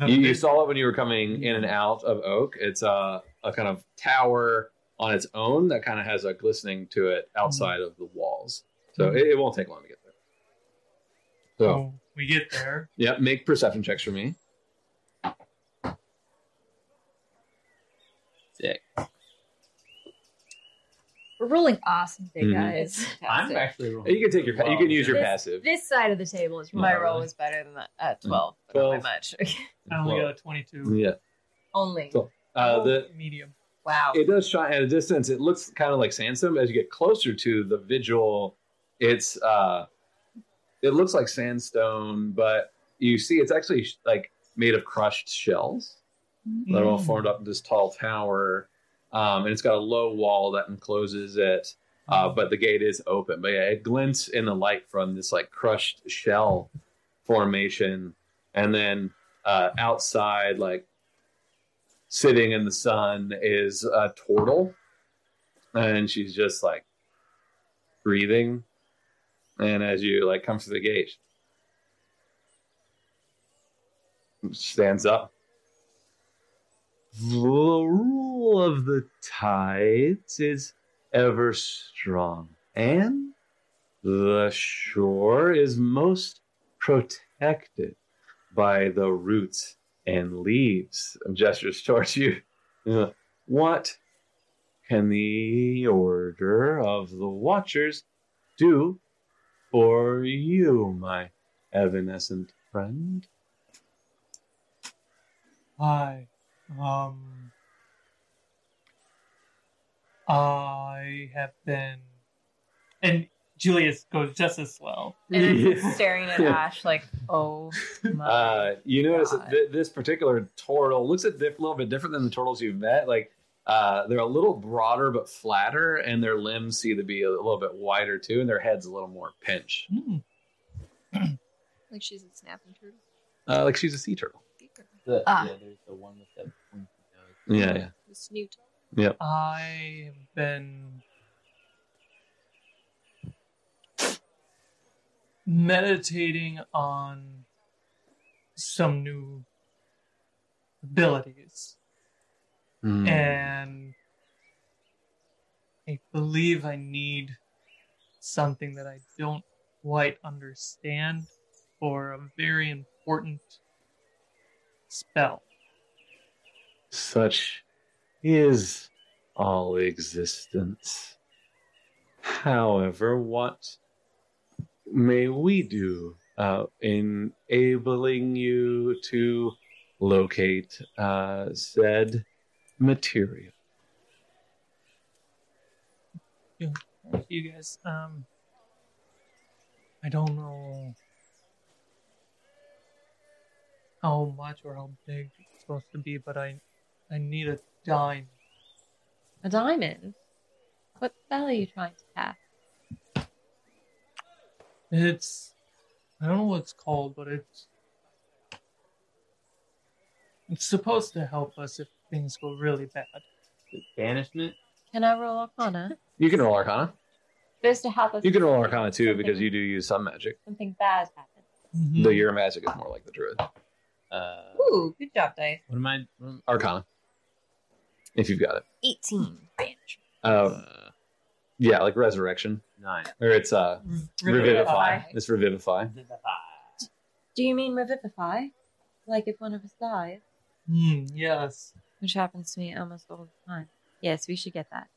S2: you, you saw it when you were coming in and out of Oak. It's a, a kind of tower on its own that kind of has a glistening to it outside of the walls. So it, it won't take long to get there. So,
S6: When we get there.
S2: yeah, make perception checks for me.
S5: Sick.
S3: We're rolling awesome today,
S2: Mhm.
S3: guys.
S5: I'm actually wrong.
S2: You can take your pa- you can use your
S3: This-
S2: passive.
S3: This side of the table is
S10: My
S3: rolling.
S10: roll was better than that at 12, but not by
S2: 12.
S10: much.
S6: I only
S2: Well,
S6: got a 22.
S2: yeah.
S10: Only.
S2: So, Uh, the
S6: medium.
S10: Wow.
S2: it does shine at a distance. It looks kind of like sandstorm. As you get closer to the vigil, it's uh, it looks like sandstone, but you see it's actually like made of crushed shells. They're all formed up into this tall tower, um, and it's got a low wall that encloses it. Uh, but the gate is open. But yeah, it glints in the light from this like crushed shell formation, and then uh, outside, like sitting in the sun, is a turtle, and she's just like breathing. And as you like come to the gate, she stands up. The rule of the tides is ever strong, and the shore is most protected by the roots and leaves. And gestures towards you. Uh, What can the order of the watchers do for you, my evanescent friend?
S6: Hi. Um, I have been. And Julius goes just as slow.
S10: And I'm just staring at Ash like, oh my.
S2: Uh, you notice that
S10: God.
S2: th- this particular turtle looks a diff- little bit different than the turtles you've met. Like uh, they're a little broader but flatter, and their limbs seem to be a little bit wider too, and their head's a little more pinched.
S6: Hmm.
S4: Like she's a snapping turtle.
S2: Uh, like she's a sea turtle.
S5: The,
S3: Ah.
S5: Yeah, there's the one with that pointy nose.
S2: Yeah, yeah.
S4: The snoot.
S6: I have been meditating on some new abilities,
S2: Hmm.
S6: and I believe I need something that I don't quite understand for a very important spell.
S2: Such is all existence. However, what may we do uh, in enabling you to locate uh, said material?
S6: you guys. Um, I don't know how much or how big it's supposed to be, but I, I need a dime.
S4: A diamond? What spell are you trying to cast?
S6: It's, I don't know what it's called, but it's, it's supposed to help us if things go really bad.
S5: The banishment.
S8: Can I roll Arcana?
S2: You can roll Arcana.
S8: Supposed to help us.
S2: You can roll Arcana too because you do use some magic.
S8: Something bad happens.
S5: Mm-hmm.
S2: Though your magic is more like the druid.
S5: Uh,
S10: Ooh, good job, Dave.
S5: what am I? what am-
S2: Arcana. If you've got it.
S8: 18.
S2: Uh,
S5: uh,
S2: yeah, like resurrection.
S5: nine.
S2: Or it's uh revivify.
S10: Revivify.
S2: It's revivify.
S8: Do you mean revivify? Like if one of us dies?
S6: Hmm, yes.
S8: Which happens to me almost all the time. Yes, we should get that.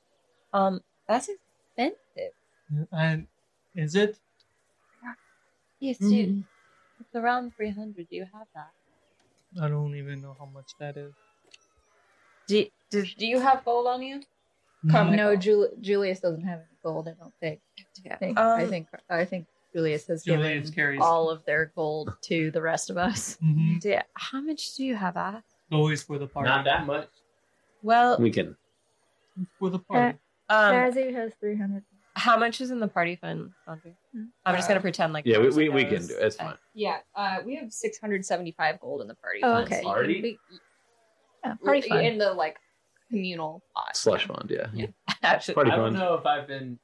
S8: Um, that's expensive.
S6: And is it?
S8: Yes, dude. It's around 300. Do you have that?
S6: I don't even know how much that is.
S8: Do, do,
S10: Do you have gold on you?
S6: Come.
S3: No, Jul- Julius doesn't have any gold. I don't think. I think,
S5: Uh,
S3: I
S8: Um,
S3: think. I think Julius has
S6: Julius
S3: given
S6: carries.
S3: all of their gold to the rest of us.
S6: Mhm.
S8: do- how much do you have, Ah?
S6: Always for the party.
S5: Not that much.
S8: Well,
S2: We can
S6: For the party.
S3: Mm.
S8: um,
S7: has 300.
S8: how much is in the party fund, Andre? I'm just gonna pretend like
S2: Yeah, we,
S8: Rosa
S2: we, we can
S8: knows.
S2: do it. It's fine.
S4: Yeah, uh, we have 675 gold in the party.
S3: Oh,
S4: fund,
S3: okay.
S4: so you can be-
S3: Yeah,
S4: Party
S3: party fun.
S4: in the like communal pot.
S2: Slush fund, yeah.
S4: Yeah.
S8: Actually,
S2: Party
S5: I don't
S2: fund.
S5: know if I've been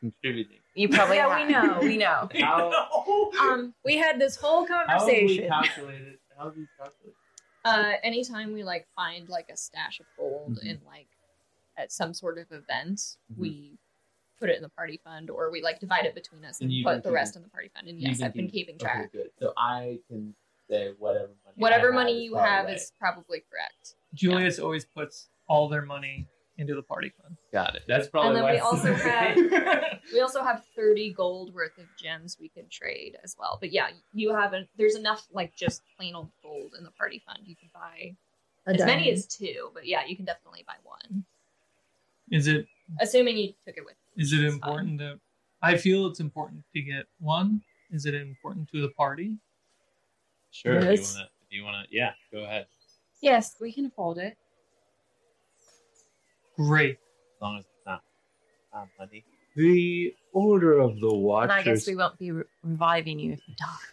S5: contributing.
S10: You probably
S3: Yeah, we
S10: have.
S3: know, we
S10: know.
S5: How,
S8: uh,
S3: Um, we had this whole
S5: how have we
S3: conversation.
S5: calculated? How have we calculated?
S4: Uh, anytime we like find like a stash of gold
S5: Mm-hmm.
S2: Mhm.
S4: in like at some sort of event,
S2: Mhm.
S4: we put it in the party fund, or we like divide it between us
S5: And
S4: and,
S5: you've been
S4: put the
S5: keeping-
S4: rest in the party fund. And yes,
S5: You've
S4: I've been keeping track.
S5: Okay, good. So I can say whatever money.
S4: Whatever
S5: I
S4: money
S5: is
S4: you
S5: probably
S4: have
S5: right.
S4: is probably correct.
S6: Julius always puts all their money into the party fund.
S2: Got it.
S5: That's probably.
S4: And then
S5: why
S4: we
S5: it's-
S4: also have- We also have 30 gold worth of gems we can trade as well. But yeah, you haven't, there's enough like just plain old gold in the party fund. You can buy as many as two, but yeah, you can definitely buy one.
S6: Is it
S4: Assuming you took it with you,
S6: Is it
S4: it's fine.
S6: important that I feel it's important to get one? Is it important to the party?
S5: Sure. if
S3: Yes.
S5: You wanna, if you want to? Yeah. Go ahead.
S8: yes, we can afford it.
S6: Great.
S5: As long as it's not um, not money.
S2: The Order of the
S8: And I guess
S2: Watchers
S8: we won't be re- reviving you if you die.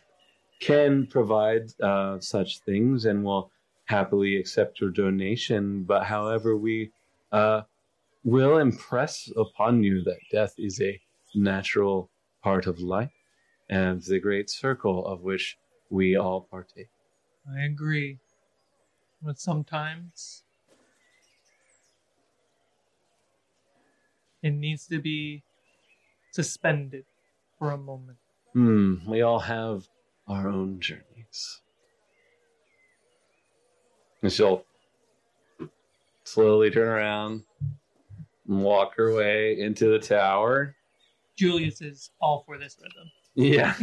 S2: can provide uh, such things and will happily accept your donation. But however, we uh, will impress upon you that death is a natural part of life and the great circle of which we all partake.
S6: I agree. But sometimes it needs to be suspended for a moment.
S2: Hmm, we all have our own journeys. And she'll slowly turn around and walk her way into the tower.
S6: Julius is all for this rhythm.
S2: Yeah.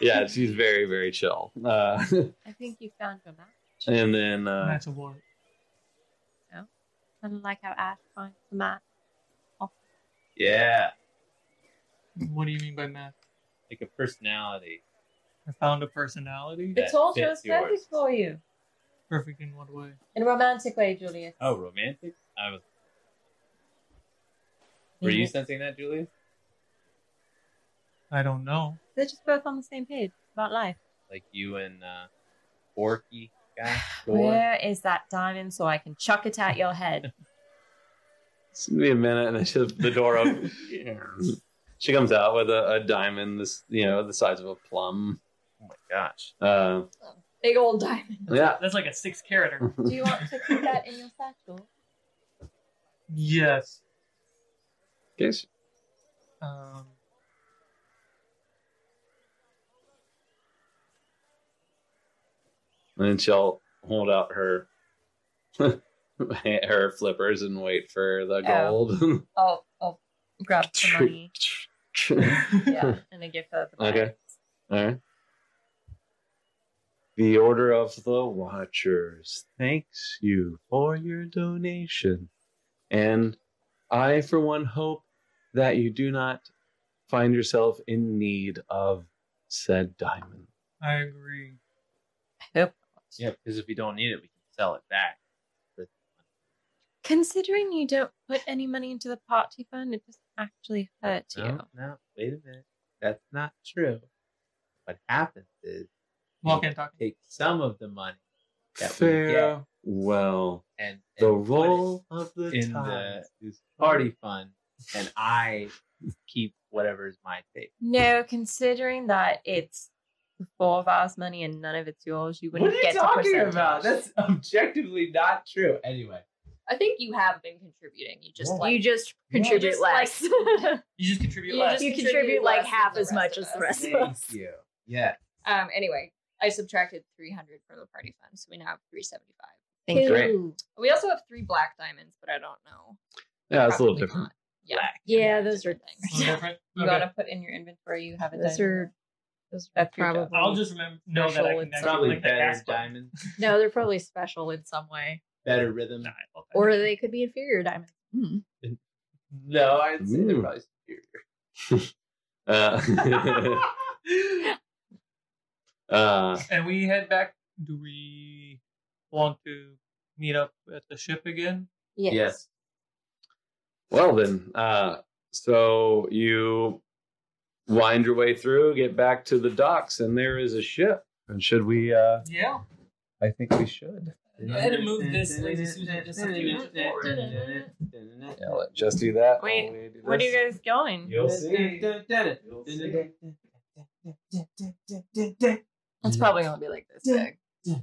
S2: yeah, she's very, very chill. Uh,
S8: I think you found your match.
S2: and then uh,
S6: That's a word.
S8: Kind of like how Ash finds the match.
S5: Yeah.
S6: What do you mean by math?
S5: Like a personality.
S6: I found a personality.
S5: That
S8: all
S5: fits yours.
S8: you.
S6: Perfect in what way?
S8: In a romantic way, Julius.
S5: Oh, romantic. I was. Were
S3: Mm-hmm.
S5: you sensing that, Julius?
S6: I don't know.
S8: They're just both on the same page about life.
S5: Like you and uh, Orky guy. Thor?
S8: Where is that diamond so I can chuck it at your head?
S2: it's gonna be a minute, and then she'll, the door opens. she comes out with a, a diamond, this you know, the size of a plum.
S5: Oh my gosh.
S2: Uh,
S4: Big old diamond.
S2: yeah.
S6: That's like a six character.
S8: Do you want to keep that in your satchel?
S6: yes.
S2: Yes.
S6: Um,
S2: And then she'll hold out her her flippers and wait for the gold.
S8: I'll, I'll grab the money. Yeah, and then give her the
S2: Okay.
S8: bags.
S2: All right. The Order of the Watchers thanks you for your donation. And I, for one, hope that you do not find yourself in need of said diamond.
S6: I agree.
S5: Yeah, because if you don't need it, we can sell it back.
S8: Considering you don't put any money into the party fund, it doesn't actually hurt you.
S5: No, no, wait a minute. That's not true. What happens is
S6: Walk
S5: we
S6: in, talk.
S5: take some of the money That we get.
S2: Farewell.
S5: and,
S2: The
S5: and put it
S2: roll of the
S5: in
S2: tides is
S5: party fund, and I keep whatever's my take.
S8: No, considering that it's the four of ours money and none of it's yours, you wouldn't
S5: What are you
S8: get a
S5: talking
S8: percentage.
S5: about? Uh, That's objectively not true. Anyway,
S4: I think you have been contributing. You just
S5: Yeah.
S4: like
S3: you just
S5: Yeah.
S3: contribute
S4: just,
S3: less.
S4: like-
S6: You just contribute
S4: You
S6: less.
S4: just
S3: you
S4: contribute
S3: contribute like
S4: less than
S3: half
S4: the
S3: as much
S4: rest of
S3: as the
S4: us.
S3: rest of
S5: thank
S3: us.
S5: you. Yeah.
S4: um anyway, I subtracted 300 from the party fund, so we now have 375.
S8: Thank you.
S2: Great.
S4: We also have three black diamonds, but I don't know.
S2: Yeah, it's a little
S4: Probably
S2: different.
S4: not. Yeah.
S7: Yeah, those are-
S4: Different things.
S6: Little different.
S8: You
S6: Okay.
S8: gotta put in your inventory. You have a
S7: Those
S8: diamond.
S7: are- Those are
S8: That's your
S7: probably.
S6: I'll just remember know that I
S7: Special,
S6: can
S7: it's
S6: actually
S5: Probably
S6: click that
S5: better
S6: ask button.
S5: diamond,
S7: No, they're probably special in some way,
S5: better rhythm.
S6: Nah, I love that.
S7: or they could be inferior diamonds. Mm.
S5: No, I'd say they're
S2: Ooh.
S5: probably
S2: Uh,
S5: superior.
S2: uh,
S6: and we head back. Do we want to meet up at the ship again?
S8: Yes.
S5: yes.
S2: well then, uh, so you wind your way through, get back to the docks, and there is a ship. And should we? Uh,
S6: Yeah.
S2: I think we should.
S6: Go ahead and move this, Lazy Susan, just a few inches forward.
S2: Yeah, let just do that.
S8: Wait,
S2: while we do
S8: Where are
S2: this.
S8: you guys going?
S2: You'll see. You'll see.
S8: It's
S5: Mm-hmm.
S8: probably gonna be like this big.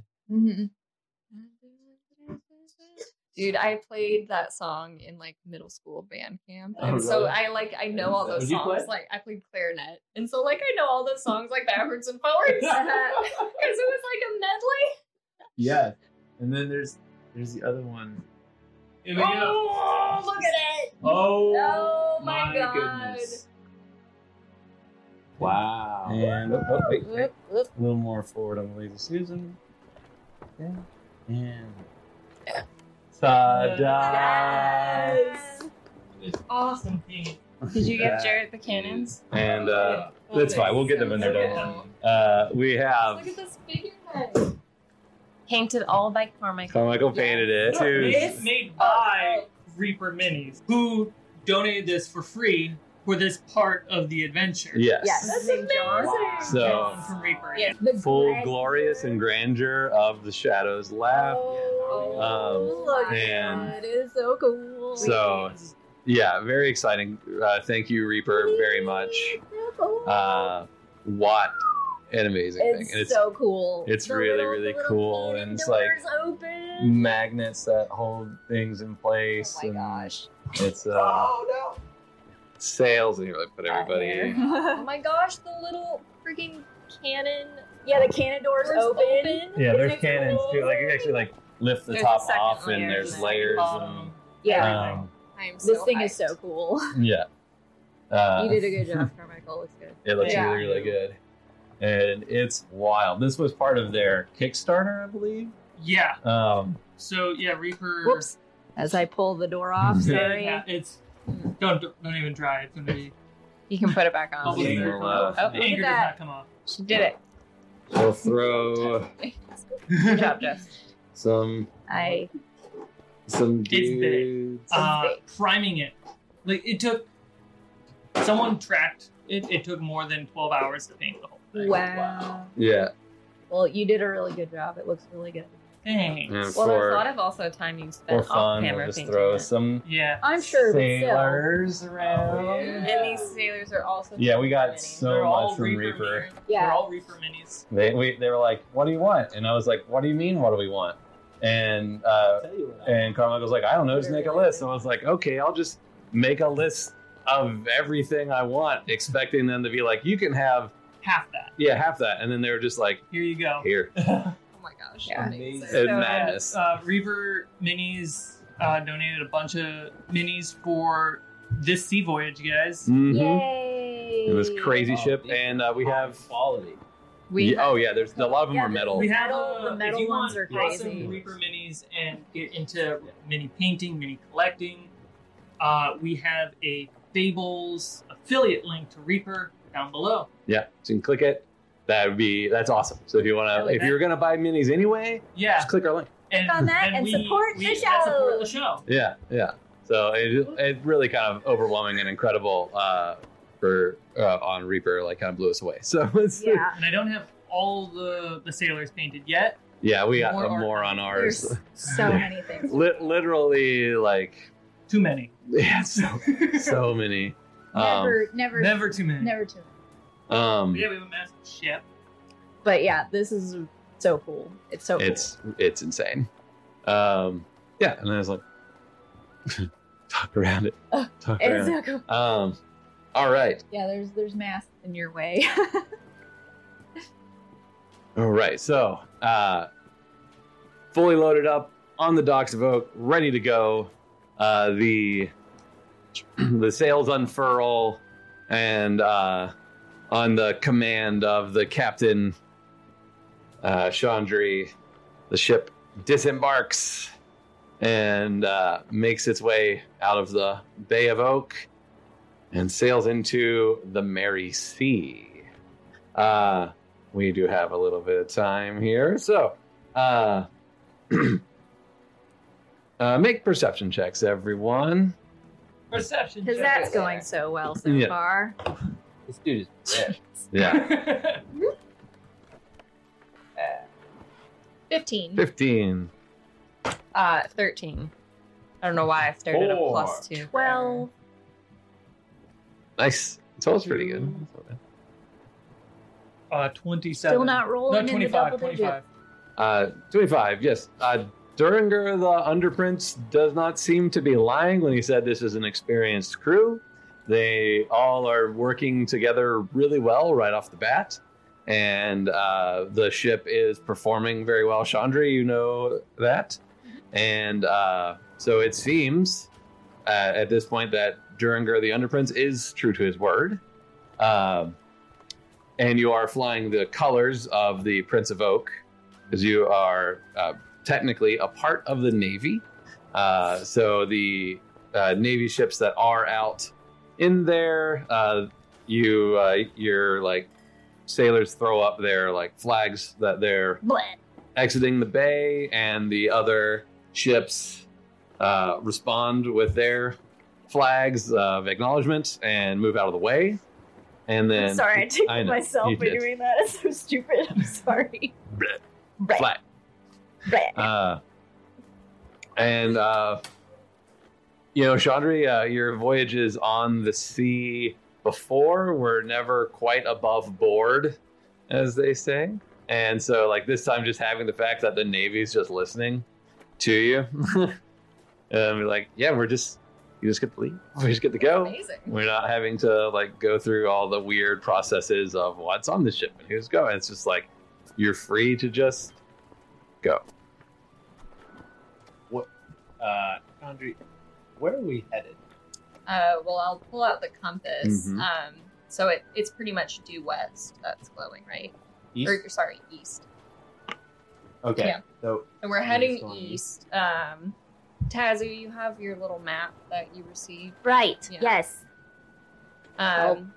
S4: Dude, I played that song in like middle school band camp.
S5: Oh,
S4: And so
S5: really?
S4: I like I know all
S5: What
S4: those
S5: did you
S4: songs.
S5: play?
S4: Like I played clarinet. And so like I know all those songs like backwards and forwards. Because it was like a medley.
S5: Yeah, and then there's there's the other one.
S6: Here we go.
S4: Oh look at it.
S5: Oh,
S4: Oh my God.
S5: Wow.
S2: And oh, oh, wait, wait.
S7: Whoop, whoop.
S2: a little more forward on the lazy Susan. Okay. And ta-da!
S6: Awesome team.
S8: Did you give
S2: That
S8: Jared the cannons?
S2: And uh, that's fine. We'll get them when they're done. Uh, we have
S4: Look at this Oh figurehead.
S8: Painted all by Carmichael.
S2: Carmichael painted it.
S6: It's
S2: Who's-
S6: made by Reaper Minis, who donated this for free for this part of the adventure.
S2: Yes.
S3: Yes.
S4: That's amazing.
S2: So
S6: From Reaper.
S4: Yeah.
S3: The
S2: full
S3: grand-
S2: glorious and grandeur of the shadows laugh.
S4: Oh,
S2: Um,
S4: look.
S2: and-
S3: It is so cool.
S2: So yeah, very exciting. Uh, thank you, Reaper, very much. Uh, what an amazing thing!
S3: it's,
S2: And it's
S3: so cool.
S2: it's
S3: The
S2: really,
S3: little-
S2: really
S3: the little
S2: cool,
S3: floating
S2: and it's
S3: doors open.
S2: magnets that hold things in place.
S4: Oh my
S2: and
S4: gosh.
S2: It's uh,
S5: Oh no.
S2: sales, and you really put everybody.
S4: Oh my gosh, the little freaking cannon
S3: yeah, the cannon doors
S4: Doors
S3: open.
S4: open.
S2: Yeah,
S3: there's cannons, too. Like,
S2: you actually like lift the
S8: There's a top second off, and layer, there's
S6: Second bottom.
S3: Yeah,
S6: um,
S4: I am so
S3: this thing is
S4: hyped.
S3: so cool.
S2: yeah.
S3: you did a good job, Carmichael. It's good.
S2: It looks
S4: Yeah.
S2: really, Uh, really good. And it's wild. This was part of their Kickstarter, I believe.
S6: Yeah.
S2: Um,
S6: So yeah, Reaper.
S3: Whoops. As I pull the door off,
S6: Yeah,
S3: sorry.
S6: yeah, it's don't don't even try. It's gonna be.
S8: You can put it back
S6: Oh,
S8: on.
S6: look at
S2: yeah.
S6: that.
S2: Wow.
S6: The
S3: Look at
S6: anchor does
S3: that.
S6: not come off.
S8: She did it.
S2: we'll throw
S8: Good job, Jess.
S2: some
S3: I
S2: some
S6: big.
S2: dudes.
S6: uh, priming it. Like it took someone tracked it. It took more than twelve hours to paint the whole thing.
S3: wow.
S2: Yeah,
S3: Well, you did a really good job. It looks really good.
S6: Thanks.
S2: and
S8: Well, there's a lot
S2: for
S8: of also time you spent
S2: for
S8: off
S2: fun,
S8: camera
S2: we'll just
S8: painting
S2: throw
S8: it.
S2: some
S6: Yeah.
S3: I'm sure. but still.
S2: sailors around.
S5: Oh,
S2: yeah.
S5: yeah.
S8: And these sailors are also.
S2: we got
S8: Many.
S2: so
S6: They're all
S2: much from
S6: Reaper.
S2: Reaper.
S6: minis. They're
S3: Yeah.
S6: all Reaper minis.
S2: They we, they were like, "What do you want?" And I was like, "What do you mean? What do we want?" And uh,
S5: Tell you what I-
S2: and Carmichael's like, "I don't know, just make a list." And I was like, "Okay, I'll just make a list of everything I want," expecting them to be like, "You can have
S6: Half that.
S2: yeah half that," and then they were just like,
S6: Here you go.
S2: "Here,
S4: Oh my gosh.
S5: Yeah.
S4: amazing.
S2: It's madness."
S6: Uh, Reaper minis uh, donated a bunch of minis for this sea voyage, guys.
S2: Mhm.
S3: Yay!
S2: It was crazy
S5: Oh,
S2: ship,
S5: these
S2: and uh, we have
S5: quality.
S2: yeah, oh yeah, there's a lot of them
S3: Yeah,
S2: are metal.
S6: We have
S3: Metal- the
S6: uh,
S3: metal
S6: if you
S3: ones
S6: want
S3: are crazy.
S6: Awesome Reaper minis and get into mini painting, mini collecting. Uh, we have a Fables affiliate link to Reaper down below.
S2: Yeah, so you can click it. That would be that's awesome. So if you want to,
S6: like
S2: if
S6: that.
S2: you're gonna buy minis anyway,
S6: Yeah,
S2: just click our link.
S6: and,
S3: on that and
S6: we,
S3: support
S6: we,
S3: the
S6: and
S3: show.
S6: support the show.
S2: Yeah, yeah. So it it really kind of overwhelming and incredible uh, for uh, on Reaper, like kind of blew us away. So it's, yeah.
S3: Yeah.
S6: And I don't have all the the sailors painted yet.
S2: we got
S6: More
S2: more, on
S6: art.
S2: ours.
S3: There's so many things.
S2: Lit literally like
S6: Too many.
S2: yeah, so so many. Um,
S3: never, never,
S6: Never too many.
S3: never too.
S2: um,
S6: Yeah, we have a massive ship.
S3: But yeah, this is so cool. It's so
S2: It's it's insane. Um, yeah, and I was like, talk around it,
S3: Ugh,
S2: talk
S3: cool. It's
S2: around.
S3: so cool.
S2: It. Um, all right,
S3: Yeah, there's there's math in your way.
S2: all right. So, uh, fully loaded up on the docks of oak, ready to go. Uh, the the sails unfurl, and uh, on the command of the captain, uh, Chandri, the ship disembarks and uh, makes its way out of the Bay of Oak and sails into the Mary Sea. Uh, we do have a little bit of time here, so uh, uh, make perception checks, everyone.
S6: Perception.
S3: Because that's going so well so
S2: Yeah.
S3: far.
S5: This dude is rich.
S2: Yeah,
S4: Fifteen.
S2: fifteen.
S4: Uh, thirteen.
S8: I don't know why I started at a plus
S5: Four.
S8: two. for
S3: Well,
S2: Nice. So it's pretty good.
S6: Uh, 27.
S3: still not rolling
S6: No,
S3: in the
S6: 25.
S3: double digit.
S6: 25.
S2: Uh, Twenty-five. Yes. Uh, Duringer the underprince does not seem to be lying when he said this is an experienced crew. They all are working together really well right off the bat, and uh, the ship is performing very well. Chandra, you know that, and uh, so it seems uh, at this point that Duringer the underprince is true to his word. Um, and you are flying the colors of the Prince of Oak, because you are uh, technically a part of the Navy. Uh, so the uh, Navy ships that are out in there, uh, you uh, your like sailors throw up their like flags that they're exiting the bay, and the other ships uh, respond with their flags of acknowledgement and move out of the way. And then
S3: I'm sorry, I ticked
S2: I know,
S3: myself
S2: you
S3: by
S2: did.
S3: doing that. It's so stupid. I'm sorry.
S2: Bleh.
S3: Right.
S2: Flag.
S3: Right.
S2: Uh, and uh, you know, Chandri, uh, your voyages on the sea before were never quite above board, as they say. And so, like this time, just having the fact that the Navy's just listening to you, and be like, yeah, we're just you just get to leave, we just get to go.
S4: Amazing.
S2: We're not having to like go through all the weird processes of what's on the ship and who's going. It's just like you're free to just
S5: Uh, Andre, where are we headed?
S4: Uh, well, I'll pull out the compass.
S2: Mhm.
S4: Um, so it, it's pretty much due west that's glowing, right? Or sorry, east.
S5: Okay.
S4: Yeah.
S5: So
S4: So we're
S5: East
S4: heading
S5: on
S4: east. Um, Tazu, you have your little map that you received.
S3: Right.
S4: Yeah.
S3: Yes.
S4: Um,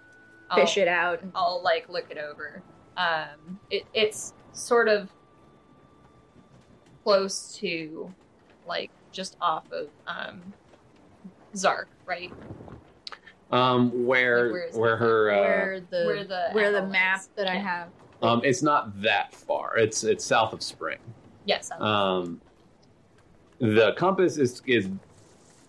S4: I'll-
S3: Fish it out.
S4: I'll like look it over. Um, it, it's sort of close to, like, just off of um, Zark, right?
S2: um where
S4: Like, where is
S2: where
S4: it?
S2: her uh,
S3: where the
S4: where the
S3: where the
S4: animal
S3: map
S4: is.
S3: that I
S4: Yeah.
S3: have.
S2: um it's not that far it's it's south of spring
S4: Yes. I'm-
S2: um the compass is is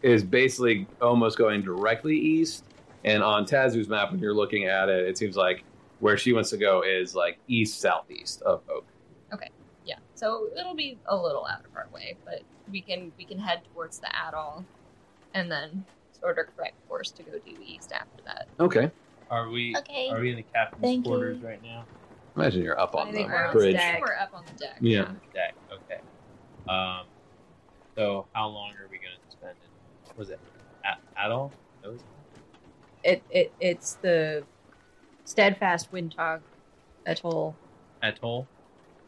S2: is basically almost going directly east and on tazu's map when you're looking at it it seems like where she wants to go is like east southeast of oak
S4: yeah. So it'll be a little out of our way, but we can we can head towards the Adol, and then sort of correct course to go due east after that.
S2: okay
S5: Are we?
S7: Okay.
S5: Are we in the captain's
S7: Uh, Thank
S5: quarters
S7: you.
S5: right now?
S2: imagine you're up on
S4: I think
S2: the
S4: we're, on the
S2: bridge
S4: deck. we're up on the deck.
S2: Yeah.
S5: Deck. Okay. Um. So how long are we going to spend in? Was it at, at all? That was-
S3: It, it it's the steadfast windtog atoll.
S5: Atoll.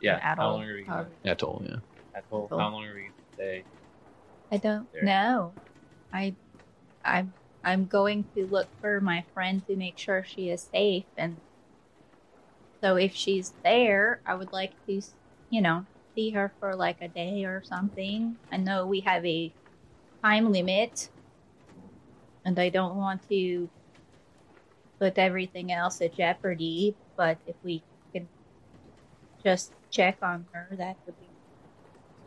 S5: Yeah.
S7: At
S5: how
S7: all.
S5: long are we going?
S7: Um,
S2: atoll yeah
S5: to Atoll.
S7: Atoll.
S5: How long are we going to stay?
S7: I don't
S5: There.
S7: know. I, I'm, I'm going to look for my friend to make sure she is safe, and so if she's there, I would like to, s- you know, see her for like a day or something. I know we have a time limit, and I don't want to put everything else at jeopardy. But if we can just check on her, that would be.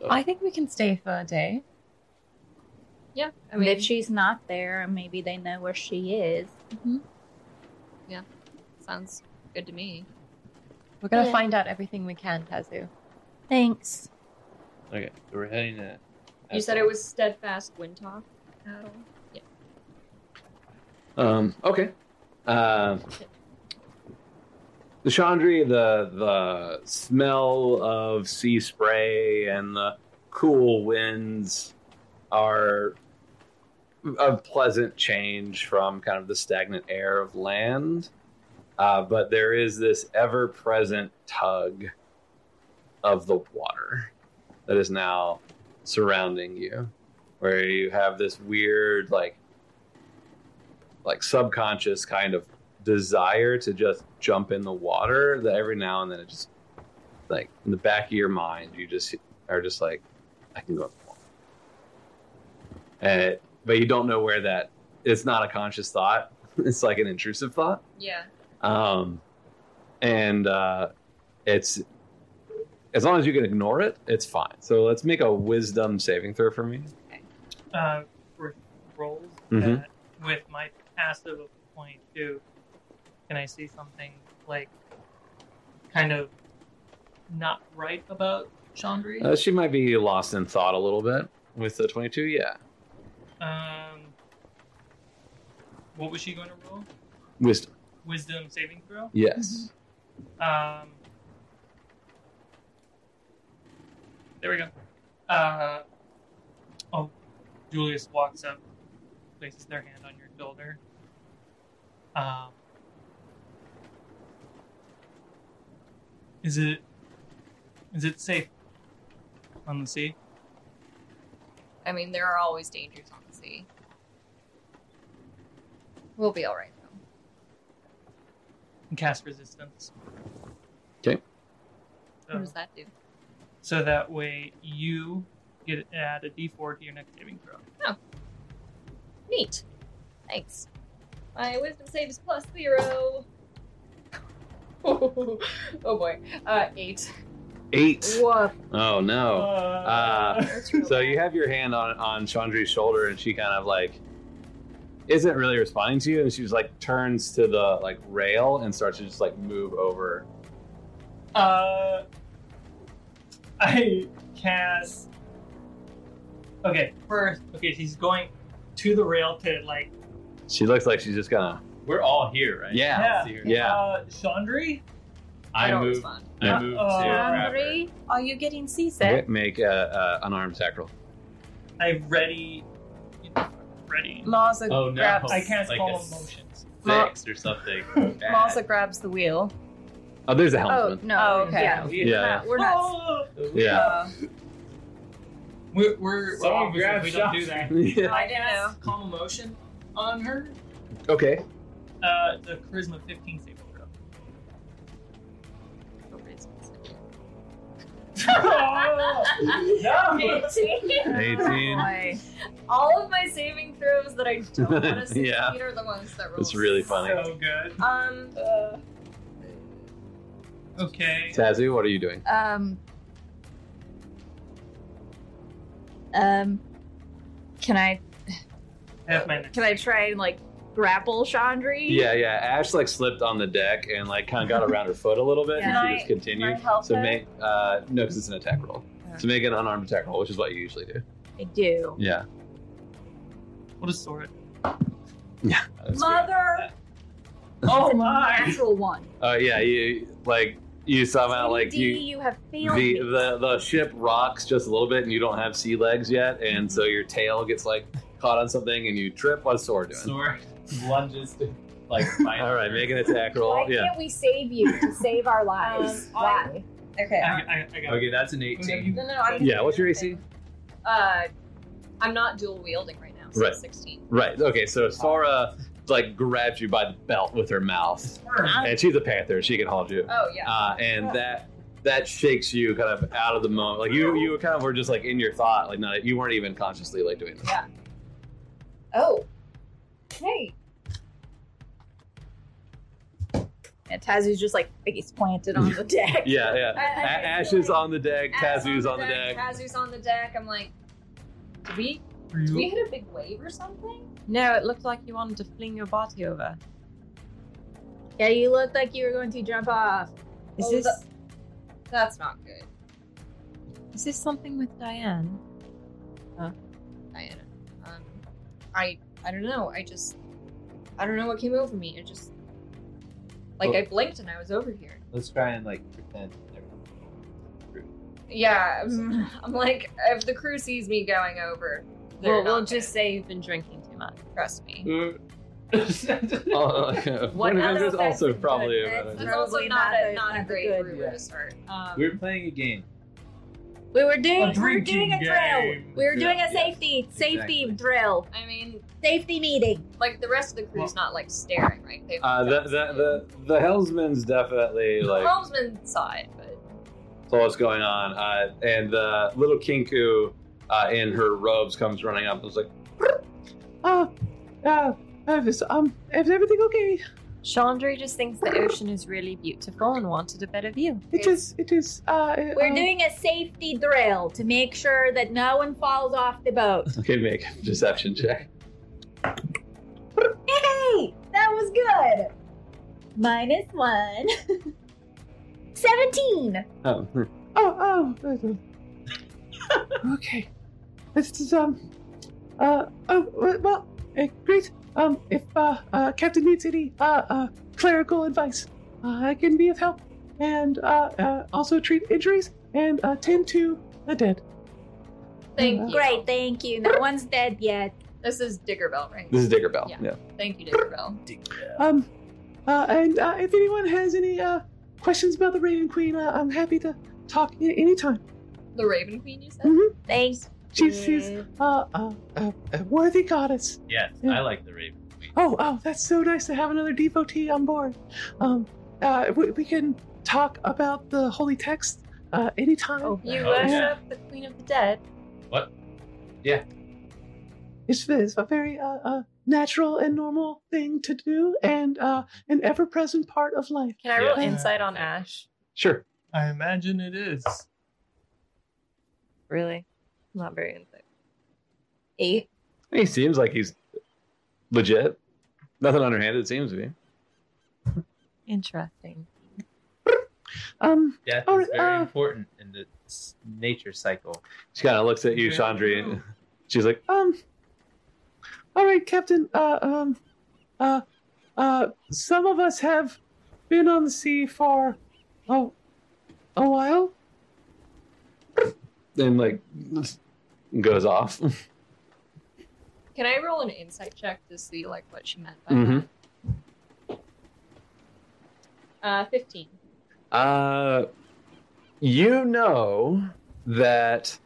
S8: that. I think we can stay for a day.
S4: Yeah. I
S7: I mean,
S4: mean,
S7: if she's not there, maybe they know where she is.
S4: sounds good to me.
S8: We're gonna
S10: Yeah.
S8: find out everything we can, Tazu.
S7: Thanks.
S5: Okay, so we're heading to.
S4: You said it was steadfast Windtalk.
S2: Um, okay. Um the chandri, the the smell of sea spray and the cool winds are a pleasant change from kind of the stagnant air of land. Uh, but there is this ever present tug of the water that is now surrounding you, where you have this weird, like, like subconscious kind of desire to just jump in the water that every now and then it just like in the back of your mind you just are just like i can go in the water and it- but you don't know where that it's not a conscious thought it's like an intrusive thought
S4: Yeah.
S2: um and uh it's as long as you can ignore it it's fine so let's make a wisdom saving throw for me
S6: uh, for rolls
S2: Mhm.
S6: that with my passive of 22 can i see something like kind of not right about chandri
S2: uh, she might be lost in thought a little bit with the 22 yeah
S6: um what was she going to roll
S2: wisdom
S6: wisdom saving throw
S2: yes
S6: um there we go uh oh julius walks up places their hand on your shoulder um Is it is it safe on the sea?
S4: I mean, there are always dangers on the sea. We'll be all right though.
S6: And cast resistance.
S2: 'Kay.
S6: So,
S4: What does that do?
S6: so that way you get add a D4 to your next saving throw.
S4: Neat. Thanks. My wisdom saves plus zero. oh boy. Uh, eight.
S2: eight
S3: Whoa.
S2: oh no Uh,
S4: That's real
S2: so you
S4: bad.
S2: have your hand on on Chandri's shoulder, and she kind of like isn't really responding to you, and she's like turns to the like rail and starts to just like move over.
S6: Uh, I cast. Okay, first, okay, she's going to the rail to like.
S2: She looks like she's just gonna
S5: We're all here, right?
S2: yeah
S6: Yeah.
S5: Here.
S2: yeah.
S6: Uh, Chandri.
S5: I,
S4: don't
S5: move.
S4: respond.
S5: I move
S6: Uh-oh.
S5: to grab her.
S7: Hungry?
S8: Are you getting
S2: Okay,
S8: seasick?
S2: make a, a an arm sacral.
S6: I ready. Ready.
S8: Larsa
S5: Oh, no.
S8: grabs.
S6: I cast
S5: Like
S6: call
S5: a
S6: on motions.
S5: Six or something.
S8: Larsa grabs the wheel.
S2: Oh, there's a
S3: Oh
S2: helmsman.
S3: no.
S8: Oh, okay.
S3: Yeah.
S5: Bad.
S3: We're
S2: yeah,
S3: not. We're not
S2: yeah.
S10: Uh,
S6: We're we're, we're
S5: Someone
S6: officers,
S5: grab
S6: we don't do that.
S2: yeah.
S6: I cast calm emotion on her.
S2: Okay.
S6: Uh, the charisma 15 saving throw. Oh, no.
S2: Eighteen.
S3: Why?
S4: All of my saving throws that I don't want to succeed
S2: Yeah.
S4: are the ones that roll.
S2: It's really funny.
S6: So good.
S4: Um,
S6: Okay.
S2: Tazu, what are you doing?
S3: Um. Um. Can I
S6: I have my next.
S3: can I try and like grapple Chandri?
S2: Yeah, yeah. Ash like slipped on the deck and like kind of got around her foot a little bit,
S8: Can
S2: and she
S8: I-
S2: just continued.
S8: can I help
S2: so
S8: her?
S2: make uh, no, because it's an attack roll. So make an unarmed attack roll, which is what you usually do.
S3: I do.
S2: Yeah.
S6: What a sword.
S3: Mother.
S6: Oh
S3: It's a
S6: my.
S3: Natural one.
S2: Uh, yeah, you like you
S7: Oh,
S2: somehow Uh, like
S3: Sadie,
S2: you
S3: you have
S2: the,
S3: failed me.
S2: the the ship rocks just a little bit, and you don't have sea legs yet, and so your tail gets like caught on something, and you trip. What's sword doing?
S5: Snort lunges to like find
S2: All right,
S5: her.
S2: make an attack
S3: Why
S2: roll. Oh, Yeah.
S3: can't we save you to save our lives?
S10: Um, I-
S3: Why?
S10: okay.
S6: I, I, I got
S5: Okay, that's an
S6: Okay,
S5: 18.
S6: you-
S4: no, no, I'm,
S2: Yeah. What's your AC?
S4: uh, I'm not dual wielding right now, so
S2: Right.
S4: 16.
S2: Right. Okay. So Sora like grabs you by the belt with her mouth,
S6: her.
S2: and she's a panther. She can hold you.
S4: Oh, yeah.
S2: uh, and that that shakes you kind of out of the moment. Like you, you kind of were just like in your thought, like not you weren't even consciously like doing this.
S4: Oh. Hey.
S3: And Tazu's just like face planted on the deck.
S2: Yeah, yeah.
S4: I- I-
S2: A- Ash is on the deck, Tazu's on the deck.
S4: Tazu's on the deck. I'm like, did we,
S6: Are
S4: did we
S6: you-
S4: hit a big wave or something?
S8: No, it looked like you wanted to fling your body over.
S3: Yeah, you looked like you were going to jump off.
S8: Is
S4: Oh,
S8: this
S4: the- That's not good,
S8: is this something with Diane?
S4: Diana. Um, I I don't know. I just I don't know what came over me. It just like
S5: Oh.
S4: I blinked and I was over here.
S5: Let's try and like pretend.
S4: Yeah, I'm, I'm like if the crew sees me going over, they're
S8: Well, we'll
S4: not
S8: just say you've been drinking too much.
S4: gonna trust me.
S5: everything.
S2: Uh, one of
S7: other
S2: them is also
S7: offensive
S2: probably
S7: good
S2: about
S7: acts?
S2: it.
S4: That's also
S7: Probably
S4: not
S7: not
S4: a
S7: a-
S4: not a
S7: not a
S4: great
S7: good-
S4: room
S5: yeah.
S4: to start. Um,
S5: We're playing a game.
S7: We were doing
S6: A
S7: we were
S6: drinking
S7: doing a drill.
S6: game.
S7: We were doing
S5: Yeah,
S7: a safety safety
S5: exactly.
S7: drill.
S4: I mean,
S7: Safety meeting.
S4: like the rest of the crew's not like staring, right? They
S2: Uh, the, the, the, the Hellsman's definitely
S4: the
S2: like
S4: helmsman saw it, but
S2: So what's going on? Uh, and the little Kinku uh, in her robes comes running up and is like, "Oh, uh, Elvis, um, is everything okay?
S8: Chandra just thinks the ocean is really beautiful and wanted a better view.
S2: It is, it is. Uh,
S7: We're
S2: um,
S7: doing a safety drill to make sure that no one falls off the boat.
S2: Okay, make a deception check.
S7: Hey, that was good. Minus one. 17.
S2: Oh, oh, oh. okay. This is um, uh, oh, well, great. Um, if uh, uh, Captain needs any uh, uh, clerical advice, uh, I can be of help, and uh, uh, also treat injuries and uh, tend to the dead.
S4: thank
S8: Mm-hmm.
S4: you.
S7: Great, thank you. No one's dead yet.
S4: This is Diggerbell, right?
S2: This is Diggerbell.
S4: Yeah.
S2: Yeah.
S4: Thank you, Diggerbell.
S2: Um, uh, and uh, if anyone has any uh, questions about the Raven Queen, uh, I'm happy to talk a- anytime.
S4: The Raven Queen, you said?
S2: Mhm.
S7: Thanks.
S2: She's, she's uh, uh, uh, a worthy goddess.
S5: Yes, I like the raven.
S2: Oh, oh, that's so nice to have another devotee on board. Um, uh, we, we can talk about the holy text uh, anytime.
S8: You
S5: Oh,
S8: worship
S4: uh,
S5: yeah.
S8: the Queen of the Dead.
S2: It's, it's a very uh, uh, natural and normal thing to do, and uh, an ever-present part of life.
S8: Can I roll
S5: Yeah.
S8: insight on Ash?
S2: Sure.
S6: I imagine it is.
S8: Really? Not very insightful. Eight.
S2: He seems like he's legit. Nothing underhanded, it seems to be.
S8: Interesting.
S2: Um,
S5: Death
S2: Oh,
S5: is very
S2: uh,
S5: important in the s- nature cycle.
S2: she kind of looks at you,
S6: Yeah.
S2: Chandri, and she's like, um, all right, Captain. Uh, um, uh, uh, some of us have been on the sea for a, a while. And like goes off.
S4: Can I roll an insight check to see like what she meant by
S2: Mhm.
S4: that? Uh, fifteen.
S2: Uh, you know that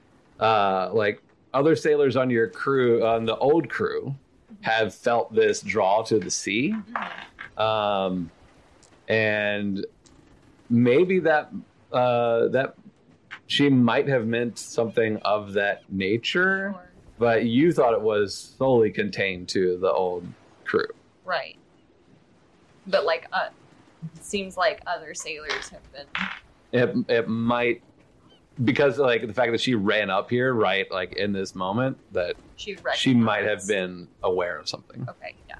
S2: uh, like other sailors on your crew, on the old crew, have felt this draw to the sea,
S4: Mm-hmm.
S2: um, and maybe that uh, that she might have meant something of that nature,
S4: Or-
S2: but you thought it was solely contained to the old crew.
S4: right. But like, uh, seems like other sailors have been.
S2: it it might because like the fact that she ran up here right like in this moment that
S4: She recognized.
S2: she might have been aware of something
S4: Okay. Yeah.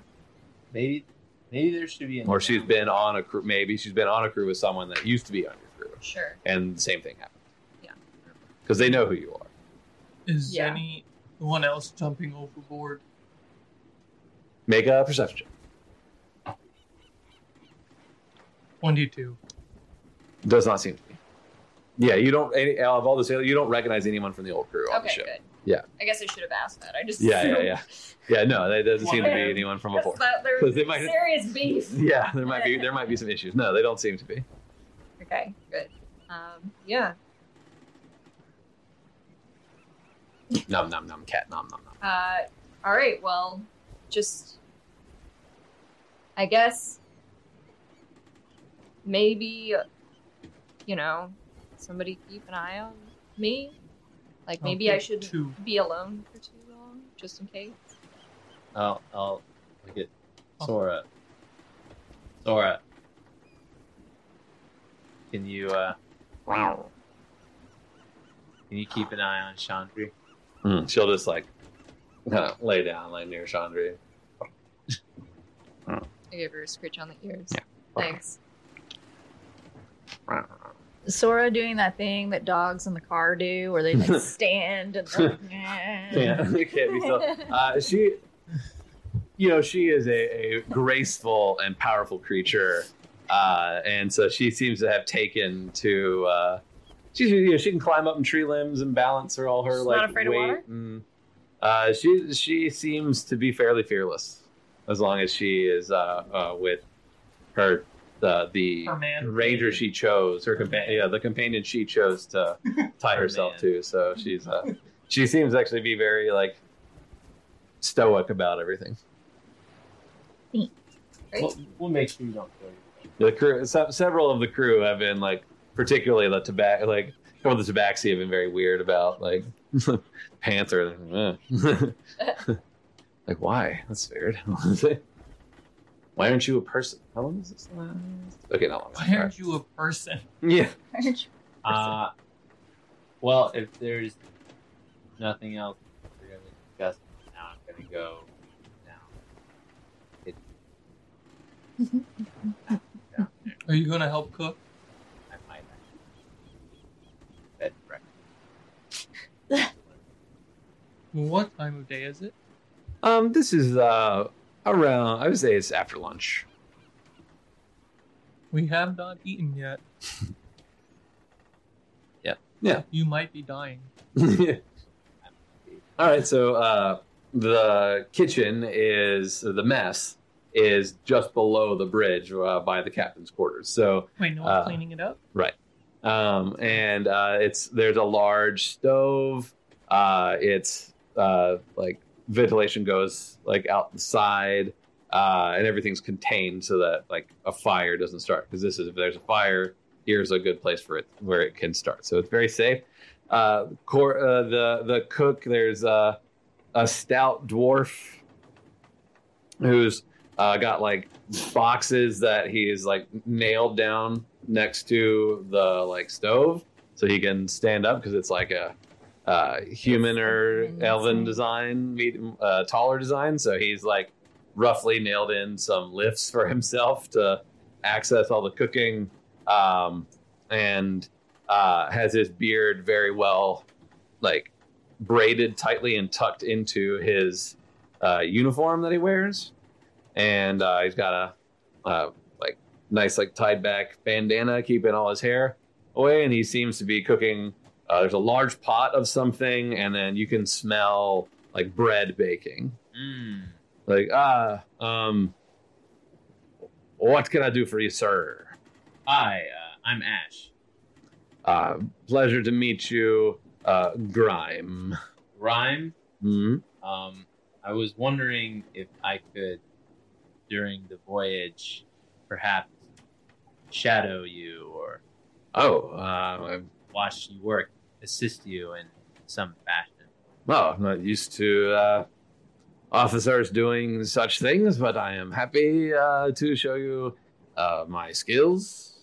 S5: Maybe, maybe there should be. An
S2: or she's been on a crew maybe she's been on a crew with someone that used to be on your crew
S4: Sure.
S2: and the same thing happened
S4: Yeah.
S2: because they know who you are
S6: Is
S4: Yeah.
S6: anyone else jumping overboard?
S2: make a perception check.
S6: 22.
S2: does not seem to be yeah you don't any out of all the sailors you don't recognize anyone from the old crew on the
S4: Okay.
S2: ship
S4: Good.
S2: Yeah.
S4: I guess I should have asked that. I just.
S2: yeah yeah
S4: assumed-
S2: yeah yeah no there doesn't seem to be
S4: Okay.
S2: anyone from
S4: Because
S2: before
S4: that- there
S2: because
S4: was
S2: they might
S4: serious beef.
S2: yeah there might be there might be some issues no they don't seem to be
S4: Okay. Good. Um, yeah.
S2: nom nom nom cat nom nom nom
S4: Uh, all right. Well, just I guess maybe you know somebody keep an eye on me. Like maybe
S6: Okay,
S4: I shouldn't
S6: two.
S4: be alone for too long, just in case.
S5: I'll, I'll look at Sora. Sora, can you uh, can you keep an eye on Chandri?
S2: Mm, She'll just like kind of lay down, like near Chandri.
S4: I gave her a scratch on the ears. Thanks.
S3: Sora doing that thing that dogs in the car do, where they like stand and like, yeah.
S2: Yeah, it can't be so. Uh, she, you know, she is a, a graceful and powerful creature, uh, and so she seems to have taken to. Uh, she's you know she can climb up in tree limbs and balance her all her
S10: She's
S2: like
S10: not afraid of
S2: weight.
S10: water?
S2: And, uh, she she seems to be fairly fearless, as long as she is uh, uh, with her the the
S6: Her man.
S2: ranger she chose her companion yeah the companion she chose to tie
S5: Her
S2: herself
S5: man.
S2: to so she's uh she seems to actually be very like stoic about everything
S5: We'll, we'll make sure you don't kill you.
S2: the crew se- several of the crew have been like particularly the tobacco like some of the tabaxi have been very weird about like panther like, eh. like why that's weird why aren't you a person how long is this last? okay not long
S6: Why aren't you a person?
S2: yeah
S5: Uh, well, if there's nothing else we're going to discuss now, I'm going to go now. It, down there.
S6: Are you gonna help cook?
S5: I might have bed and breakfast.
S6: What time of day is it?
S2: Um, this is uh around. I would say it's after lunch.
S6: We have not eaten yet.
S2: Yeah. Yeah.
S6: You might be dying.
S2: All right, so uh, the kitchen is the mess is just below the bridge uh, by the captain's quarters. So
S6: Wait, no one's
S2: Uh,
S6: cleaning it up?
S2: um, and uh, it's there's a large stove. Uh, it's uh, like ventilation goes like out the side, uh, and everything's contained so that like a fire doesn't start. Because this is if there's a fire, here's a good place for it where it can start. So it's very safe. Uh, cor- uh, the the cook there's uh, a stout dwarf who's uh, got like boxes that he's like nailed down next to the like stove so he can stand up because it's like a uh, human or
S7: It's like an
S2: elven
S7: insane-
S2: design, medium, uh, taller design. So he's like roughly nailed in some lifts for himself to access all the cooking um, and uh, has his beard very well like braided tightly and tucked into his uh, uniform that he wears, and uh, he's got a uh, like nice like tied back bandana keeping all his hair away, and he seems to be cooking. Uh, there's a large pot of something, and then you can smell like bread baking.
S5: Mm.
S2: Like ah, um, what can I do for you, sir?
S5: Hi, uh, I'm Ash.
S2: Uh, pleasure to meet you, uh, Grime.
S5: Rhyme.
S2: Hmm?
S5: Um, I was wondering if I could, during the voyage, perhaps shadow you or um,
S2: Oh, uh,
S5: watch you work, assist you in some fashion.
S2: Well, I'm not used to uh, officers doing such things, but I am happy uh, to show you uh, my skills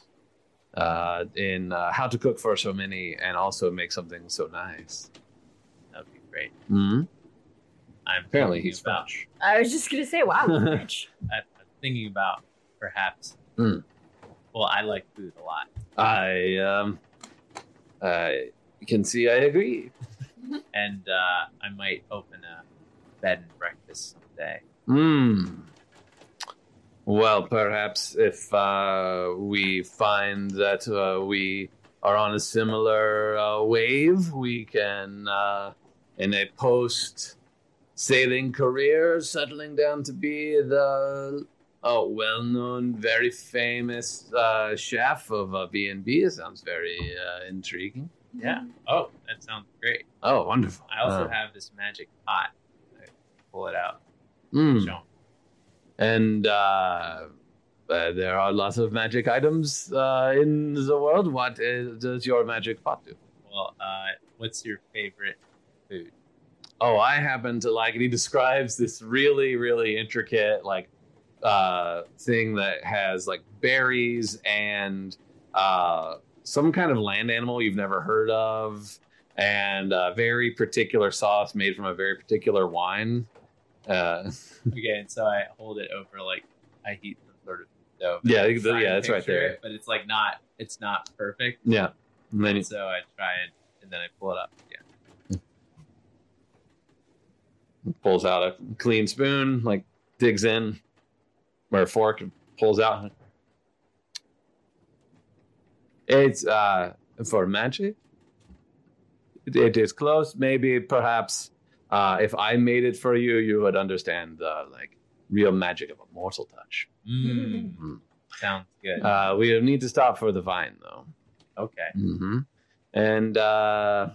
S2: uh, in uh, how to cook for so many and also make something so nice.
S5: That would be great.
S2: Mm-hmm.
S5: I'm
S2: Apparently,
S5: thinking
S2: he's
S5: about,
S2: French.
S3: I was just gonna say, wow, Rich.
S5: I, I'm thinking about perhaps.
S2: Hmm.
S5: Well, I like food a lot,
S2: I um, I can see. I agree.
S5: and uh, I might open a bed and breakfast someday.
S2: Hmm. Well, perhaps if uh, we find that uh, we are on a similar uh, wave, we can, uh, in a post sailing career, settling down to be the uh, well known, very famous uh, chef of uh, B&B. It sounds very uh, intriguing.
S5: Yeah. Oh, that sounds great.
S2: Oh, wonderful.
S5: I also
S2: Uh,
S5: have this magic pot. I pull it out.
S2: mm.
S5: Show 'em.
S2: and uh, uh, there are lots of magic items uh, in the world. What is, does your magic pot do?
S5: Well, uh, what's your favorite food?
S2: Oh, I happen to like, and he describes this really, really intricate like uh, thing that has like berries and uh, some kind of land animal you've never heard of, and a very particular sauce made from a very particular wine. Uh,
S5: Okay, and so I hold it over like I heat some sort of though.
S2: Yeah,
S5: I'm
S2: the-
S5: trying
S2: yeah,
S5: to
S2: it's right
S5: picture
S2: there.
S5: it, but it's like not, it's not perfect.
S2: Yeah. And then
S5: And
S2: you-
S5: so I try it, and then I pull it up. again.
S2: pulls out a clean spoon, like digs in, or a fork, and pulls out. It's uh, for magic. It is close. Maybe, perhaps, uh, if I made it for you, you would understand the like real magic of a mortal touch.
S5: Mm,
S2: Mm.
S5: sounds good.
S2: Uh, we need to stop for the vine, though.
S5: okay.
S2: Mm-hmm. And uh,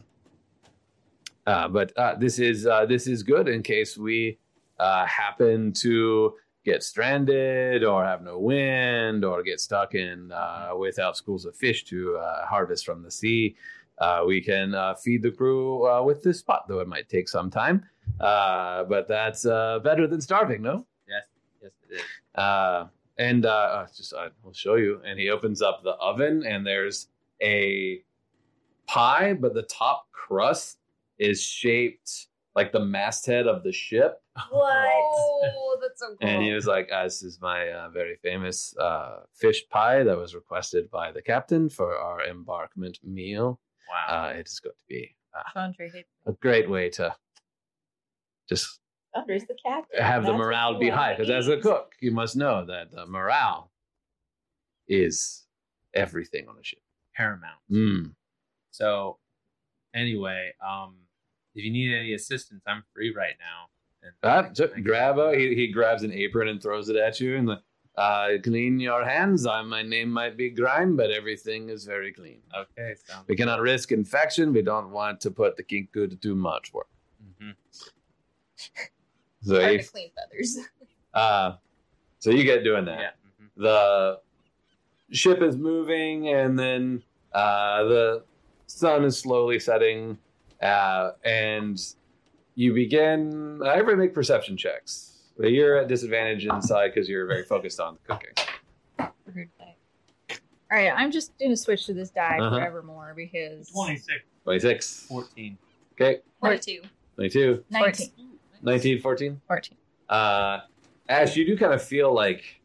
S2: uh, but uh, this is uh, this is good in case we uh, happen to get stranded or have no wind or get stuck in uh, without schools of fish to uh, harvest from the sea. Uh, we can uh, feed the crew uh, with this pot, though it might take some time. Uh, but that's uh, better than starving, no?
S5: Yes, yes, it is.
S2: Uh, and uh, uh, just I will show you. And he opens up the oven, and there's a pie, but the top crust is shaped like the masthead of the ship.
S3: What?
S4: Oh, that's so cool.
S2: And he was like, "Ah, "This is my uh, very famous uh, fish pie that was requested by the captain for our embarkment meal.
S5: Wow.
S2: Uh, it is going to be uh,
S10: Chandra hates
S2: a great way to just
S7: Andre's the captain.
S2: have the
S7: That's
S2: morale
S7: what
S2: be
S7: you
S2: high
S7: wanna
S2: because as a
S7: eat.
S2: cook you must know that the morale is everything on a ship
S5: Paramount.
S2: mm.
S5: So, anyway, um, if you need any assistance, I'm free right now. And
S2: Ah, so grab a he, he grabs an apron and throws it at you and the, uh, clean your hands I, my name might be grime but everything is very clean Uh,
S5: Okay, sounds
S2: we cannot risk infection we don't want to put the kinku to too much work
S5: hmm
S2: so,
S4: Hard
S2: he,
S4: to clean feathers.
S2: uh, so you get doing that
S5: Yeah. mhm.
S2: the ship is moving and then uh, the sun is slowly setting uh, and you begin uh, everybody make perception checks but you're at disadvantage inside because you're very focused on the cooking
S3: All right, I'm just gonna switch to this die
S2: Uh-huh.
S3: forevermore because
S6: 26.
S2: 26
S5: 14.
S2: okay
S4: 22.
S2: 22
S3: 19.
S2: 19 14
S3: 14.
S2: uh, ash you do kind of feel like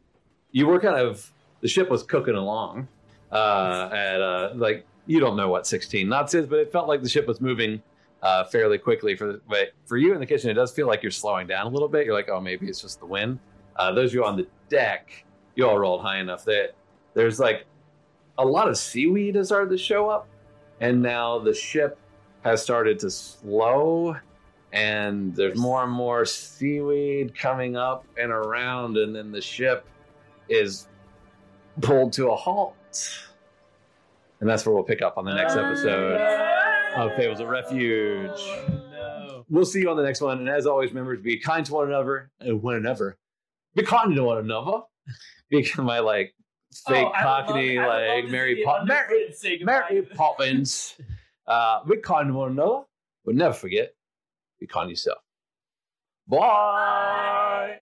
S2: you were kind of the ship was cooking along uh, at uh, like you don't know what 16 knots is but it felt like the ship was moving uh, fairly quickly for but for you in the kitchen it does feel like you're slowing down a little bit you're like oh maybe it's just the wind uh, those of you on the deck you all rolled high enough that there's like a lot of seaweed has started to show up and now the ship has started to slow and there's more and more seaweed coming up and around, and then the ship is pulled to a halt. And that's where we'll pick up on the next
S6: Ah,
S2: episode of Fables of Refuge.
S5: No.
S2: We'll see you on the next one. And as always, remember to be kind to one another and one another. Be kind to one another. Because my like
S6: Oh,
S2: fake cockney, like Mary Pop Mary Mary Poppins. Uh, be kind to one another, but never forget, be kind to yourself. Bye.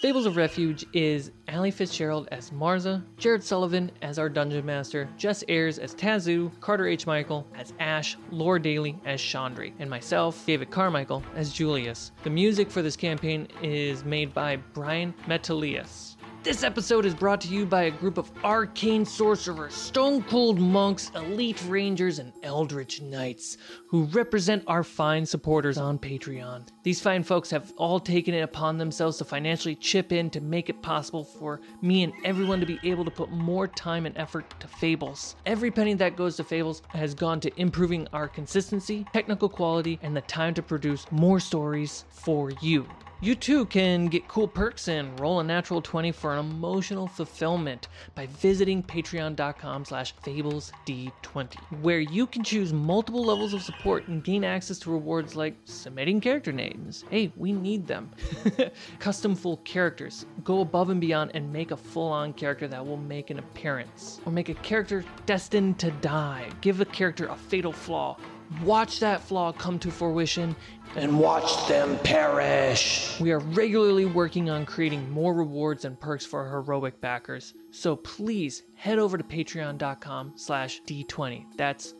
S1: Fables of Refuge is Allie Fitzgerald as Marza, Jared Sullivan as our Dungeon Master, Jess Ayers as Tazoo, Carter H. Michael as Ash, Laura Daly as Chandri, and myself, David Carmichael, as Julius. The music for this campaign is made by Brian Metalius. This episode is brought to you by a group of arcane sorcerers, stone cold monks, elite rangers, and eldritch knights who represent our fine supporters on Patreon. These fine folks have all taken it upon themselves to financially chip in to make it possible for me and everyone to be able to put more time and effort to Fables. Every penny that goes to Fables has gone to improving our consistency, technical quality, and the time to produce more stories for you. You too can get cool perks and roll a natural 20 for an emotional fulfillment by visiting patreon.com slash fablesd20, where you can choose multiple levels of support and gain access to rewards like submitting character names. Hey, we need them. Custom full characters. Go above and beyond and make a full-on character that will make an appearance. Or make a character destined to die. Give the character a fatal flaw. Watch that flaw come to fruition and watch them perish. We are regularly working on creating more rewards and perks for our heroic backers. So please head over to patreon.com slash d20. That's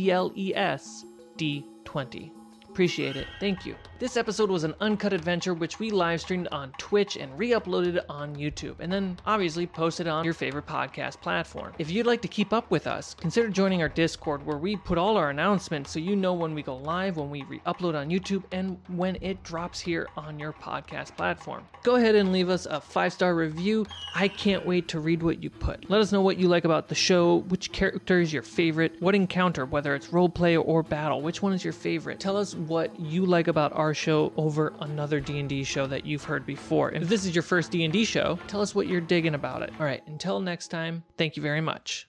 S1: F-A-B-L-E-S D20. Appreciate it. Thank you. This episode was an uncut adventure which we live streamed on Twitch and re uploaded on YouTube, and then obviously posted on your favorite podcast platform. If you'd like to keep up with us, consider joining our Discord where we put all our announcements so you know when we go live, when we re upload on YouTube, and when it drops here on your podcast platform. Go ahead and leave us a five star review. I can't wait to read what you put. Let us know what you like about the show, which character is your favorite, what encounter, whether it's roleplay or battle, which one is your favorite. Tell us what you like about our show over another D&D show that you've heard before. If this is your first D&D show, tell us what you're digging about it. All right, until next time, thank you very much.